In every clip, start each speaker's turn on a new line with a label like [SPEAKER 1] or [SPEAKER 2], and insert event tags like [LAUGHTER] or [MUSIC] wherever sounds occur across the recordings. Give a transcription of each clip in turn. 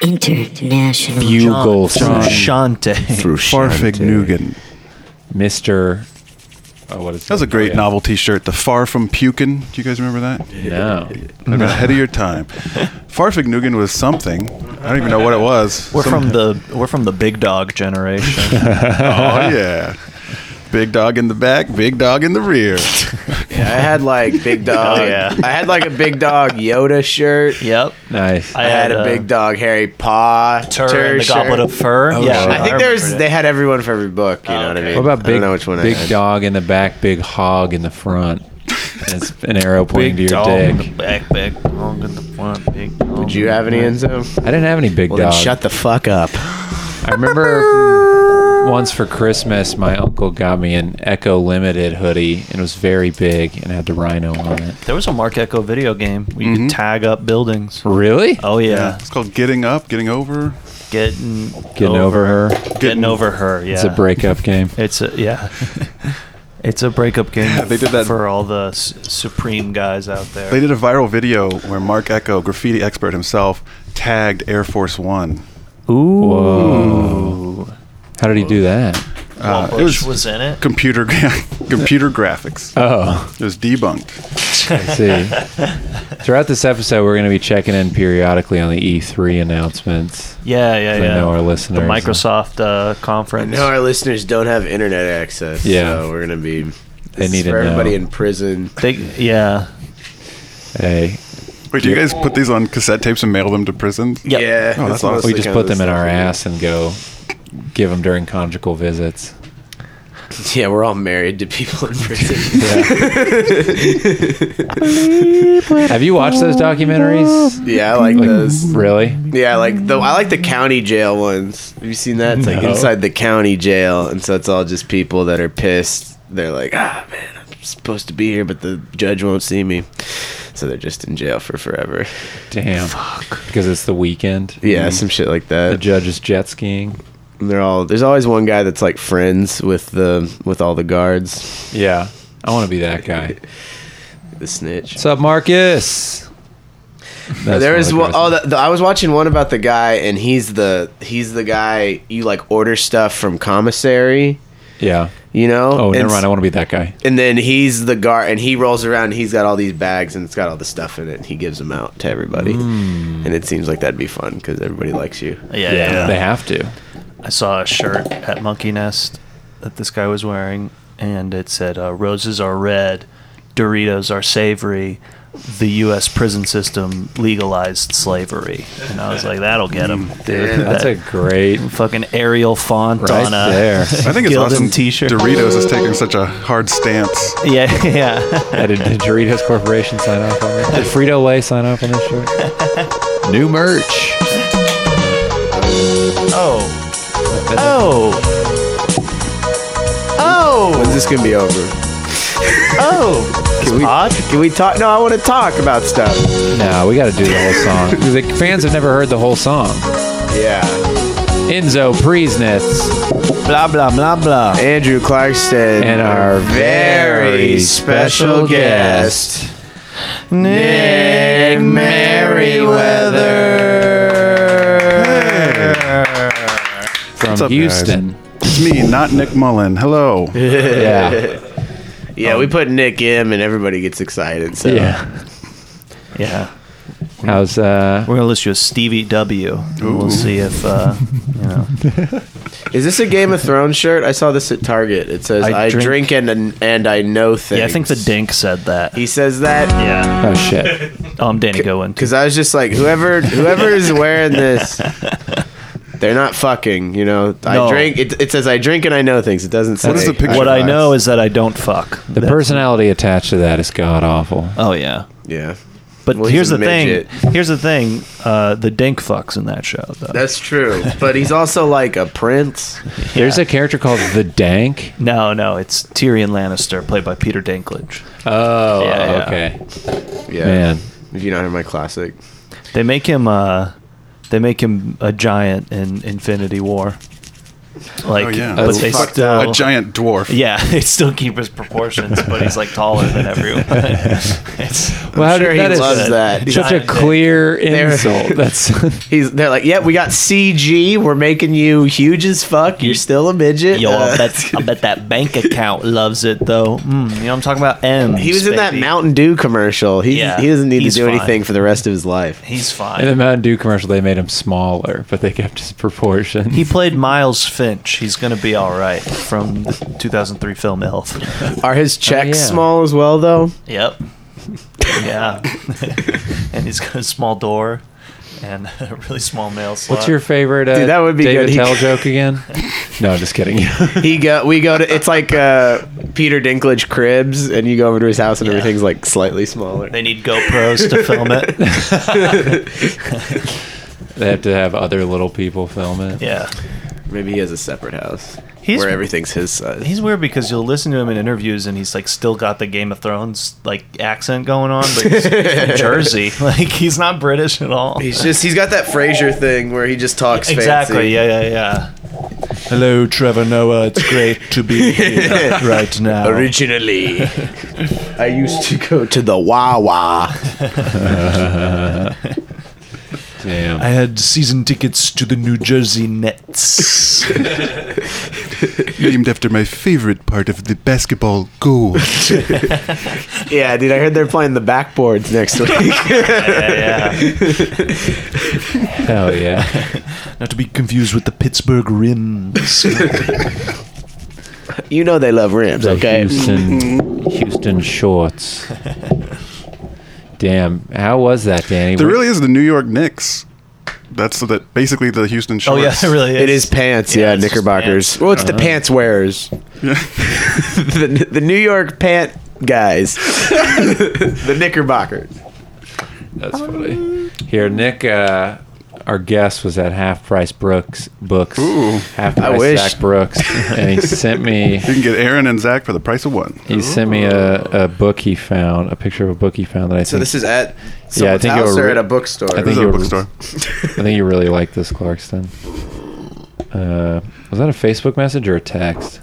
[SPEAKER 1] International.
[SPEAKER 2] Bugle
[SPEAKER 3] John
[SPEAKER 2] Through
[SPEAKER 3] [LAUGHS] Shante.
[SPEAKER 4] Farfig Nugan.
[SPEAKER 2] Mr. Oh, what is
[SPEAKER 4] That was a great novel T-shirt. The Far from Pukin. Do you guys remember that?
[SPEAKER 2] No.
[SPEAKER 4] Like ahead of your time. Farfig Nugan was something. I don't even know what it was.
[SPEAKER 3] We're from
[SPEAKER 4] Some-
[SPEAKER 3] the we're from the big dog generation.
[SPEAKER 4] [LAUGHS] Oh yeah. Big dog in the back, big dog in
[SPEAKER 5] [LAUGHS]
[SPEAKER 4] the rear.
[SPEAKER 5] I had like big
[SPEAKER 3] [LAUGHS]
[SPEAKER 5] dog.
[SPEAKER 3] Oh, yeah.
[SPEAKER 5] I had like a big dog Yoda shirt.
[SPEAKER 3] yep.
[SPEAKER 2] Nice.
[SPEAKER 5] I had a big dog Harry Potter
[SPEAKER 3] Tur and the
[SPEAKER 5] shirt.
[SPEAKER 3] Goblet of Fur.
[SPEAKER 2] Oh,
[SPEAKER 3] yeah,
[SPEAKER 5] I think there's
[SPEAKER 3] remember
[SPEAKER 5] they
[SPEAKER 3] that.
[SPEAKER 5] had everyone for every book. You know what I mean?
[SPEAKER 2] what about
[SPEAKER 5] I
[SPEAKER 2] big,
[SPEAKER 5] don't know which one
[SPEAKER 2] big
[SPEAKER 5] I had.
[SPEAKER 2] dog in the back, big hog in the front? And it's an arrow pointing to
[SPEAKER 3] big
[SPEAKER 2] your
[SPEAKER 3] dog in the
[SPEAKER 2] dick.
[SPEAKER 3] back, big dog in the front, big dog.
[SPEAKER 5] Do you have any Enzo?
[SPEAKER 2] I didn't have any big
[SPEAKER 5] Well,
[SPEAKER 2] dog.
[SPEAKER 5] then shut the fuck up.
[SPEAKER 2] I remember
[SPEAKER 5] [LAUGHS]
[SPEAKER 2] once for Christmas, my uncle got me an Echo Limited hoodie, and it was very big and had the rhino on it.
[SPEAKER 3] There was a Mark Echo video game. where
[SPEAKER 5] Mm-hmm.
[SPEAKER 3] You could tag up buildings.
[SPEAKER 2] Really?
[SPEAKER 3] Oh
[SPEAKER 4] Yeah.
[SPEAKER 3] yeah,
[SPEAKER 4] It's called Getting Up, Getting Over.
[SPEAKER 3] getting
[SPEAKER 2] Getting over her.
[SPEAKER 3] getting over her. Yeah,
[SPEAKER 2] It's
[SPEAKER 3] [LAUGHS]
[SPEAKER 2] a breakup game.
[SPEAKER 3] It's a [LAUGHS] yeah. It's a breakup game.
[SPEAKER 4] [LAUGHS] they did that-
[SPEAKER 3] for all the s- supreme guys out there.
[SPEAKER 4] They did a viral video where Mark Echo, graffiti expert himself, tagged Air Force One.
[SPEAKER 3] Ooh,
[SPEAKER 2] How did he do that?
[SPEAKER 3] Paul
[SPEAKER 4] Uh, it
[SPEAKER 3] Bush
[SPEAKER 4] was-
[SPEAKER 3] was, in it.
[SPEAKER 4] Computer gra- [LAUGHS] computer graphics.
[SPEAKER 2] Oh,
[SPEAKER 4] It was debunked.
[SPEAKER 2] I see.
[SPEAKER 3] [LAUGHS]
[SPEAKER 2] Throughout this episode, we're going to be checking in periodically on the E3 announcements.
[SPEAKER 3] Yeah, yeah,
[SPEAKER 2] I
[SPEAKER 3] yeah.
[SPEAKER 2] know our
[SPEAKER 3] the
[SPEAKER 2] listeners.
[SPEAKER 3] Microsoft uh,
[SPEAKER 5] I
[SPEAKER 3] conference.
[SPEAKER 5] know our listeners don't have internet access.
[SPEAKER 2] Yeah.
[SPEAKER 5] so we're gonna be.
[SPEAKER 2] They
[SPEAKER 5] this is
[SPEAKER 2] need to
[SPEAKER 5] for everybody
[SPEAKER 2] know.
[SPEAKER 5] in prison.
[SPEAKER 3] They, yeah.
[SPEAKER 2] Hey,
[SPEAKER 4] Wait, do you guys put these on cassette tapes and mail them to prisons?
[SPEAKER 3] Yep.
[SPEAKER 5] Yeah,
[SPEAKER 4] Oh, that's awesome.
[SPEAKER 5] mostly
[SPEAKER 2] we just
[SPEAKER 5] kind
[SPEAKER 2] put
[SPEAKER 5] of
[SPEAKER 2] them in
[SPEAKER 5] the
[SPEAKER 2] our
[SPEAKER 5] stuff
[SPEAKER 2] ass and go give them during conjugal visits.
[SPEAKER 5] we do. [LAUGHS] Yeah, we're [LAUGHS] all married to
[SPEAKER 2] [LAUGHS]
[SPEAKER 5] people in prison. [LAUGHS]
[SPEAKER 2] [LAUGHS] Have you watched those documentaries?
[SPEAKER 5] yeah, I like those.
[SPEAKER 2] Really?
[SPEAKER 5] Yeah, like the I like the county jail ones. Have you seen that? It's like inside the county jail, and so it's all just people that are pissed. They're like, ah, man, I'm supposed to be here, but the judge won't see me, so they're just in jail for forever.
[SPEAKER 2] Damn. Because it's the weekend.
[SPEAKER 5] Yeah, some shit like
[SPEAKER 2] The
[SPEAKER 5] that.
[SPEAKER 2] judge is jet skiing.
[SPEAKER 5] And they're all there's always one guy that's like friends with the with all the guards.
[SPEAKER 2] Yeah. I want to be that guy.
[SPEAKER 5] The snitch.
[SPEAKER 2] What's up, Marcus? That's
[SPEAKER 5] there is
[SPEAKER 2] of the
[SPEAKER 5] one,
[SPEAKER 2] guys-
[SPEAKER 5] oh, the, the, I was watching one about the guy, and he's the he's the guy you like order stuff from commissary,
[SPEAKER 2] yeah.
[SPEAKER 5] you know.
[SPEAKER 2] Oh,
[SPEAKER 5] And
[SPEAKER 2] never
[SPEAKER 5] s-
[SPEAKER 2] mind. I want to be that guy.
[SPEAKER 5] And then he's the guard, and he rolls around. And he's got all these bags, and it's got all the stuff in it. And he gives them out to everybody, and it seems like that'd be fun because everybody likes you.
[SPEAKER 3] Yeah, yeah, yeah.
[SPEAKER 2] Hmm. They have to.
[SPEAKER 3] I saw a shirt at Monkey Nest that this guy was wearing, and it said, uh, "Roses are red, Doritos are savory." The U.S. prison system legalized slavery, and I was like, "That'll get
[SPEAKER 2] [LAUGHS]
[SPEAKER 3] him, dude."
[SPEAKER 2] That's a
[SPEAKER 3] That
[SPEAKER 2] great
[SPEAKER 3] [LAUGHS] fucking Arial font
[SPEAKER 2] right
[SPEAKER 3] on a [LAUGHS]
[SPEAKER 2] there.
[SPEAKER 4] I think it's
[SPEAKER 3] Gildan
[SPEAKER 4] awesome.
[SPEAKER 3] t-shirt.
[SPEAKER 4] Doritos is taking such a hard stance.
[SPEAKER 5] [LAUGHS]
[SPEAKER 3] yeah, yeah.
[SPEAKER 2] Yeah, did, did Doritos Corporation sign off on this? Did Frito Lay sign off on this shirt? New merch.
[SPEAKER 3] Oh, oh,
[SPEAKER 5] When's this gonna be over?
[SPEAKER 3] oh.
[SPEAKER 5] [LAUGHS] Can we,
[SPEAKER 3] Pod?
[SPEAKER 5] [LAUGHS] can we talk? No, I want to talk about stuff.
[SPEAKER 2] No, we got to do the whole song. [LAUGHS] 'Cause The fans have never heard the whole song.
[SPEAKER 5] Yeah.
[SPEAKER 2] Enzo Priesnitz.
[SPEAKER 3] Blah blah blah blah.
[SPEAKER 5] Andrew Clarkson
[SPEAKER 3] uh,
[SPEAKER 2] And our very special guest,
[SPEAKER 5] Nick Merriweather.
[SPEAKER 2] From
[SPEAKER 4] What's up,
[SPEAKER 2] Houston.
[SPEAKER 4] It's me, not Nick Mullen. Hello.
[SPEAKER 2] Yeah.
[SPEAKER 5] [LAUGHS] Yeah, we put Nick in, and everybody gets excited. So
[SPEAKER 2] Yeah.
[SPEAKER 3] Yeah,
[SPEAKER 2] How's uh
[SPEAKER 3] we're gonna list you as Stevie W. And
[SPEAKER 4] Ooh.
[SPEAKER 3] we'll see if uh, you know.
[SPEAKER 5] Is this a Game of Thrones shirt? I saw this at Target. It says, "I,
[SPEAKER 3] I
[SPEAKER 5] drink,
[SPEAKER 3] drink-
[SPEAKER 5] and and I know things."
[SPEAKER 3] Yeah, I think the Dink said that.
[SPEAKER 5] He says that
[SPEAKER 3] Yeah.
[SPEAKER 2] [LAUGHS] Oh shit.
[SPEAKER 3] Um, Danny Goen.
[SPEAKER 5] because I was just like, whoever whoever is
[SPEAKER 3] [LAUGHS]
[SPEAKER 5] wearing this, they're not fucking. You know, I
[SPEAKER 3] No.
[SPEAKER 5] drink. It, it says, "I drink and I know things." It doesn't say
[SPEAKER 4] What is the picture?
[SPEAKER 3] What I know is that I don't fuck.
[SPEAKER 2] The personality attached to that is god awful.
[SPEAKER 3] Oh yeah.
[SPEAKER 5] Yeah,
[SPEAKER 3] But
[SPEAKER 5] Well, he's
[SPEAKER 3] here's
[SPEAKER 5] a
[SPEAKER 3] the thing.
[SPEAKER 5] midget.
[SPEAKER 3] Here's the thing. Uh, the Dink fucks in that show though.
[SPEAKER 5] that's true. But he's also like a prince.
[SPEAKER 2] There's a character called the Dank.
[SPEAKER 3] no, no, it's Tyrion Lannister, played by Peter Dinklage.
[SPEAKER 2] Oh,
[SPEAKER 3] Yeah, yeah.
[SPEAKER 2] okay.
[SPEAKER 5] Yeah,
[SPEAKER 2] Man.
[SPEAKER 5] If you not heard my classic,
[SPEAKER 3] They make him. Uh, they make him a giant in Infinity War. Like,
[SPEAKER 4] Oh yeah,
[SPEAKER 3] but
[SPEAKER 2] That's
[SPEAKER 3] they
[SPEAKER 4] Fuck,
[SPEAKER 3] still
[SPEAKER 4] a giant dwarf.
[SPEAKER 3] uh, [LAUGHS] Yeah, they still keep his proportions, but he's like taller than everyone. It's-
[SPEAKER 2] Well,
[SPEAKER 5] sure he
[SPEAKER 2] is
[SPEAKER 5] loves that.
[SPEAKER 2] Such a
[SPEAKER 3] Giant dick.
[SPEAKER 5] [LAUGHS]
[SPEAKER 2] clear
[SPEAKER 5] There-
[SPEAKER 2] insult. That's
[SPEAKER 5] [LAUGHS] He's they're like, yeah, we got CG. We're making you huge as fuck. You're still a midget.
[SPEAKER 3] Yo,
[SPEAKER 5] Uh,
[SPEAKER 3] I bet, I bet that bank account loves it though. Mm, you know what I'm talking about? M.
[SPEAKER 5] he was in that
[SPEAKER 3] baby.
[SPEAKER 5] Mountain Dew commercial. He
[SPEAKER 3] Yeah,
[SPEAKER 5] he doesn't need to
[SPEAKER 3] he's
[SPEAKER 5] do
[SPEAKER 3] fine.
[SPEAKER 5] anything for the rest of his life.
[SPEAKER 3] He's
[SPEAKER 2] in the
[SPEAKER 3] fine.
[SPEAKER 2] Mountain Dew commercial. They made him smaller, but they kept his proportions.
[SPEAKER 3] He played Miles Finch. He's gonna be all right from the 2003 film Elf. Oh,
[SPEAKER 5] Are his checks
[SPEAKER 2] Oh, yeah.
[SPEAKER 5] small as well
[SPEAKER 3] [LAUGHS]
[SPEAKER 5] though?
[SPEAKER 3] Yep. Yeah. [LAUGHS] and he's got a small door and a really small mail slot.
[SPEAKER 2] What's your favorite? Uh,
[SPEAKER 5] Dude, that would be
[SPEAKER 2] David
[SPEAKER 5] good. He- [LAUGHS]
[SPEAKER 2] Tell joke again. No, I'm just kidding.
[SPEAKER 5] He go we go to it's like uh, Peter Dinklage cribs, and you go over to his house, and
[SPEAKER 3] Yeah.
[SPEAKER 5] everything's like slightly smaller.
[SPEAKER 3] They need GoPros to film
[SPEAKER 5] [LAUGHS]
[SPEAKER 3] it.
[SPEAKER 2] they have to have other little people film it.
[SPEAKER 3] Yeah.
[SPEAKER 5] Maybe he has a separate house
[SPEAKER 3] He's-
[SPEAKER 5] where everything's his size.
[SPEAKER 3] He's weird because you'll listen to him in interviews and he's like still got the Game of Thrones like accent going on, but he's
[SPEAKER 5] [LAUGHS]
[SPEAKER 3] from Jersey. [LAUGHS] Like he's not British at all.
[SPEAKER 5] He's just he's got that Frasier thing where he just talks
[SPEAKER 3] exactly.
[SPEAKER 5] fancy.
[SPEAKER 3] Yeah, yeah, yeah. Hello, Trevor Noah. It's great to
[SPEAKER 5] [LAUGHS]
[SPEAKER 3] be here [LAUGHS] right now. [LAUGHS]
[SPEAKER 5] Originally, I used to go to the [LAUGHS] Wawa.
[SPEAKER 2] Damn.
[SPEAKER 3] I had season tickets to the New Jersey Nets.
[SPEAKER 4] [LAUGHS] Named after my favorite part of the basketball goal.
[SPEAKER 5] Yeah, dude, I heard they're playing the backboards next [LAUGHS] week.
[SPEAKER 3] yeah, yeah.
[SPEAKER 2] Hell yeah.
[SPEAKER 3] [LAUGHS] Not to be confused with the Pittsburgh
[SPEAKER 5] [LAUGHS]
[SPEAKER 3] Rims.
[SPEAKER 5] you know they love rims,
[SPEAKER 2] The
[SPEAKER 5] okay?
[SPEAKER 2] Houston, Houston shorts. Damn. How was that, Danny?
[SPEAKER 4] there
[SPEAKER 2] What-
[SPEAKER 4] really is the New York Knicks. That's the, basically the Houston
[SPEAKER 3] oh
[SPEAKER 4] Shorts.
[SPEAKER 3] yeah, [LAUGHS] it really is.
[SPEAKER 5] It is pants,
[SPEAKER 3] Yeah,
[SPEAKER 5] yeah,
[SPEAKER 3] it's just
[SPEAKER 5] knickerbockers.
[SPEAKER 3] pants.
[SPEAKER 5] Well, it's the pants [LAUGHS] wearers. the, the New York pant guys. [LAUGHS] the [LAUGHS] knickerbockers.
[SPEAKER 2] That's funny. Here, Nick, uh, our guest was at Half Price Brooks Books.
[SPEAKER 4] Ooh.
[SPEAKER 2] Half
[SPEAKER 5] I
[SPEAKER 2] Price
[SPEAKER 5] wish.
[SPEAKER 2] Zach Brooks,
[SPEAKER 3] [LAUGHS]
[SPEAKER 2] and
[SPEAKER 4] [LAUGHS]
[SPEAKER 2] he sent me.
[SPEAKER 4] You can get Aaron and Zach for the price of one.
[SPEAKER 2] He sent me a, a book he found, a picture of a book he found that I
[SPEAKER 5] So
[SPEAKER 2] think
[SPEAKER 5] this is at
[SPEAKER 2] Yeah, I
[SPEAKER 5] someone's
[SPEAKER 2] think it
[SPEAKER 5] house
[SPEAKER 2] would
[SPEAKER 5] or
[SPEAKER 2] re-
[SPEAKER 5] at a bookstore.
[SPEAKER 2] I think
[SPEAKER 4] This is a
[SPEAKER 2] you were-
[SPEAKER 4] bookstore.
[SPEAKER 2] [LAUGHS] I think you really like this, Clarkston. Uh, was that a Facebook message or
[SPEAKER 5] [LAUGHS]
[SPEAKER 2] a text?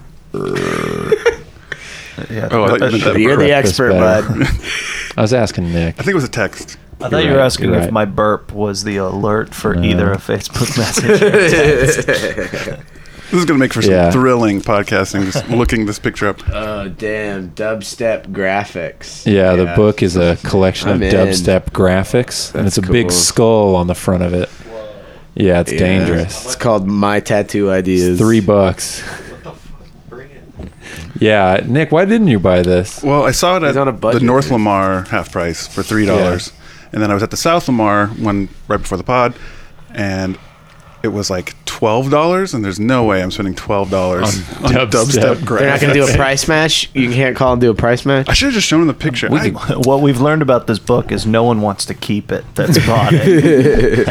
[SPEAKER 3] Yeah.
[SPEAKER 4] Oh, I thought you meant that
[SPEAKER 5] You're
[SPEAKER 4] burp.
[SPEAKER 5] the
[SPEAKER 2] Breakfast
[SPEAKER 5] expert,
[SPEAKER 2] better.
[SPEAKER 4] [LAUGHS]
[SPEAKER 5] bud.
[SPEAKER 2] I was asking Nick.
[SPEAKER 4] I think it was a text.
[SPEAKER 3] I thought
[SPEAKER 2] You're
[SPEAKER 3] you were
[SPEAKER 2] right,
[SPEAKER 3] asking
[SPEAKER 2] you're
[SPEAKER 3] if
[SPEAKER 2] right.
[SPEAKER 3] my burp was the alert for
[SPEAKER 2] No.
[SPEAKER 3] either a Facebook [LAUGHS] message. or a text. [LAUGHS]
[SPEAKER 4] This is going to make for some
[SPEAKER 2] Yeah.
[SPEAKER 4] thrilling
[SPEAKER 2] [LAUGHS]
[SPEAKER 4] podcasting, just looking this picture up.
[SPEAKER 5] oh, damn. Dubstep graphics.
[SPEAKER 2] Yeah, the book is a collection
[SPEAKER 5] I'm
[SPEAKER 2] of
[SPEAKER 5] in.
[SPEAKER 2] dubstep graphics, and
[SPEAKER 5] That's
[SPEAKER 2] it's a big
[SPEAKER 5] cool.
[SPEAKER 2] skull on the front of it. Yeah, it's
[SPEAKER 5] Yeah.
[SPEAKER 2] dangerous.
[SPEAKER 5] It's called My Tattoo Ideas. [LAUGHS]
[SPEAKER 2] Three bucks. Yeah, Nick, why didn't you buy this?
[SPEAKER 4] Well, I saw it at
[SPEAKER 5] on a
[SPEAKER 4] the
[SPEAKER 5] budget,
[SPEAKER 4] North
[SPEAKER 5] dude.
[SPEAKER 4] Lamar half price for three dollars, and then I was at the South Lamar one right before the pod, and it was like twelve dollars. And there's no way I'm spending twelve dollars
[SPEAKER 2] On
[SPEAKER 4] on,
[SPEAKER 2] dubstep.
[SPEAKER 4] dubstep. graphics.
[SPEAKER 5] They're not going to do a price match? You can't call and do a price match?
[SPEAKER 4] I should have just shown him the picture. I-
[SPEAKER 3] what we've learned about this book is no one wants to keep it. That's bought it.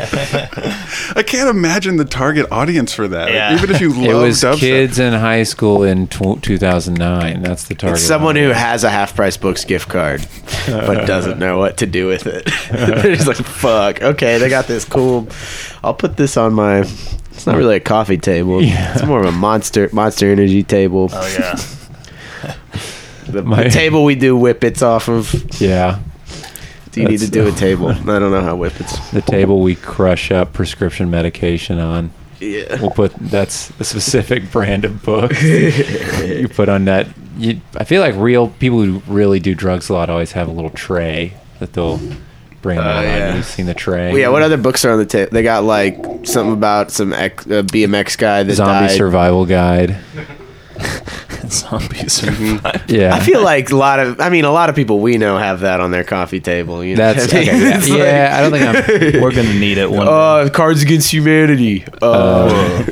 [SPEAKER 3] [LAUGHS]
[SPEAKER 4] I can't imagine the target audience for that. Like,
[SPEAKER 3] Yeah.
[SPEAKER 4] even if you
[SPEAKER 2] [LAUGHS]
[SPEAKER 4] love
[SPEAKER 2] It was
[SPEAKER 4] dubstep,
[SPEAKER 2] kids in high school in tw 2009. That's the target.
[SPEAKER 5] It's someone who
[SPEAKER 2] audience.
[SPEAKER 5] has a half price books gift
[SPEAKER 2] [LAUGHS]
[SPEAKER 5] card, but doesn't know what to do with it. [LAUGHS] They're just like, fuck, okay, they got this cool. I'll put this on my. It's not really a coffee table.
[SPEAKER 2] Yeah.
[SPEAKER 5] It's more of a monster monster energy table.
[SPEAKER 3] oh yeah.
[SPEAKER 5] [LAUGHS] the,
[SPEAKER 2] my-
[SPEAKER 5] the table we do whippets off of.
[SPEAKER 2] Yeah,
[SPEAKER 5] Do you need to
[SPEAKER 2] That's-
[SPEAKER 5] do a
[SPEAKER 2] [LAUGHS]
[SPEAKER 5] table? I don't know how whippets.
[SPEAKER 2] the table we crush up prescription medication on.
[SPEAKER 5] Yeah.
[SPEAKER 2] We'll put that's a specific [LAUGHS] brand of
[SPEAKER 5] [LAUGHS]
[SPEAKER 2] book you put on that. You, I feel like real people who really do drugs a lot always have a little tray that they'll bring out.
[SPEAKER 5] Oh, yeah.
[SPEAKER 2] You've seen the tray.
[SPEAKER 5] Well, yeah, what other books are on the table? They got like something about some ex- uh, BMX guy that
[SPEAKER 2] Zombie
[SPEAKER 5] died.
[SPEAKER 2] survival
[SPEAKER 5] [LAUGHS]
[SPEAKER 2] guide.
[SPEAKER 3] Zombies are
[SPEAKER 2] Yeah.
[SPEAKER 5] I feel like a lot of, I mean, a lot of people we know have that on their coffee table. You know
[SPEAKER 2] That's
[SPEAKER 5] what I mean?
[SPEAKER 2] okay, yeah.
[SPEAKER 5] It's like-
[SPEAKER 2] yeah I don't think I'm.
[SPEAKER 3] We're gonna need [LAUGHS] it one.
[SPEAKER 5] [LAUGHS] Uh, Cards Against Humanity. Uh, uh,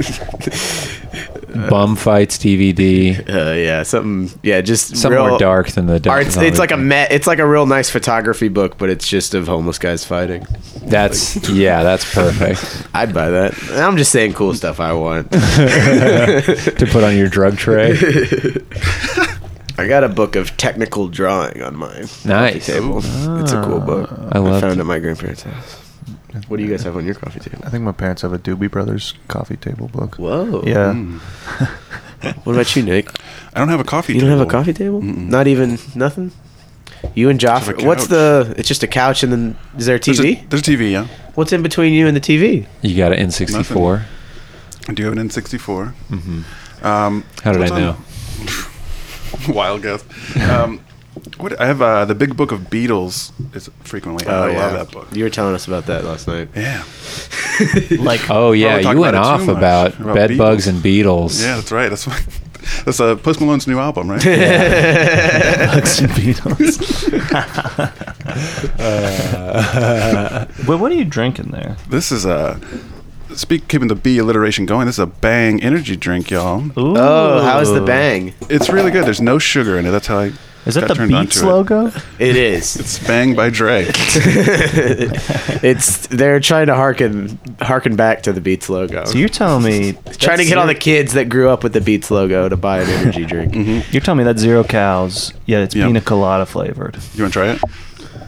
[SPEAKER 2] Bum fights DVD.
[SPEAKER 5] Uh, yeah, something. Yeah, just
[SPEAKER 2] [LAUGHS] Some more
[SPEAKER 5] real-
[SPEAKER 2] dark than the dark.
[SPEAKER 5] Arts, it's like a [LAUGHS] me, it's like a real nice photography book, but it's just of homeless guys fighting. [LAUGHS]
[SPEAKER 2] That's yeah. That's perfect
[SPEAKER 5] I'd buy that. I'm just saying cool stuff I
[SPEAKER 2] [LAUGHS]
[SPEAKER 5] want.
[SPEAKER 2] [LAUGHS] to put on your
[SPEAKER 5] [LAUGHS]
[SPEAKER 2] drug tray.
[SPEAKER 5] I got a book of technical drawing on my
[SPEAKER 2] Nice.
[SPEAKER 5] table. It's a cool book.
[SPEAKER 3] Ah,
[SPEAKER 2] I love
[SPEAKER 5] found
[SPEAKER 2] it.
[SPEAKER 5] it at my grandparents' house. What do you guys have on your coffee table?
[SPEAKER 3] I think my parents have a Doobie Brothers coffee table book.
[SPEAKER 5] Whoa.
[SPEAKER 3] Yeah.
[SPEAKER 5] [LAUGHS] What about you, Nick?
[SPEAKER 4] I don't have a coffee.
[SPEAKER 5] You don't have a
[SPEAKER 4] table.
[SPEAKER 5] coffee table?
[SPEAKER 4] Mm-mm.
[SPEAKER 5] Not even nothing. You and
[SPEAKER 4] Just have
[SPEAKER 5] Joffrey.
[SPEAKER 4] a
[SPEAKER 5] What's
[SPEAKER 4] couch.
[SPEAKER 5] the? It's just a couch, and then is there a
[SPEAKER 4] There's a-
[SPEAKER 5] TV?
[SPEAKER 4] There's a, TV. Yeah.
[SPEAKER 5] What's in
[SPEAKER 4] [LAUGHS]
[SPEAKER 5] between you and the TV?
[SPEAKER 2] You got an N64.
[SPEAKER 4] I do have an N64.
[SPEAKER 2] Mhm.
[SPEAKER 4] Um,
[SPEAKER 2] How did
[SPEAKER 4] what's
[SPEAKER 2] I
[SPEAKER 4] on-
[SPEAKER 2] know?
[SPEAKER 4] [LAUGHS] Wild guess. Um, what I have uh, the Big Book of Beatles is frequently. I love that book.
[SPEAKER 5] Oh, You were telling us about that last night.
[SPEAKER 4] Yeah.
[SPEAKER 3] Like
[SPEAKER 2] Oh yeah,
[SPEAKER 4] talked
[SPEAKER 2] you went
[SPEAKER 4] about it
[SPEAKER 2] off
[SPEAKER 4] too much,
[SPEAKER 2] about,
[SPEAKER 4] about
[SPEAKER 2] bed bugs
[SPEAKER 4] Beatles.
[SPEAKER 2] and beetles.
[SPEAKER 4] Yeah, that's right. That's what, that's uh, Post Malone's new
[SPEAKER 5] [LAUGHS]
[SPEAKER 4] album, right?
[SPEAKER 3] Bugs
[SPEAKER 4] [LAUGHS]
[SPEAKER 3] and Beatles.
[SPEAKER 5] [LAUGHS]
[SPEAKER 3] Hmm. [LAUGHS]
[SPEAKER 4] Uh, [LAUGHS]
[SPEAKER 3] but Uh, what are you drinking there?
[SPEAKER 4] This is a speak keeping the B alliteration going. This is a Bang energy drink, y'all.
[SPEAKER 3] Ooh.
[SPEAKER 5] Oh, how's the bang?
[SPEAKER 4] It's really good. There's no sugar in it. That's how I
[SPEAKER 3] Is that
[SPEAKER 4] got
[SPEAKER 3] the
[SPEAKER 4] turned on
[SPEAKER 3] Beats
[SPEAKER 4] to it.
[SPEAKER 3] logo?
[SPEAKER 5] It is.
[SPEAKER 4] [LAUGHS] It's Bang by Dre.
[SPEAKER 5] [LAUGHS] it's they're trying to harken harken back to the Beats logo.
[SPEAKER 3] So you're telling me
[SPEAKER 5] trying to
[SPEAKER 3] that's
[SPEAKER 5] get all the
[SPEAKER 3] zero-
[SPEAKER 5] kids that grew up with the Beats logo to buy
[SPEAKER 3] [LAUGHS]
[SPEAKER 5] an energy drink.
[SPEAKER 3] You're telling Mm-hmm. me that's zero cows, yet it's
[SPEAKER 4] Yeah.
[SPEAKER 3] pina colada flavored.
[SPEAKER 4] You want to try it?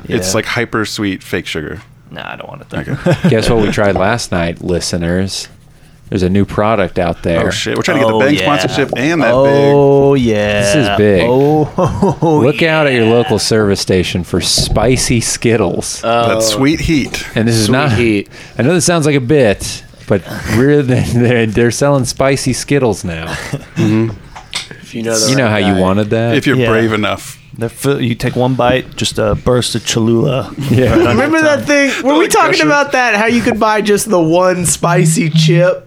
[SPEAKER 4] It's
[SPEAKER 3] Yeah.
[SPEAKER 4] like hyper sweet fake sugar.
[SPEAKER 3] Nah, I don't want it. There.
[SPEAKER 2] [LAUGHS] Guess what we tried last night, listeners? There's a new product out there.
[SPEAKER 4] Oh shit! We're trying to get
[SPEAKER 3] Oh,
[SPEAKER 4] the Bang
[SPEAKER 3] yeah.
[SPEAKER 4] sponsorship and that
[SPEAKER 3] oh yeah,
[SPEAKER 2] This is big.
[SPEAKER 3] Oh,
[SPEAKER 2] Uh, Look out at your local service station for spicy Skittles.
[SPEAKER 4] big that sweet heat.
[SPEAKER 2] and this
[SPEAKER 5] Oh.
[SPEAKER 2] is
[SPEAKER 5] sweet
[SPEAKER 2] not.
[SPEAKER 5] heat.
[SPEAKER 2] I know this sounds like a bit, but we're they're, they're selling spicy Skittles now.
[SPEAKER 5] Mm-hmm. If you know,
[SPEAKER 2] You know how you wanted that.
[SPEAKER 4] If you're
[SPEAKER 3] Yeah.
[SPEAKER 4] brave enough,
[SPEAKER 3] They're fill- you take one bite, just a burst of Cholula. [LAUGHS]
[SPEAKER 2] yeah.
[SPEAKER 5] Remember that thing? Were we
[SPEAKER 4] like
[SPEAKER 5] talking
[SPEAKER 4] gushers.
[SPEAKER 5] about that? How you could buy just the one spicy chip?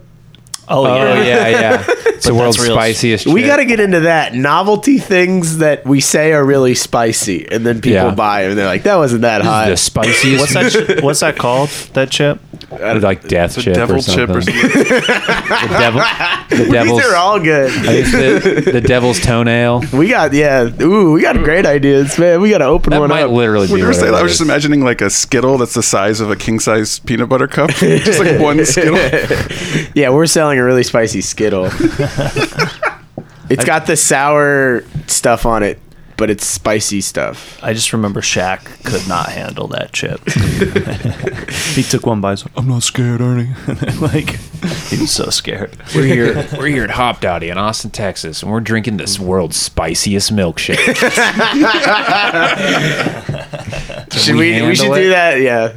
[SPEAKER 3] Oh,
[SPEAKER 2] Oh
[SPEAKER 3] yeah.
[SPEAKER 2] yeah,
[SPEAKER 5] [LAUGHS]
[SPEAKER 2] [LAUGHS] yeah. It's the
[SPEAKER 3] But
[SPEAKER 2] world's
[SPEAKER 3] that's real-
[SPEAKER 2] spiciest.
[SPEAKER 5] We
[SPEAKER 2] chip.
[SPEAKER 5] got to get into that novelty things that we say are really spicy, and then people
[SPEAKER 2] Yeah.
[SPEAKER 5] buy them. And they're like, "That wasn't that hot."
[SPEAKER 2] the spiciest.
[SPEAKER 3] What's that? Ch- what's that called? That chip?
[SPEAKER 2] like death
[SPEAKER 4] the
[SPEAKER 2] chip,
[SPEAKER 4] devil
[SPEAKER 2] or
[SPEAKER 4] chip or
[SPEAKER 2] something.
[SPEAKER 4] something.
[SPEAKER 2] The
[SPEAKER 5] [LAUGHS]
[SPEAKER 2] devil. The devil's.
[SPEAKER 5] These are all good.
[SPEAKER 2] I think the, the devil's toenail.
[SPEAKER 5] We got yeah. Ooh, we got great ideas, man. We got to open
[SPEAKER 2] That
[SPEAKER 5] one
[SPEAKER 2] might
[SPEAKER 5] up.
[SPEAKER 2] literally
[SPEAKER 4] When
[SPEAKER 2] be.
[SPEAKER 4] you were
[SPEAKER 2] What
[SPEAKER 4] saying, that, I
[SPEAKER 2] it
[SPEAKER 4] was just
[SPEAKER 2] is.
[SPEAKER 4] imagining like a Skittle that's the size of a king size peanut
[SPEAKER 5] [LAUGHS]
[SPEAKER 4] butter cup, [LAUGHS] just like one Skittle.
[SPEAKER 5] yeah, we're selling a really
[SPEAKER 3] [LAUGHS]
[SPEAKER 5] spicy Skittle. it's got the sour stuff on it, but it's spicy stuff.
[SPEAKER 3] I just remember Shaq [LAUGHS] could not handle that
[SPEAKER 4] [LAUGHS]
[SPEAKER 3] chip. [LAUGHS] he took one bite. he's like, I'm not scared, Ernie. [LAUGHS] like he was so scared.
[SPEAKER 2] We're here. We're here at Hop Dotty in Austin, Texas, and we're drinking this world's spiciest
[SPEAKER 5] [LAUGHS]
[SPEAKER 2] milkshake.
[SPEAKER 5] Should
[SPEAKER 2] we
[SPEAKER 5] we? We,
[SPEAKER 2] handle
[SPEAKER 5] should
[SPEAKER 2] it?
[SPEAKER 5] do that. Yeah,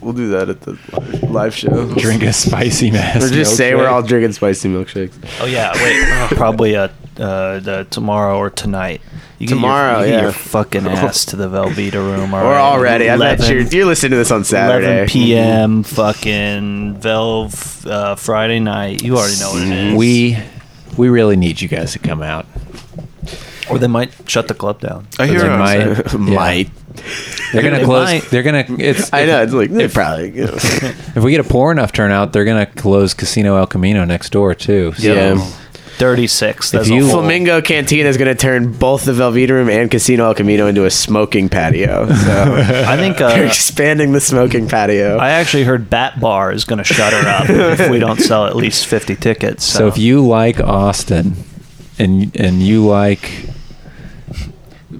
[SPEAKER 5] we'll do that at the li- live show.
[SPEAKER 2] Drink a spicy mess.
[SPEAKER 5] Or just say we're
[SPEAKER 2] milkshake.
[SPEAKER 5] all drinking spicy milkshakes.
[SPEAKER 3] Oh yeah, wait. Probably uh, uh, the tomorrow or tonight. You get your-
[SPEAKER 5] Tomorrow,
[SPEAKER 3] you get your,
[SPEAKER 5] yeah. [LAUGHS]
[SPEAKER 3] fucking ass to the Velveeta room. Already.
[SPEAKER 5] We're already. I bet
[SPEAKER 3] 11
[SPEAKER 5] you're, you're listening to this on Saturday.
[SPEAKER 3] 11 p.m. fucking Velve uh, Friday night. You already know what it
[SPEAKER 5] Mm-hmm.
[SPEAKER 3] is.
[SPEAKER 2] We we really need you guys to come out.
[SPEAKER 3] or they might shut the
[SPEAKER 2] [LAUGHS]
[SPEAKER 3] club down.
[SPEAKER 4] I hear
[SPEAKER 2] They
[SPEAKER 4] uh,
[SPEAKER 2] might-
[SPEAKER 5] [LAUGHS]
[SPEAKER 2] yeah.
[SPEAKER 5] Might.
[SPEAKER 2] They're gonna
[SPEAKER 3] They
[SPEAKER 2] close.
[SPEAKER 3] might.
[SPEAKER 2] They're gonna. It's.
[SPEAKER 5] I know. It's like they
[SPEAKER 2] If,
[SPEAKER 5] probably. you know.
[SPEAKER 2] if we get a poor enough turnout, they're gonna close Casino El Camino next door too. So
[SPEAKER 5] Yeah.
[SPEAKER 3] 36. That's
[SPEAKER 2] you-
[SPEAKER 3] a whole,
[SPEAKER 5] Flamingo Cantina is going to turn both the Velveeta Room and Casino El Camino into a smoking patio. So
[SPEAKER 3] [LAUGHS] I think
[SPEAKER 5] they're
[SPEAKER 3] uh,
[SPEAKER 5] expanding the smoking patio.
[SPEAKER 3] I actually heard Bat Bar is going to shut her up if we don't sell at least 50 tickets. So,
[SPEAKER 2] So if you like Austin, and and you like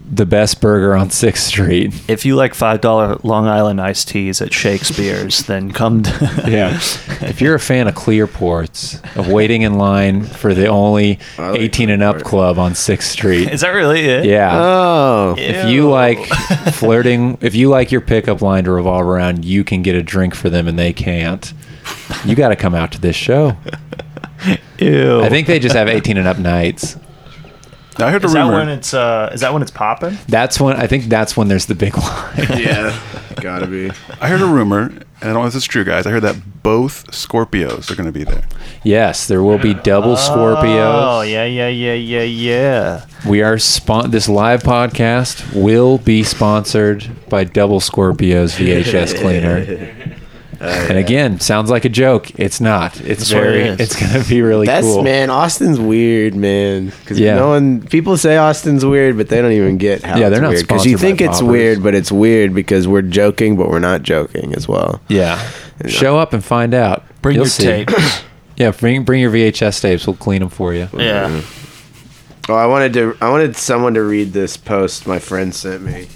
[SPEAKER 2] the best burger on Sixth Street,
[SPEAKER 3] if you like $5 Long Island iced teas at Shakespeare's, then come. To
[SPEAKER 2] yeah. if you're a fan of clear ports, of waiting in line for the only
[SPEAKER 5] I like
[SPEAKER 2] 18 and up club on Sixth Street,
[SPEAKER 3] [LAUGHS] is that really it?
[SPEAKER 2] yeah.
[SPEAKER 5] oh,
[SPEAKER 2] if
[SPEAKER 3] [LAUGHS]
[SPEAKER 2] you like flirting, if you like your pickup line to revolve around, you can get a drink for them and they can't. You got to come out to this show.
[SPEAKER 3] Ew.
[SPEAKER 2] I think they just have 18 and up nights.
[SPEAKER 4] I heard a
[SPEAKER 3] Is that when
[SPEAKER 4] rumor.
[SPEAKER 3] it's uh, is that when it's popping?
[SPEAKER 2] That's when I think that's when there's the big [LAUGHS] line.
[SPEAKER 5] yeah, gotta be.
[SPEAKER 4] I heard a rumor, and I don't know if this is true, guys. I heard that both Scorpios are going to be there.
[SPEAKER 2] Yes, there will be double
[SPEAKER 3] Oh
[SPEAKER 2] Scorpios.
[SPEAKER 3] yeah, yeah, yeah, yeah, yeah.
[SPEAKER 2] We are spon- this live podcast will be sponsored by Double Scorpios VHS cleaner.
[SPEAKER 3] [LAUGHS]
[SPEAKER 2] And again, sounds like a joke. It's not. It's
[SPEAKER 3] That's what Oh, it
[SPEAKER 2] very.
[SPEAKER 3] is.
[SPEAKER 2] it's gonna be really
[SPEAKER 5] That's
[SPEAKER 2] cool.
[SPEAKER 5] man. Austin's weird, man. Because
[SPEAKER 2] Yeah.
[SPEAKER 5] no one people say Austin's weird, but they don't even get how.
[SPEAKER 2] [LAUGHS] Yeah,
[SPEAKER 5] it's
[SPEAKER 2] they're not
[SPEAKER 5] weird. you
[SPEAKER 2] sponsored by
[SPEAKER 5] think it's
[SPEAKER 2] Bobbers.
[SPEAKER 5] weird, but it's weird because we're joking, but we're not joking as well.
[SPEAKER 2] Yeah. Show up and find out.
[SPEAKER 3] Bring
[SPEAKER 2] You'll
[SPEAKER 3] your
[SPEAKER 2] see.
[SPEAKER 3] tape.
[SPEAKER 2] [COUGHS] Yeah, bring bring your VHS tapes. We'll clean them for you.
[SPEAKER 3] yeah.
[SPEAKER 5] Mm-hmm. Oh, I wanted to. I wanted someone to read this post my friend sent me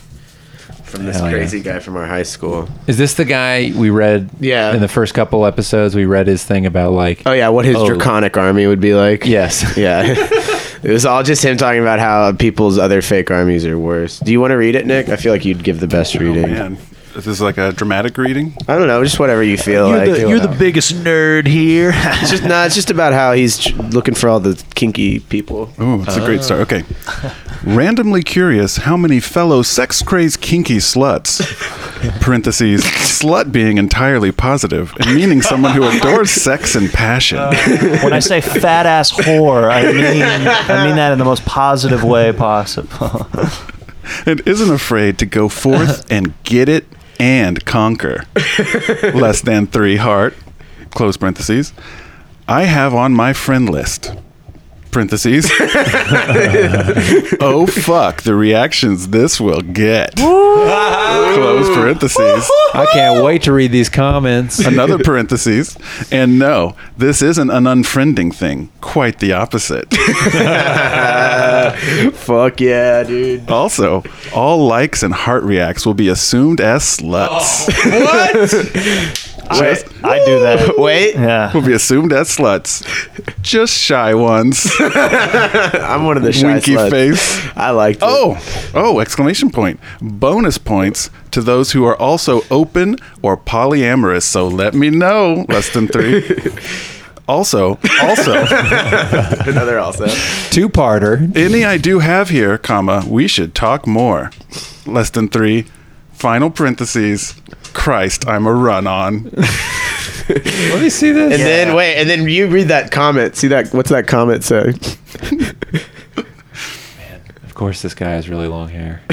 [SPEAKER 5] from this
[SPEAKER 2] Hell yeah.
[SPEAKER 5] crazy guy from our high school. [LAUGHS]
[SPEAKER 2] Is this the guy we read?
[SPEAKER 5] Yeah.
[SPEAKER 2] In the first couple episodes, we read his thing about like.
[SPEAKER 5] Oh yeah, what his
[SPEAKER 2] Oh.
[SPEAKER 5] draconic army would be like.
[SPEAKER 2] Yes.
[SPEAKER 5] Yeah. it was all just him talking about how people's other fake armies are worse. Do you want to read it, Nick? I feel like you'd give the best reading.
[SPEAKER 4] Man, this is like a dramatic reading.
[SPEAKER 5] I don't know, just whatever you feel
[SPEAKER 3] You're,
[SPEAKER 5] like.
[SPEAKER 3] the, you're the biggest nerd here.
[SPEAKER 5] It's just no, it's just about how he's tr- looking for all the kinky people.
[SPEAKER 4] Oh, it's a great start. Okay. Randomly curious how many fellow sex crazed kinky
[SPEAKER 5] [LAUGHS]
[SPEAKER 4] sluts, parentheses, slut being entirely positive and meaning someone who
[SPEAKER 5] [LAUGHS]
[SPEAKER 4] adores sex and passion.
[SPEAKER 3] [LAUGHS]
[SPEAKER 5] Uh,
[SPEAKER 3] when I say fat ass whore, I mean
[SPEAKER 4] [LAUGHS]
[SPEAKER 3] I mean that in the most positive way possible.
[SPEAKER 4] and isn't afraid to
[SPEAKER 2] [LAUGHS]
[SPEAKER 4] go forth and get it and conquer. Less than three heart, close parentheses. I have on my friend list,
[SPEAKER 2] [LAUGHS]
[SPEAKER 4] parentheses. oh fuck, the reactions this will get. close parentheses.
[SPEAKER 2] I can't wait to read these comments. [LAUGHS]
[SPEAKER 4] Another parentheses. And no, this isn't an unfriending thing. Quite the opposite.
[SPEAKER 5] [LAUGHS] Fuck yeah, dude.
[SPEAKER 4] Also, all likes and heart reacts will be assumed as
[SPEAKER 5] Oh.
[SPEAKER 4] sluts. [LAUGHS]
[SPEAKER 5] Wait,
[SPEAKER 3] I do that.
[SPEAKER 5] wait.
[SPEAKER 3] Yeah.
[SPEAKER 4] will be assumed as sluts. Just shy ones.
[SPEAKER 5] [LAUGHS] I'm one of the shy
[SPEAKER 4] Winky
[SPEAKER 5] sluts.
[SPEAKER 4] face.
[SPEAKER 5] I liked it.
[SPEAKER 4] Oh, oh, exclamation point. Bonus points to those who are also open or polyamorous. So let me know. Less
[SPEAKER 5] [LAUGHS]
[SPEAKER 4] than three. Also, also,
[SPEAKER 5] another also.
[SPEAKER 2] Two parter.
[SPEAKER 4] any I do have here, comma, we should talk more. Less than three. Final parentheses. Christ, I'm a run on.
[SPEAKER 2] Let me see this.
[SPEAKER 5] And then wait, and then you read that comment. See that? What's that comment say?
[SPEAKER 2] Of course, this guy has really long hair.
[SPEAKER 5] [LAUGHS]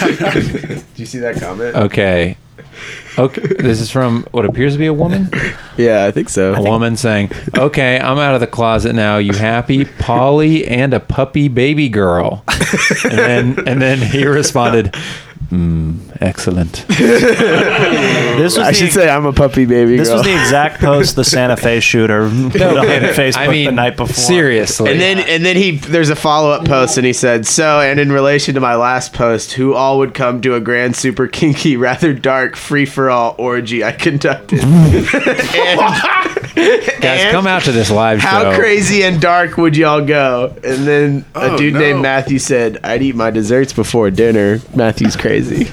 [SPEAKER 5] Do you see that comment? [LAUGHS]
[SPEAKER 2] Okay. Okay. This is from what appears to be a woman.
[SPEAKER 5] yeah, I think so.
[SPEAKER 2] A woman saying, "Okay, I'm out of the closet now. You happy? Polly and a puppy baby girl." And then, and then he responded, mm, "Excellent."
[SPEAKER 3] This was
[SPEAKER 5] I
[SPEAKER 3] the
[SPEAKER 5] should say I'm a puppy baby
[SPEAKER 3] This
[SPEAKER 5] girl.
[SPEAKER 3] was the exact post the Santa Fe shooter put on Facebook the night before.
[SPEAKER 2] seriously.
[SPEAKER 5] and then and then he there's a follow up post and he said so and in relation to my last post who all would come to a grand super kinky [LAUGHS] rather dark free for all orgy I conducted
[SPEAKER 2] guys,
[SPEAKER 5] and-
[SPEAKER 2] come out to this live show.
[SPEAKER 5] how crazy and dark would y'all go and then a
[SPEAKER 4] Oh,
[SPEAKER 5] dude
[SPEAKER 4] no.
[SPEAKER 5] named Matthew said I'd eat my desserts before dinner Matthew's crazy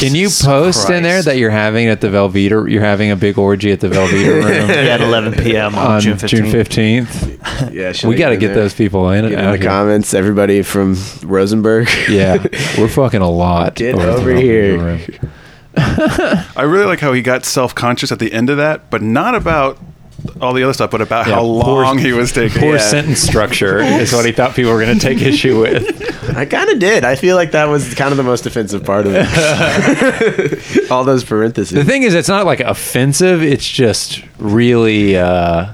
[SPEAKER 2] Can you post in there
[SPEAKER 3] Christ.
[SPEAKER 2] that you're having at the Velveeta? You're having a big orgy at
[SPEAKER 5] [LAUGHS]
[SPEAKER 2] the Velveeta [LAUGHS] room
[SPEAKER 3] Yeah, at 11 p.m. on,
[SPEAKER 2] on
[SPEAKER 3] June 15th.
[SPEAKER 2] June fifteenth.
[SPEAKER 5] yeah should
[SPEAKER 2] We
[SPEAKER 5] I
[SPEAKER 2] got to
[SPEAKER 5] in
[SPEAKER 2] get
[SPEAKER 5] there?
[SPEAKER 2] those people in.
[SPEAKER 5] Get in
[SPEAKER 2] out
[SPEAKER 5] the
[SPEAKER 2] here.
[SPEAKER 5] comments everybody from Rosenberg [LAUGHS]
[SPEAKER 2] Yeah, we're fucking a lot.
[SPEAKER 5] Get
[SPEAKER 2] at the
[SPEAKER 5] over
[SPEAKER 2] Velveeta
[SPEAKER 5] here.
[SPEAKER 2] room.
[SPEAKER 4] I really like how he got self conscious at the end of that, but not about all the other stuff, but about
[SPEAKER 2] Yeah,
[SPEAKER 4] how
[SPEAKER 2] poor-
[SPEAKER 4] long he was taking.
[SPEAKER 2] Poor
[SPEAKER 5] Yeah.
[SPEAKER 2] sentence
[SPEAKER 5] [LAUGHS]
[SPEAKER 2] structure is what he thought people were going to take issue with.
[SPEAKER 5] I kind of did. I feel like that was kind of the most offensive part of
[SPEAKER 2] [LAUGHS]
[SPEAKER 5] it. All those
[SPEAKER 2] The
[SPEAKER 5] parentheses.
[SPEAKER 2] thing is, it's not like offensive. It's just really, uh,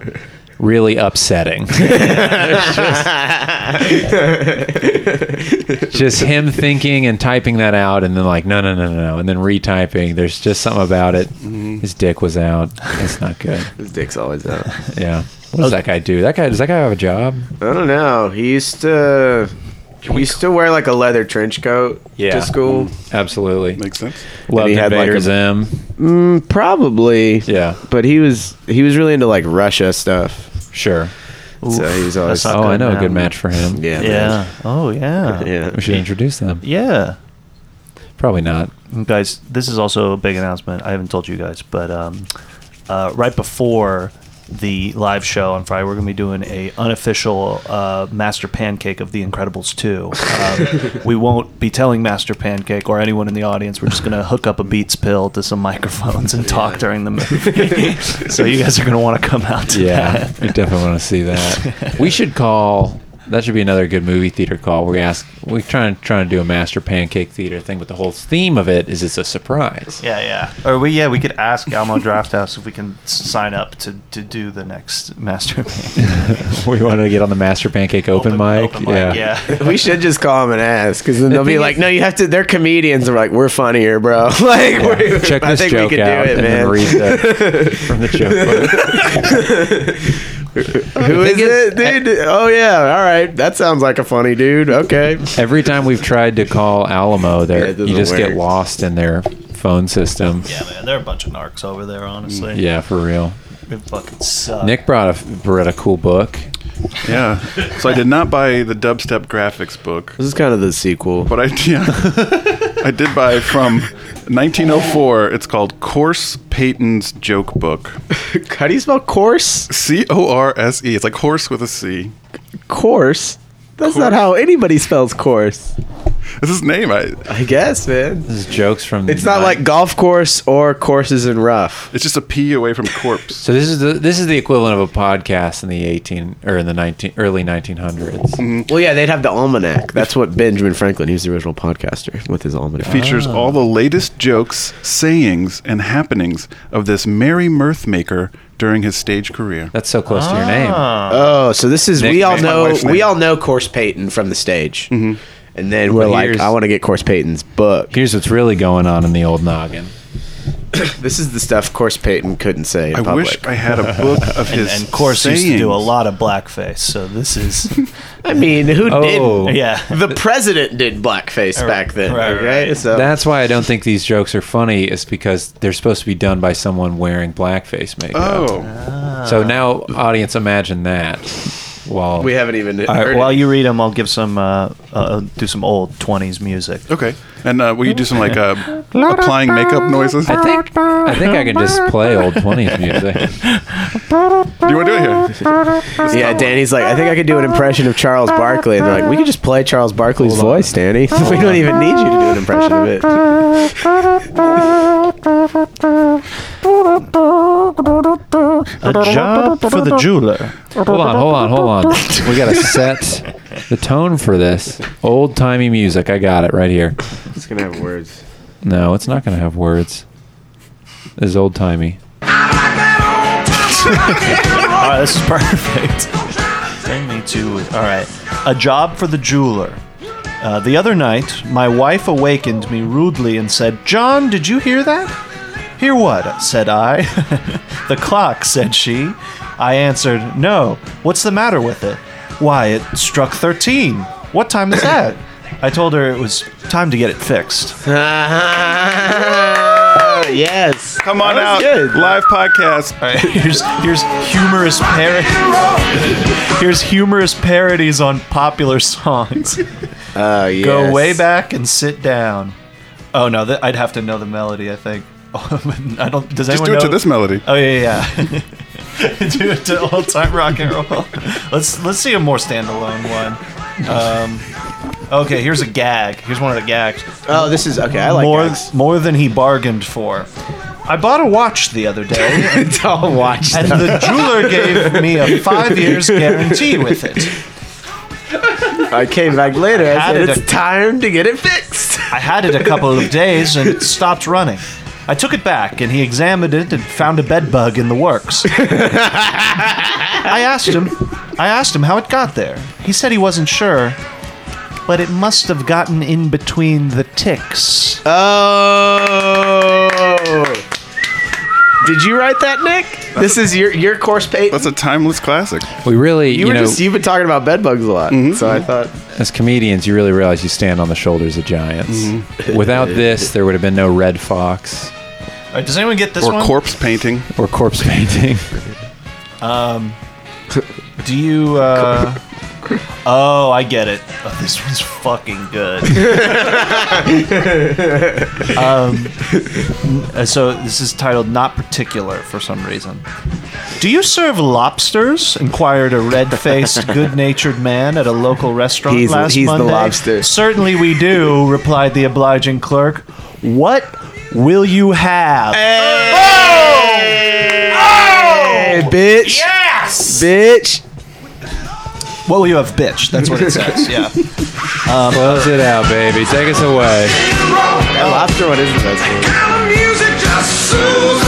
[SPEAKER 2] really upsetting. [LAUGHS] It's just, just him thinking and typing that out, and then like, no, no, no, no, no, and then retyping. There's just something about it. His dick was out. It's not good.
[SPEAKER 5] Mm-hmm. [LAUGHS] His dick's always out. I
[SPEAKER 2] Yeah. What does that guy do? That guy does that guy have a job?
[SPEAKER 5] don't know. He used to. He used to wear like a leather trench coat
[SPEAKER 2] Yeah.
[SPEAKER 5] to school.
[SPEAKER 2] Absolutely.
[SPEAKER 4] Makes sense.
[SPEAKER 2] Loved
[SPEAKER 5] he had, like,
[SPEAKER 2] Invader
[SPEAKER 5] a- Mm,
[SPEAKER 2] Zim.
[SPEAKER 5] Probably.
[SPEAKER 2] Yeah.
[SPEAKER 5] But he was he was really into like Russia stuff.
[SPEAKER 2] Sure.
[SPEAKER 5] so he was always.
[SPEAKER 3] that's not
[SPEAKER 2] Oh, I know a
[SPEAKER 3] now.
[SPEAKER 2] good match for him.
[SPEAKER 5] [LAUGHS] Yeah. man.
[SPEAKER 3] Yeah. Oh, yeah. Yeah.
[SPEAKER 5] Yeah.
[SPEAKER 2] We should introduce them. Probably not.
[SPEAKER 3] Guys, this is also a big announcement. I haven't told you guys, but um, uh, right before the live show on Friday, we're going to be doing a unofficial uh, Master Pancake of The Incredibles 2.
[SPEAKER 2] [LAUGHS]
[SPEAKER 3] Um, we won't be telling Master Pancake or anyone in the audience. We're just going to hook up a Beats pill to some microphones and talk during
[SPEAKER 2] [LAUGHS]
[SPEAKER 3] the movie. [LAUGHS] so you guys are going to want to come [LAUGHS] out to
[SPEAKER 2] Yeah,
[SPEAKER 3] that.
[SPEAKER 2] we definitely want to see that. We should call. That should be another good movie theater call. We ask. We're trying trying to do a master pancake theater thing, but the whole theme of it is it's a surprise.
[SPEAKER 3] Yeah, yeah. Or we, yeah, we could ask Almo Drafthouse if we can s- sign up to, to do the next Master Pancake.
[SPEAKER 2] [LAUGHS] we want to get on the master pancake open, mic.
[SPEAKER 3] open mic, yeah.
[SPEAKER 5] [LAUGHS] We should just call him and ask, because then they'll be
[SPEAKER 2] thing
[SPEAKER 5] like,
[SPEAKER 2] is-
[SPEAKER 5] "No, you have to." They're comedians. They're like, "We're funnier, bro." [LAUGHS] like, we're-
[SPEAKER 2] Check
[SPEAKER 5] I
[SPEAKER 2] this
[SPEAKER 5] think
[SPEAKER 2] joke
[SPEAKER 5] we could [LAUGHS]
[SPEAKER 2] out
[SPEAKER 5] do it,
[SPEAKER 2] and
[SPEAKER 5] man.
[SPEAKER 2] then read that from the joke book.
[SPEAKER 5] Who is it, dude? oh yeah, all right. That sounds like a funny dude. Okay.
[SPEAKER 2] Every time we've tried to call Alamo,
[SPEAKER 5] Yeah,
[SPEAKER 2] there
[SPEAKER 5] it doesn't
[SPEAKER 2] you just get
[SPEAKER 5] work.
[SPEAKER 2] lost in their phone system.
[SPEAKER 3] Yeah, man, there are a bunch of narcs over there. Honestly,
[SPEAKER 2] Yeah, for real.
[SPEAKER 3] it fucking sucks.
[SPEAKER 2] Nick brought a brought a cool book.
[SPEAKER 4] Yeah. So I did not buy the dubstep graphics book,
[SPEAKER 5] This is kind of the sequel.
[SPEAKER 4] but I yeah, I did buy from 1904. It's called Coarse Peyton's Joke Book.
[SPEAKER 5] [LAUGHS] How do you spell course?
[SPEAKER 4] C O R S E. It's like horse with a C.
[SPEAKER 5] Course. That's not
[SPEAKER 4] Course.
[SPEAKER 5] how anybody spells course.
[SPEAKER 4] That's his name. I.
[SPEAKER 5] I guess, man.
[SPEAKER 2] This is jokes from.
[SPEAKER 5] It's not like golf course or courses in rough.
[SPEAKER 4] It's just a P away from corpse.
[SPEAKER 2] So this is the this is the equivalent of a podcast in the eighteen or in the nineteen early nineteen hundreds.
[SPEAKER 5] Well, yeah, they'd have the almanac. [LAUGHS] That's what Benjamin Franklin. He was the original podcaster with his almanac.
[SPEAKER 4] features
[SPEAKER 3] Ah.
[SPEAKER 4] all the latest jokes, sayings, and happenings of this merry mirthmaker during his stage career.
[SPEAKER 2] That's so close to your name.
[SPEAKER 3] Ah.
[SPEAKER 5] Oh, so this is
[SPEAKER 2] Nick-
[SPEAKER 5] we all
[SPEAKER 2] Nick's my
[SPEAKER 5] know
[SPEAKER 4] wife's
[SPEAKER 5] we
[SPEAKER 4] name. Mm-hmm.
[SPEAKER 5] all know Course Payton from the stage, and then we're
[SPEAKER 2] But
[SPEAKER 5] like,
[SPEAKER 2] here's-
[SPEAKER 5] I want to get Course Payton's book.
[SPEAKER 2] Here's what's really going on in the old noggin.
[SPEAKER 5] [COUGHS] This is the stuff Course Payton couldn't say in
[SPEAKER 4] I
[SPEAKER 5] public.
[SPEAKER 4] wish I had a book
[SPEAKER 3] [LAUGHS]
[SPEAKER 4] of
[SPEAKER 3] and,
[SPEAKER 4] his
[SPEAKER 3] and course
[SPEAKER 4] sayings.
[SPEAKER 3] used to do a lot of blackface, so this is
[SPEAKER 5] [LAUGHS] I mean, who
[SPEAKER 2] Oh.
[SPEAKER 5] did?
[SPEAKER 3] yeah.
[SPEAKER 5] The president did blackface
[SPEAKER 3] Right,
[SPEAKER 5] back then.
[SPEAKER 3] right,
[SPEAKER 5] okay,
[SPEAKER 3] right.
[SPEAKER 5] so
[SPEAKER 2] That's why I don't think these jokes are funny. Is because they're supposed to be done by someone wearing blackface makeup.
[SPEAKER 4] Oh,
[SPEAKER 2] So now, audience, imagine that. While
[SPEAKER 5] we haven't even
[SPEAKER 3] All
[SPEAKER 5] heard
[SPEAKER 3] right,
[SPEAKER 5] it.
[SPEAKER 3] while you read them, I'll give some uh, uh, do some old '20s music.
[SPEAKER 4] okay. And uh, will you do some
[SPEAKER 3] [LAUGHS]
[SPEAKER 4] like uh, applying makeup noises?
[SPEAKER 2] I think I think I can just play old twenties
[SPEAKER 5] [LAUGHS]
[SPEAKER 2] music.
[SPEAKER 3] [LAUGHS]
[SPEAKER 4] do you want to
[SPEAKER 2] [LAUGHS]
[SPEAKER 4] do it here?
[SPEAKER 5] Yeah, Danny's like, I think I could do an impression of Charles Barkley. And they're like, we could just play Charles Barkley's voice, Danny. [LAUGHS] we don't even need you to do an impression of it.
[SPEAKER 3] A job
[SPEAKER 2] [LAUGHS]
[SPEAKER 3] for the jeweler.
[SPEAKER 2] Hold on, hold on,
[SPEAKER 5] [LAUGHS]
[SPEAKER 2] hold on. We gotta set the tone for this old timey music. I got it right here.
[SPEAKER 5] It's gonna have words.
[SPEAKER 2] No, it's not gonna have words. This is old timey.
[SPEAKER 3] [LAUGHS] All right, this is perfect. Bring me to. All right, a job for the jeweler. Uh, the other night, my wife awakened me rudely and said, "John, did you hear that?" "Hear what?" said I. [LAUGHS] "The clock," said she. I answered, "No. What's the matter with it?" "Why, it struck thirteen. What time is [COUGHS] that?" I told her it was time to get it fixed.
[SPEAKER 5] yes.
[SPEAKER 4] Come on out, live podcast.
[SPEAKER 5] [LAUGHS]
[SPEAKER 3] [LAUGHS] Here's here's humorous parody. Here's humorous parodies on popular songs.
[SPEAKER 5] Oh, yes.
[SPEAKER 3] Go way back and sit down. Oh no, that, I'd have to know the melody. I think. [LAUGHS] I don't. Does
[SPEAKER 4] Just
[SPEAKER 3] anyone
[SPEAKER 4] do it
[SPEAKER 3] know?
[SPEAKER 4] to this melody.
[SPEAKER 3] Oh yeah, [LAUGHS] yeah. yeah. [LAUGHS] do it to old time rock and roll. Let's let's see a more standalone one. Um, okay, here's a gag. Here's one of the gags
[SPEAKER 5] Oh, this is okay. I like
[SPEAKER 3] more
[SPEAKER 5] that.
[SPEAKER 3] more than he bargained for. I bought a watch the other
[SPEAKER 5] [LAUGHS]
[SPEAKER 3] day, and,
[SPEAKER 5] Don't watch
[SPEAKER 3] and the jeweler gave me a five
[SPEAKER 5] [LAUGHS]
[SPEAKER 3] years guarantee with it.
[SPEAKER 5] I came back later. I
[SPEAKER 3] How
[SPEAKER 5] said,
[SPEAKER 3] did
[SPEAKER 5] it's
[SPEAKER 3] a-
[SPEAKER 5] time to get it fixed.
[SPEAKER 3] I had it a couple of days and it stopped running. I took it back and he examined it and found a bed bug in the works. I asked him I asked him how it got there. He said he wasn't sure, but it must have gotten in between the ticks.
[SPEAKER 5] Oh. Did you write that, Nick? This is your your course, Peyton.
[SPEAKER 4] That's a timeless classic. Mm-hmm.
[SPEAKER 2] We really, you,
[SPEAKER 5] You, were
[SPEAKER 2] know,
[SPEAKER 5] just you've been talking about bed bugs a lot, so I
[SPEAKER 4] [LAUGHS]
[SPEAKER 5] thought
[SPEAKER 2] as comedians, you really realize you stand on the shoulders of giants.
[SPEAKER 3] Mm-hmm.
[SPEAKER 2] [LAUGHS] Without this, there would have been no Red Fox
[SPEAKER 3] All right, does anyone get this
[SPEAKER 4] Or
[SPEAKER 3] one?
[SPEAKER 4] corpse painting.
[SPEAKER 2] or corpse
[SPEAKER 4] [LAUGHS]
[SPEAKER 2] painting.
[SPEAKER 3] Um, Do you uh Oh, I get it. Oh, this one's fucking good. [LAUGHS] um, uh, so this is titled "Not Particular" for some reason. Do you serve lobsters? inquired a red-faced,
[SPEAKER 5] [LAUGHS]
[SPEAKER 3] good-natured man at a local restaurant
[SPEAKER 5] He's-
[SPEAKER 3] last
[SPEAKER 5] he's the
[SPEAKER 3] Monday.
[SPEAKER 5] lobster.
[SPEAKER 3] Certainly we do,
[SPEAKER 5] [LAUGHS]
[SPEAKER 3] replied the obliging clerk. What will you have?
[SPEAKER 5] Hey, bitch. Yes. Bitch.
[SPEAKER 3] What will you have, bitch? That's what it
[SPEAKER 2] [LAUGHS]
[SPEAKER 3] says. Yeah. Um,
[SPEAKER 2] Close it out, baby. Take us away.
[SPEAKER 5] That lobster one is the best. one.
[SPEAKER 3] All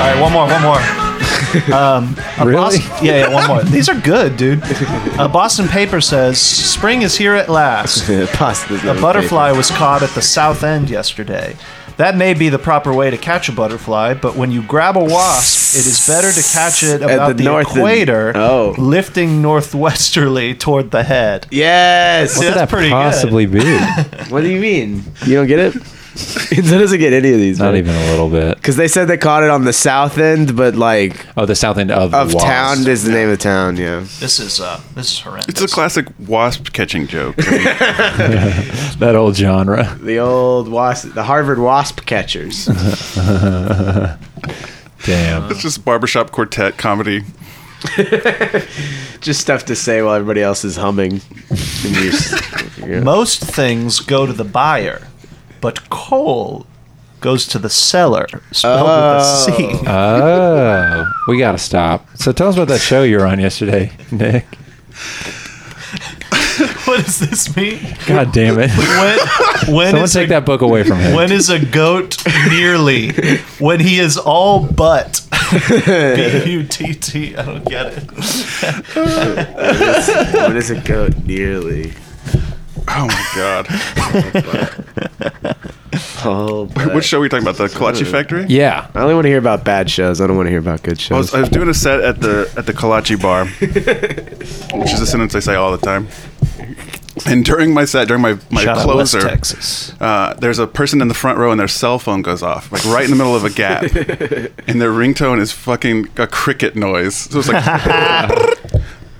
[SPEAKER 3] right, one more, one more. Um, a
[SPEAKER 2] Really?
[SPEAKER 3] Boston, yeah, yeah, one more. These are good, dude. A Boston paper says spring is here at last.
[SPEAKER 5] Pass the [LAUGHS]
[SPEAKER 3] A butterfly was caught at the south end yesterday. That may be the proper way to catch a butterfly, but when you grab a wasp, it is better to catch it about
[SPEAKER 5] the
[SPEAKER 3] the,
[SPEAKER 5] north and-
[SPEAKER 3] equator,
[SPEAKER 5] oh.
[SPEAKER 3] lifting northwesterly toward the head.
[SPEAKER 5] Yes.
[SPEAKER 3] What
[SPEAKER 2] Could
[SPEAKER 3] That's
[SPEAKER 2] that
[SPEAKER 3] pretty good.
[SPEAKER 2] possibly be?
[SPEAKER 5] [LAUGHS] What do you mean? You don't get it? [LAUGHS] it doesn't get any of these.
[SPEAKER 2] Not even a little bit.
[SPEAKER 5] Because they said they caught it on the south end, but like
[SPEAKER 2] Oh, the south end of
[SPEAKER 5] of
[SPEAKER 2] Wasp.
[SPEAKER 5] town is the name of town. Yeah.
[SPEAKER 3] This is uh, this is horrendous.
[SPEAKER 4] It's a classic wasp catching joke. [LAUGHS]
[SPEAKER 2] [LAUGHS] that old
[SPEAKER 3] [LAUGHS]
[SPEAKER 2] genre.
[SPEAKER 5] [LAUGHS] The old wasp, the Harvard wasp
[SPEAKER 4] [LAUGHS]
[SPEAKER 5] catchers.
[SPEAKER 2] Damn.
[SPEAKER 4] it's just barbershop quartet comedy.
[SPEAKER 5] Just stuff to say while everybody else is humming. And you
[SPEAKER 3] [LAUGHS]
[SPEAKER 5] just-
[SPEAKER 3] Most things go to the buyer, but coal goes to the seller, spelled with a C.
[SPEAKER 2] Oh, we gotta stop. So tell us about that show you were on yesterday, Nick.
[SPEAKER 3] [LAUGHS] what does this mean?
[SPEAKER 2] God damn it!
[SPEAKER 3] When, when
[SPEAKER 2] Someone
[SPEAKER 3] is
[SPEAKER 2] take
[SPEAKER 3] a,
[SPEAKER 2] that book away from him.
[SPEAKER 3] When is a goat nearly? when he is all but. B U T T. I don't get it.
[SPEAKER 5] what is a goat nearly?
[SPEAKER 4] Oh my
[SPEAKER 5] [LAUGHS]
[SPEAKER 4] god!
[SPEAKER 5] Oh, but-
[SPEAKER 4] [LAUGHS] What show are we talking about? The Kolache Factory? Oh,
[SPEAKER 2] yeah.
[SPEAKER 5] I only want to hear about bad shows. I don't want to hear about good
[SPEAKER 4] I
[SPEAKER 5] shows.
[SPEAKER 4] was, I was doing a set at the at the Kolache
[SPEAKER 3] [LAUGHS]
[SPEAKER 4] Bar, which is a sentence I say all the time. And during my set, during my my
[SPEAKER 3] Shout out West
[SPEAKER 4] closer,
[SPEAKER 3] Texas.
[SPEAKER 4] uh, there's a person in the front row and their cell phone goes off, like right in the middle of
[SPEAKER 3] [LAUGHS]
[SPEAKER 4] a gap. and their ringtone is fucking a cricket noise. So it's like,
[SPEAKER 3] [LAUGHS]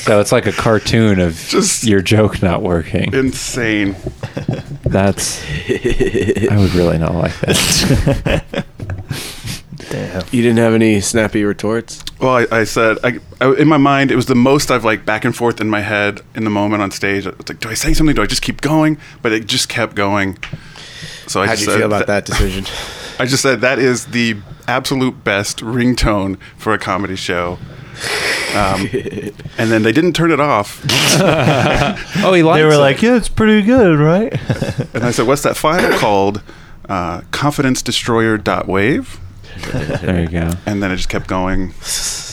[SPEAKER 2] So it's like a cartoon of
[SPEAKER 4] Just-
[SPEAKER 2] your joke not working.
[SPEAKER 4] insane.
[SPEAKER 2] That's. [LAUGHS] I would really not like that.
[SPEAKER 3] Damn.
[SPEAKER 5] you didn't have any snappy retorts.
[SPEAKER 4] Well, I, I said, I, I, in my mind, it was the most I've like back and forth in my head in the moment on stage. It's like, do I say something? Do I just keep going? But it just kept going. So I
[SPEAKER 5] How'd
[SPEAKER 4] just
[SPEAKER 5] you
[SPEAKER 4] said
[SPEAKER 5] feel about that decision?
[SPEAKER 4] [LAUGHS] I just said that is the absolute best ringtone for a comedy show.
[SPEAKER 5] [LAUGHS]
[SPEAKER 4] Um, and then they didn't turn it off.
[SPEAKER 2] Oh, he likes.
[SPEAKER 3] They were
[SPEAKER 2] it.
[SPEAKER 3] like, yeah, it's pretty good, right? [LAUGHS]
[SPEAKER 4] And I said, what's that file called? Uh, confidence destroyer dot wave.
[SPEAKER 2] There you go.
[SPEAKER 4] And then it just kept going.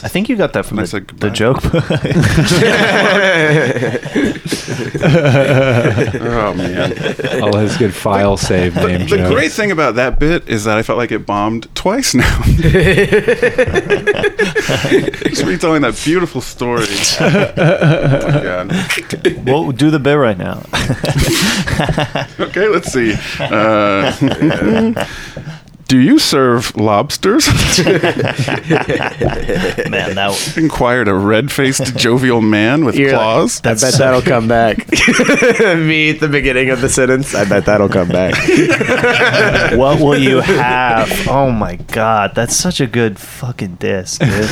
[SPEAKER 3] I think you got that from
[SPEAKER 4] I
[SPEAKER 3] the,
[SPEAKER 4] said
[SPEAKER 3] the
[SPEAKER 4] goodbye.
[SPEAKER 3] joke.
[SPEAKER 4] [LAUGHS] [LAUGHS] Oh, man.
[SPEAKER 2] All his good file save name
[SPEAKER 4] The
[SPEAKER 2] jokes.
[SPEAKER 4] great thing about that bit is that I felt like it bombed twice
[SPEAKER 3] [LAUGHS]
[SPEAKER 4] now. Just retelling that
[SPEAKER 2] [LAUGHS]
[SPEAKER 4] beautiful story. oh my God.
[SPEAKER 3] we'll do the bit right now. [LAUGHS]
[SPEAKER 4] Okay, let's see. Uh, do you
[SPEAKER 3] [LAUGHS]
[SPEAKER 4] serve lobsters?
[SPEAKER 3] Man, that
[SPEAKER 4] inquired a red-faced, jovial man with
[SPEAKER 5] You're like,
[SPEAKER 4] claws.
[SPEAKER 5] I bet that'll come
[SPEAKER 4] [LAUGHS]
[SPEAKER 5] back. [LAUGHS] Me at the beginning of the sentence. I bet that'll come
[SPEAKER 4] [LAUGHS]
[SPEAKER 5] back.
[SPEAKER 3] what will you
[SPEAKER 5] [LAUGHS]
[SPEAKER 3] have? Oh my god, that's such a good fucking diss,
[SPEAKER 5] [LAUGHS]
[SPEAKER 3] dude.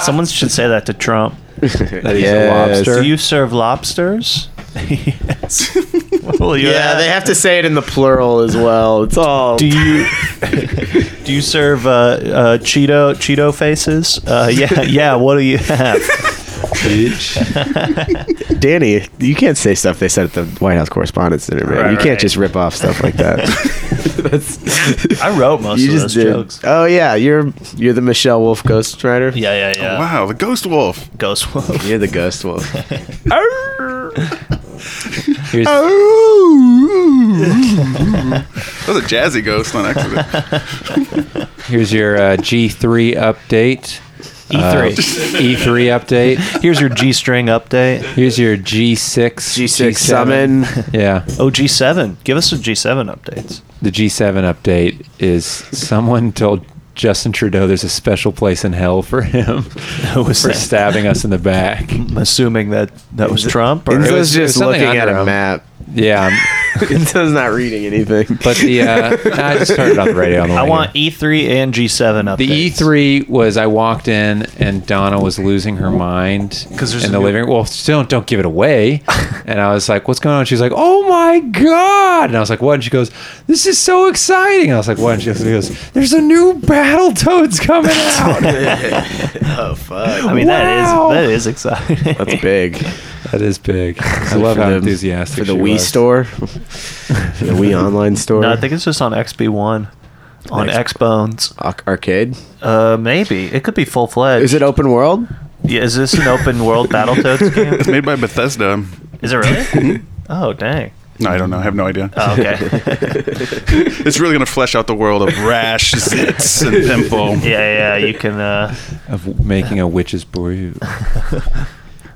[SPEAKER 3] Someone should say that to Trump.
[SPEAKER 2] That he's
[SPEAKER 5] Yes.
[SPEAKER 2] a lobster.
[SPEAKER 3] Do you serve lobsters? [LAUGHS] yes. What will
[SPEAKER 5] [LAUGHS]
[SPEAKER 3] you
[SPEAKER 5] Yeah,
[SPEAKER 3] have?
[SPEAKER 5] they have to say it in the plural as well. Oh, It's all.
[SPEAKER 3] do
[SPEAKER 5] [LAUGHS]
[SPEAKER 3] you do you serve uh, uh, Cheeto Cheeto faces? Uh,
[SPEAKER 5] [LAUGHS]
[SPEAKER 3] yeah, yeah. What do you have? [LAUGHS]
[SPEAKER 5] Danny, you can't say stuff they said at the White House Correspondents' Dinner, man.
[SPEAKER 3] Right,
[SPEAKER 5] you can't
[SPEAKER 3] right.
[SPEAKER 5] just rip off stuff like
[SPEAKER 4] [LAUGHS]
[SPEAKER 5] that.
[SPEAKER 3] I wrote most
[SPEAKER 5] you
[SPEAKER 3] of
[SPEAKER 5] just
[SPEAKER 3] those
[SPEAKER 5] did.
[SPEAKER 3] jokes.
[SPEAKER 5] Oh yeah, you're you're the Michelle Wolf ghostwriter.
[SPEAKER 3] Yeah, yeah, yeah.
[SPEAKER 4] Oh, Wow, the ghost wolf.
[SPEAKER 3] Ghost Wolf.
[SPEAKER 5] You're the ghost wolf.
[SPEAKER 3] [LAUGHS]
[SPEAKER 2] Here's-
[SPEAKER 4] that Oh. was a jazzy ghost on accident.
[SPEAKER 2] Here's your uh, G3 update.
[SPEAKER 3] E3.
[SPEAKER 2] Uh, E3 update.
[SPEAKER 3] E Here's your G string update.
[SPEAKER 2] Here's your G6.
[SPEAKER 5] G6
[SPEAKER 2] G7.
[SPEAKER 5] summon.
[SPEAKER 2] Yeah.
[SPEAKER 3] Oh, G7. Give us some G7 updates.
[SPEAKER 2] The G7 update is someone told Justin Trudeau there's a special place in hell for him
[SPEAKER 3] [LAUGHS] Who was
[SPEAKER 2] for
[SPEAKER 3] that?
[SPEAKER 2] stabbing us in the back.
[SPEAKER 3] I'm assuming that that was Trump. Or
[SPEAKER 2] It was-
[SPEAKER 5] Enzo's
[SPEAKER 2] it was
[SPEAKER 5] just
[SPEAKER 2] something
[SPEAKER 5] looking at
[SPEAKER 2] under
[SPEAKER 5] a
[SPEAKER 2] him.
[SPEAKER 5] map.
[SPEAKER 2] Yeah. um,
[SPEAKER 5] [LAUGHS] Enzo's not reading anything.
[SPEAKER 2] But
[SPEAKER 5] [LAUGHS]
[SPEAKER 2] the uh, nah, I just heard it on the radio. On the
[SPEAKER 3] I
[SPEAKER 2] way
[SPEAKER 3] want
[SPEAKER 2] here.
[SPEAKER 3] E3 and G7 updates.
[SPEAKER 2] the E3 was I walked in and Donna was losing her mind
[SPEAKER 3] 'Cause there's
[SPEAKER 2] in
[SPEAKER 3] a
[SPEAKER 2] the
[SPEAKER 3] new-
[SPEAKER 2] living room. Well, still don't, don't give
[SPEAKER 3] [LAUGHS]
[SPEAKER 2] it away. and I was like, "What's going on?" She's like, "Oh my god!" And I was like, "What?" And she goes, "This is so exciting!" And I was like, "What?" And she goes- she goes, "There's a new
[SPEAKER 3] [LAUGHS]
[SPEAKER 2] Battletoads coming out."
[SPEAKER 5] oh fuck,
[SPEAKER 3] I mean,
[SPEAKER 2] Wow.
[SPEAKER 3] that is that is exciting.
[SPEAKER 5] that's big.
[SPEAKER 2] that is big.
[SPEAKER 5] [LAUGHS]
[SPEAKER 2] I love
[SPEAKER 5] For
[SPEAKER 2] how
[SPEAKER 5] the- [LAUGHS]
[SPEAKER 2] enthusiastic
[SPEAKER 5] for the
[SPEAKER 2] she
[SPEAKER 5] Wii
[SPEAKER 2] was. [LAUGHS]
[SPEAKER 5] store, for the Wii online store,
[SPEAKER 3] no, I think it's just on XB1, on
[SPEAKER 5] Next.
[SPEAKER 3] Xbones.
[SPEAKER 5] Ar- arcade.
[SPEAKER 3] Uh, maybe it could be full fledged.
[SPEAKER 5] Is it open world?
[SPEAKER 3] Yeah, is
[SPEAKER 5] [LAUGHS]
[SPEAKER 3] this an open world Battletoads game?
[SPEAKER 4] It's made by Bethesda.
[SPEAKER 3] Is it really? oh dang!
[SPEAKER 4] I don't know. I have [LAUGHS] no idea.
[SPEAKER 3] Oh, okay.
[SPEAKER 4] [LAUGHS] It's really going to flesh out the world of rash,
[SPEAKER 3] [LAUGHS]
[SPEAKER 4] zits, and pimple.
[SPEAKER 3] yeah, yeah. You can. Uh,
[SPEAKER 2] of making a witch's brew.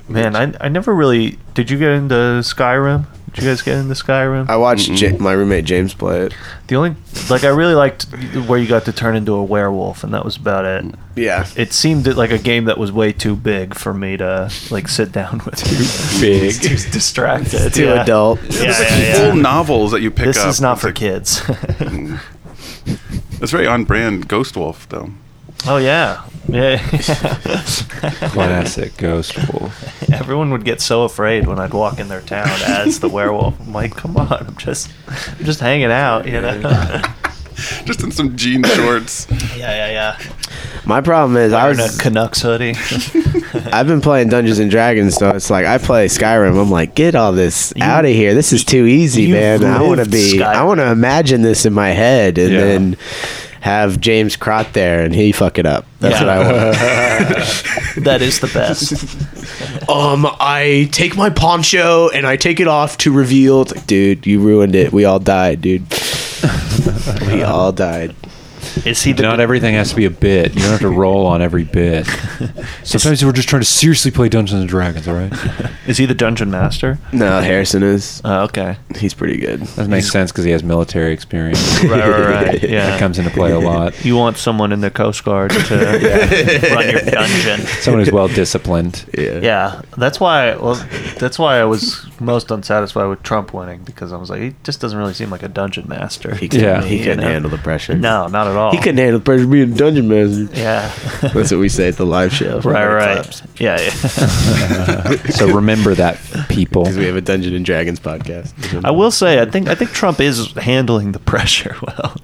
[SPEAKER 3] man, I, I never really. Did you get into Skyrim? Did you guys get into Skyrim?
[SPEAKER 5] I watched Ja- my roommate James play it.
[SPEAKER 3] the only like I really liked where you got to turn into a werewolf, and that was about it.
[SPEAKER 5] Yeah.
[SPEAKER 3] It seemed like a game that was way too big for me to like sit down [LAUGHS] with. Too
[SPEAKER 2] Big.
[SPEAKER 3] too distracted.
[SPEAKER 5] Too
[SPEAKER 3] yeah.
[SPEAKER 5] adult.
[SPEAKER 3] Yeah,
[SPEAKER 4] It's like
[SPEAKER 3] yeah, yeah.
[SPEAKER 4] full novels that you pick
[SPEAKER 3] This
[SPEAKER 4] up. Mm.
[SPEAKER 3] is not
[SPEAKER 4] It's
[SPEAKER 3] for
[SPEAKER 4] like-
[SPEAKER 3] kids. [LAUGHS]
[SPEAKER 4] It's very on brand Ghost Wolf, though.
[SPEAKER 3] oh yeah, [LAUGHS] yeah.
[SPEAKER 2] Classic ghost wolf.
[SPEAKER 3] [LAUGHS] Everyone would get so afraid when I'd walk in their town as the werewolf. I'm like, come on, I'm just, I'm just hanging out, you
[SPEAKER 5] [LAUGHS]
[SPEAKER 3] know. yeah,
[SPEAKER 4] Just in some
[SPEAKER 3] [COUGHS]
[SPEAKER 4] jean shorts.
[SPEAKER 3] yeah, yeah.
[SPEAKER 5] My problem is I
[SPEAKER 3] Wearing a
[SPEAKER 5] was
[SPEAKER 3] Canucks hoodie.
[SPEAKER 5] [LAUGHS] I've been playing Dungeons and Dragons, so it's like I play Skyrim. I'm like, get all this out of here. This is too easy,
[SPEAKER 3] you've
[SPEAKER 5] man. I want to
[SPEAKER 3] lived
[SPEAKER 5] be. I
[SPEAKER 3] Skyrim.
[SPEAKER 5] want to imagine this in my head, and
[SPEAKER 2] Yeah.
[SPEAKER 5] then have James Crott there, and he fuck it up. [LAUGHS] That's
[SPEAKER 3] Yeah.
[SPEAKER 5] what I
[SPEAKER 2] [LAUGHS]
[SPEAKER 5] want.
[SPEAKER 3] that is the [LAUGHS] best.
[SPEAKER 5] um, I take my poncho and I take it off to reveal. It's like, dude, you ruined it. We all died, dude. [LAUGHS] we all died.
[SPEAKER 3] Is he the?
[SPEAKER 2] Not everything has to be a bit. You
[SPEAKER 3] [LAUGHS]
[SPEAKER 2] don't have to roll on every bit. Sometimes we're just trying to seriously play Dungeons and Dragons.
[SPEAKER 5] [LAUGHS]
[SPEAKER 2] All right,
[SPEAKER 3] is he the dungeon master?
[SPEAKER 5] No, Harrison is.
[SPEAKER 3] Oh, okay.
[SPEAKER 5] He's pretty good.
[SPEAKER 2] that makes sense because he has military experience.
[SPEAKER 3] [LAUGHS] Right, right, right. Yeah.
[SPEAKER 2] That comes into play a lot.
[SPEAKER 3] you want someone in the Coast Guard [LAUGHS]
[SPEAKER 5] [LAUGHS]
[SPEAKER 3] to run your dungeon.
[SPEAKER 2] [LAUGHS] Someone who's well disciplined.
[SPEAKER 5] Yeah.
[SPEAKER 3] Yeah, that's why. Well, that's why I was most unsatisfied with Trump winning because I was like, he just doesn't really seem like a dungeon master.
[SPEAKER 5] He couldn't,
[SPEAKER 2] Yeah.
[SPEAKER 5] he couldn't
[SPEAKER 3] Yeah.
[SPEAKER 5] handle the pressure.
[SPEAKER 3] No, not at all.
[SPEAKER 5] He couldn't handle the pressure of being a dungeon master.
[SPEAKER 3] Oh. Yeah.
[SPEAKER 5] [LAUGHS] That's what we say at the live show.
[SPEAKER 3] right, right. Yeah, yeah.
[SPEAKER 5] [LAUGHS]
[SPEAKER 2] [LAUGHS] So remember that, people.
[SPEAKER 5] Because we have a Dungeon and Dragons podcast.
[SPEAKER 3] I will say, I think I think Trump is [LAUGHS] handling the pressure well.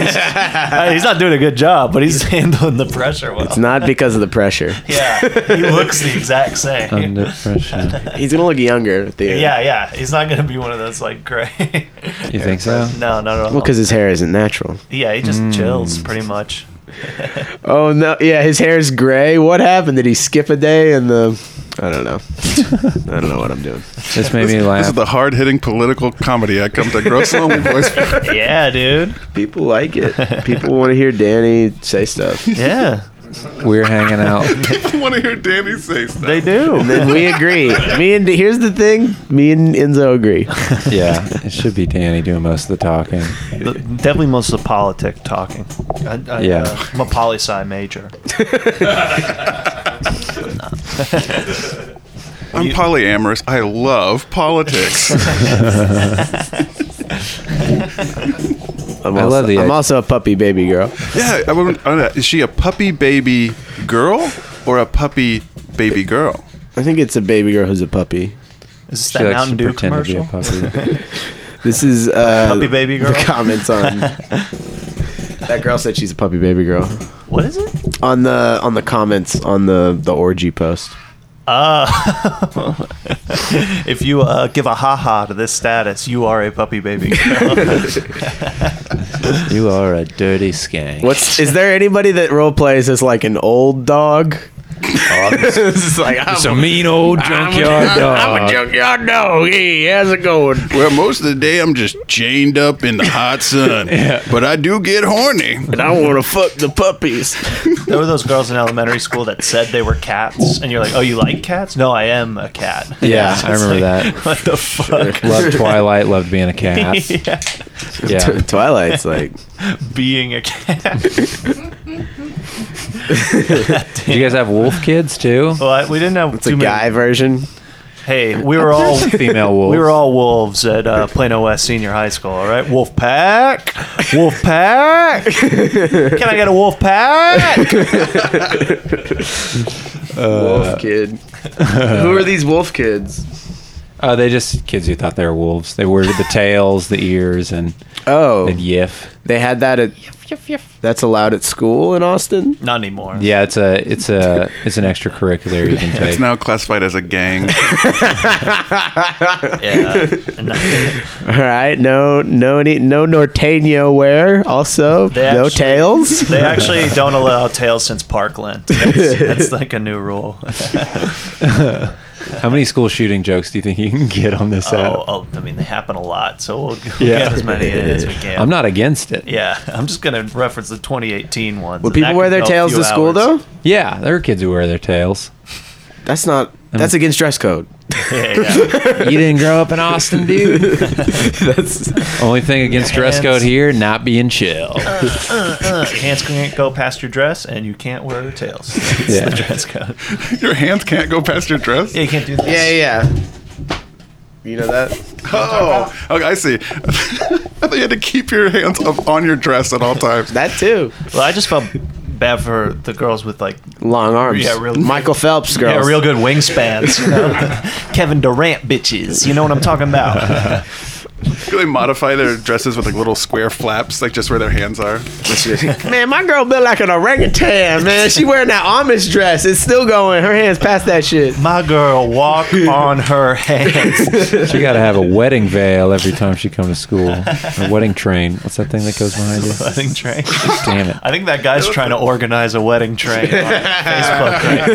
[SPEAKER 3] Uh, he's not doing a good job, but he's handling the pressure well.
[SPEAKER 5] It's not because of the pressure.
[SPEAKER 3] yeah, [LAUGHS] he looks the exact same.
[SPEAKER 2] Under pressure.
[SPEAKER 5] He's gonna look younger at the end.
[SPEAKER 3] yeah, yeah. He's not going to be one of those like gray. [LAUGHS]
[SPEAKER 2] You think so?
[SPEAKER 3] no, not at all.
[SPEAKER 5] Well, because his hair isn't natural.
[SPEAKER 3] yeah, he just chills pretty much.
[SPEAKER 5] Oh no! Yeah, his hair is gray. What happened? Did he skip a day? And the I don't know. I don't know what I'm doing.
[SPEAKER 2] This made me
[SPEAKER 4] This is
[SPEAKER 2] laugh.
[SPEAKER 4] the hard hitting political comedy I come
[SPEAKER 3] [LAUGHS]
[SPEAKER 4] to gross lonely boys. [LAUGHS]
[SPEAKER 3] Yeah, dude.
[SPEAKER 5] People like
[SPEAKER 2] [LAUGHS]
[SPEAKER 5] it. People want to hear Danny say stuff,
[SPEAKER 3] Yeah,
[SPEAKER 2] We're hanging
[SPEAKER 4] [LAUGHS]
[SPEAKER 2] out.
[SPEAKER 4] People want to hear Danny say stuff.
[SPEAKER 3] they do.
[SPEAKER 5] and then we agree. Me and here's the thing. Me and
[SPEAKER 2] [LAUGHS]
[SPEAKER 3] [LAUGHS]
[SPEAKER 5] Enzo agree.
[SPEAKER 2] Yeah, it should be Danny doing most of the talking.
[SPEAKER 3] The- Definitely most of the politic talking. I, I,
[SPEAKER 2] Yeah.
[SPEAKER 3] uh, I'm a poli sci
[SPEAKER 5] [LAUGHS]
[SPEAKER 3] major.
[SPEAKER 4] I'm polyamorous. I
[SPEAKER 3] [LAUGHS]
[SPEAKER 4] love politics.
[SPEAKER 5] I'm
[SPEAKER 2] I
[SPEAKER 5] also,
[SPEAKER 2] love the-
[SPEAKER 5] I'm also a puppy baby girl.
[SPEAKER 4] yeah, I wouldn't- I don't know. is she a puppy baby girl or a puppy baby girl?
[SPEAKER 5] I think it's a baby girl who's a puppy.
[SPEAKER 3] Is this
[SPEAKER 2] She
[SPEAKER 3] that
[SPEAKER 2] likes
[SPEAKER 3] Mountain
[SPEAKER 2] to
[SPEAKER 3] Dew
[SPEAKER 2] pretend
[SPEAKER 3] commercial?
[SPEAKER 2] to be a puppy.
[SPEAKER 5] [LAUGHS] This is uh,
[SPEAKER 3] Puppy baby girl?
[SPEAKER 5] The comments
[SPEAKER 3] [LAUGHS]
[SPEAKER 5] on that girl said she's a puppy baby girl.
[SPEAKER 3] What is it?
[SPEAKER 5] On the on the comments on the the orgy post.
[SPEAKER 3] Uh, [LAUGHS] If you uh, give a ha ha to this status, you are a puppy baby girl.
[SPEAKER 5] [LAUGHS]
[SPEAKER 2] You are a dirty skank.
[SPEAKER 5] What's is there anybody that role plays as like an old dog? this is like I'm,
[SPEAKER 2] It's
[SPEAKER 5] [LAUGHS]
[SPEAKER 2] a mean old junkyard dog.
[SPEAKER 5] junkyard dog. Hey, how's it going?
[SPEAKER 4] Well, most of the day I'm just chained up in the
[SPEAKER 5] [LAUGHS]
[SPEAKER 4] hot sun, but I do get horny.
[SPEAKER 5] And I want to fuck the puppies.
[SPEAKER 3] [LAUGHS] there were those girls in elementary school that said they were cats, and you're like, oh, you like cats? No, I am a cat.
[SPEAKER 2] [LAUGHS] Yeah,
[SPEAKER 3] It's
[SPEAKER 2] I
[SPEAKER 3] like,
[SPEAKER 2] remember that.
[SPEAKER 3] What the fuck?
[SPEAKER 2] [LAUGHS]
[SPEAKER 3] [LAUGHS]
[SPEAKER 2] Loved Twilight. Loved being a cat.
[SPEAKER 3] Yeah,
[SPEAKER 2] Yeah.
[SPEAKER 5] Twilight's like
[SPEAKER 3] [LAUGHS] being a cat.
[SPEAKER 5] [LAUGHS]
[SPEAKER 2] Did you guys have wolf kids too?
[SPEAKER 3] Well, we didn't have
[SPEAKER 5] it's a
[SPEAKER 3] too many-
[SPEAKER 5] guy version.
[SPEAKER 3] Hey, we
[SPEAKER 2] [LAUGHS]
[SPEAKER 3] were all
[SPEAKER 2] Female
[SPEAKER 3] [LAUGHS]
[SPEAKER 2] wolves.
[SPEAKER 3] We were all wolves at uh, Plano West Senior High School, all right? Wolf pack, wolf pack.
[SPEAKER 5] [LAUGHS]
[SPEAKER 3] Can I get a wolf pack?
[SPEAKER 2] Uh,
[SPEAKER 5] wolf
[SPEAKER 2] [LAUGHS]
[SPEAKER 5] kid. Who are these wolf [LAUGHS] kids?
[SPEAKER 2] Oh, they just kids who thought they were wolves. They were the tails, the ears, and
[SPEAKER 5] Oh,
[SPEAKER 2] and yiff.
[SPEAKER 5] they had that at. That's allowed at school in Austin.
[SPEAKER 3] Not anymore.
[SPEAKER 2] Yeah, it's a it's a it's an extracurricular you can
[SPEAKER 4] It's
[SPEAKER 2] take.
[SPEAKER 4] now classified as a gang.
[SPEAKER 3] Yeah. And that-
[SPEAKER 5] All right, no, no, any, no Norteño wear. Also,
[SPEAKER 3] They
[SPEAKER 5] no
[SPEAKER 3] actually- [LAUGHS]
[SPEAKER 5] tails.
[SPEAKER 3] they actually don't
[SPEAKER 5] [LAUGHS]
[SPEAKER 2] [LAUGHS]
[SPEAKER 3] allow tails since Parkland. That's, that's like a new rule.
[SPEAKER 2] How many school shooting jokes do you think you can get on this
[SPEAKER 3] Oh,
[SPEAKER 2] app?
[SPEAKER 3] oh, I mean, they happen a lot, so we'll, we'll
[SPEAKER 2] Yeah.
[SPEAKER 3] get as
[SPEAKER 5] [LAUGHS]
[SPEAKER 3] many in as we can.
[SPEAKER 2] I'm not against it.
[SPEAKER 3] Yeah, I'm just gonna reference the 2018 ones.
[SPEAKER 5] Will
[SPEAKER 3] and that
[SPEAKER 5] people wear
[SPEAKER 3] could
[SPEAKER 5] their
[SPEAKER 3] go a
[SPEAKER 5] tails
[SPEAKER 3] few
[SPEAKER 5] to school
[SPEAKER 3] hours.
[SPEAKER 5] though?
[SPEAKER 2] Yeah, there are kids who wear their tails.
[SPEAKER 5] That's not. That's against dress code. [LAUGHS]
[SPEAKER 3] Yeah, yeah.
[SPEAKER 2] You didn't grow up in Austin, dude.
[SPEAKER 3] [LAUGHS]
[SPEAKER 5] that's
[SPEAKER 2] Only thing against dress code here, not being chill.
[SPEAKER 3] Uh, hands can't go past your dress, and you can't wear your tails. That's
[SPEAKER 2] Yeah.
[SPEAKER 3] the [LAUGHS] dress code.
[SPEAKER 4] [LAUGHS] Your hands can't go past your dress.
[SPEAKER 3] Yeah, you can't do this.
[SPEAKER 5] yeah, yeah. You know that?
[SPEAKER 4] Oh, okay, I see. [LAUGHS] I thought you had to keep your hands up on your dress at all times.
[SPEAKER 5] That too.
[SPEAKER 3] Well, I just felt bad for the girls with like
[SPEAKER 5] Long arms.
[SPEAKER 3] Yeah, real-
[SPEAKER 5] Michael Phelps girls.
[SPEAKER 3] yeah, real [LAUGHS] good wingspans. You know? [LAUGHS] Kevin Durant bitches. You know what I'm talking
[SPEAKER 5] [LAUGHS]
[SPEAKER 3] about?
[SPEAKER 4] Do they modify their dresses with like little square flaps, like just where their hands
[SPEAKER 5] [LAUGHS]
[SPEAKER 4] are?
[SPEAKER 5] Man, my girl built like an orangutan. Man, she wearing that Amish dress. It's still going. Her hands past that shit.
[SPEAKER 3] My girl
[SPEAKER 5] [LAUGHS]
[SPEAKER 3] walk on her hands.
[SPEAKER 2] She got to have a wedding veil every time she comes to school. A wedding train. What's that thing that goes behind you?
[SPEAKER 3] Wedding train.
[SPEAKER 2] Damn it.
[SPEAKER 3] I think that guy's trying to organize a wedding train on
[SPEAKER 5] [LAUGHS]
[SPEAKER 3] Facebook right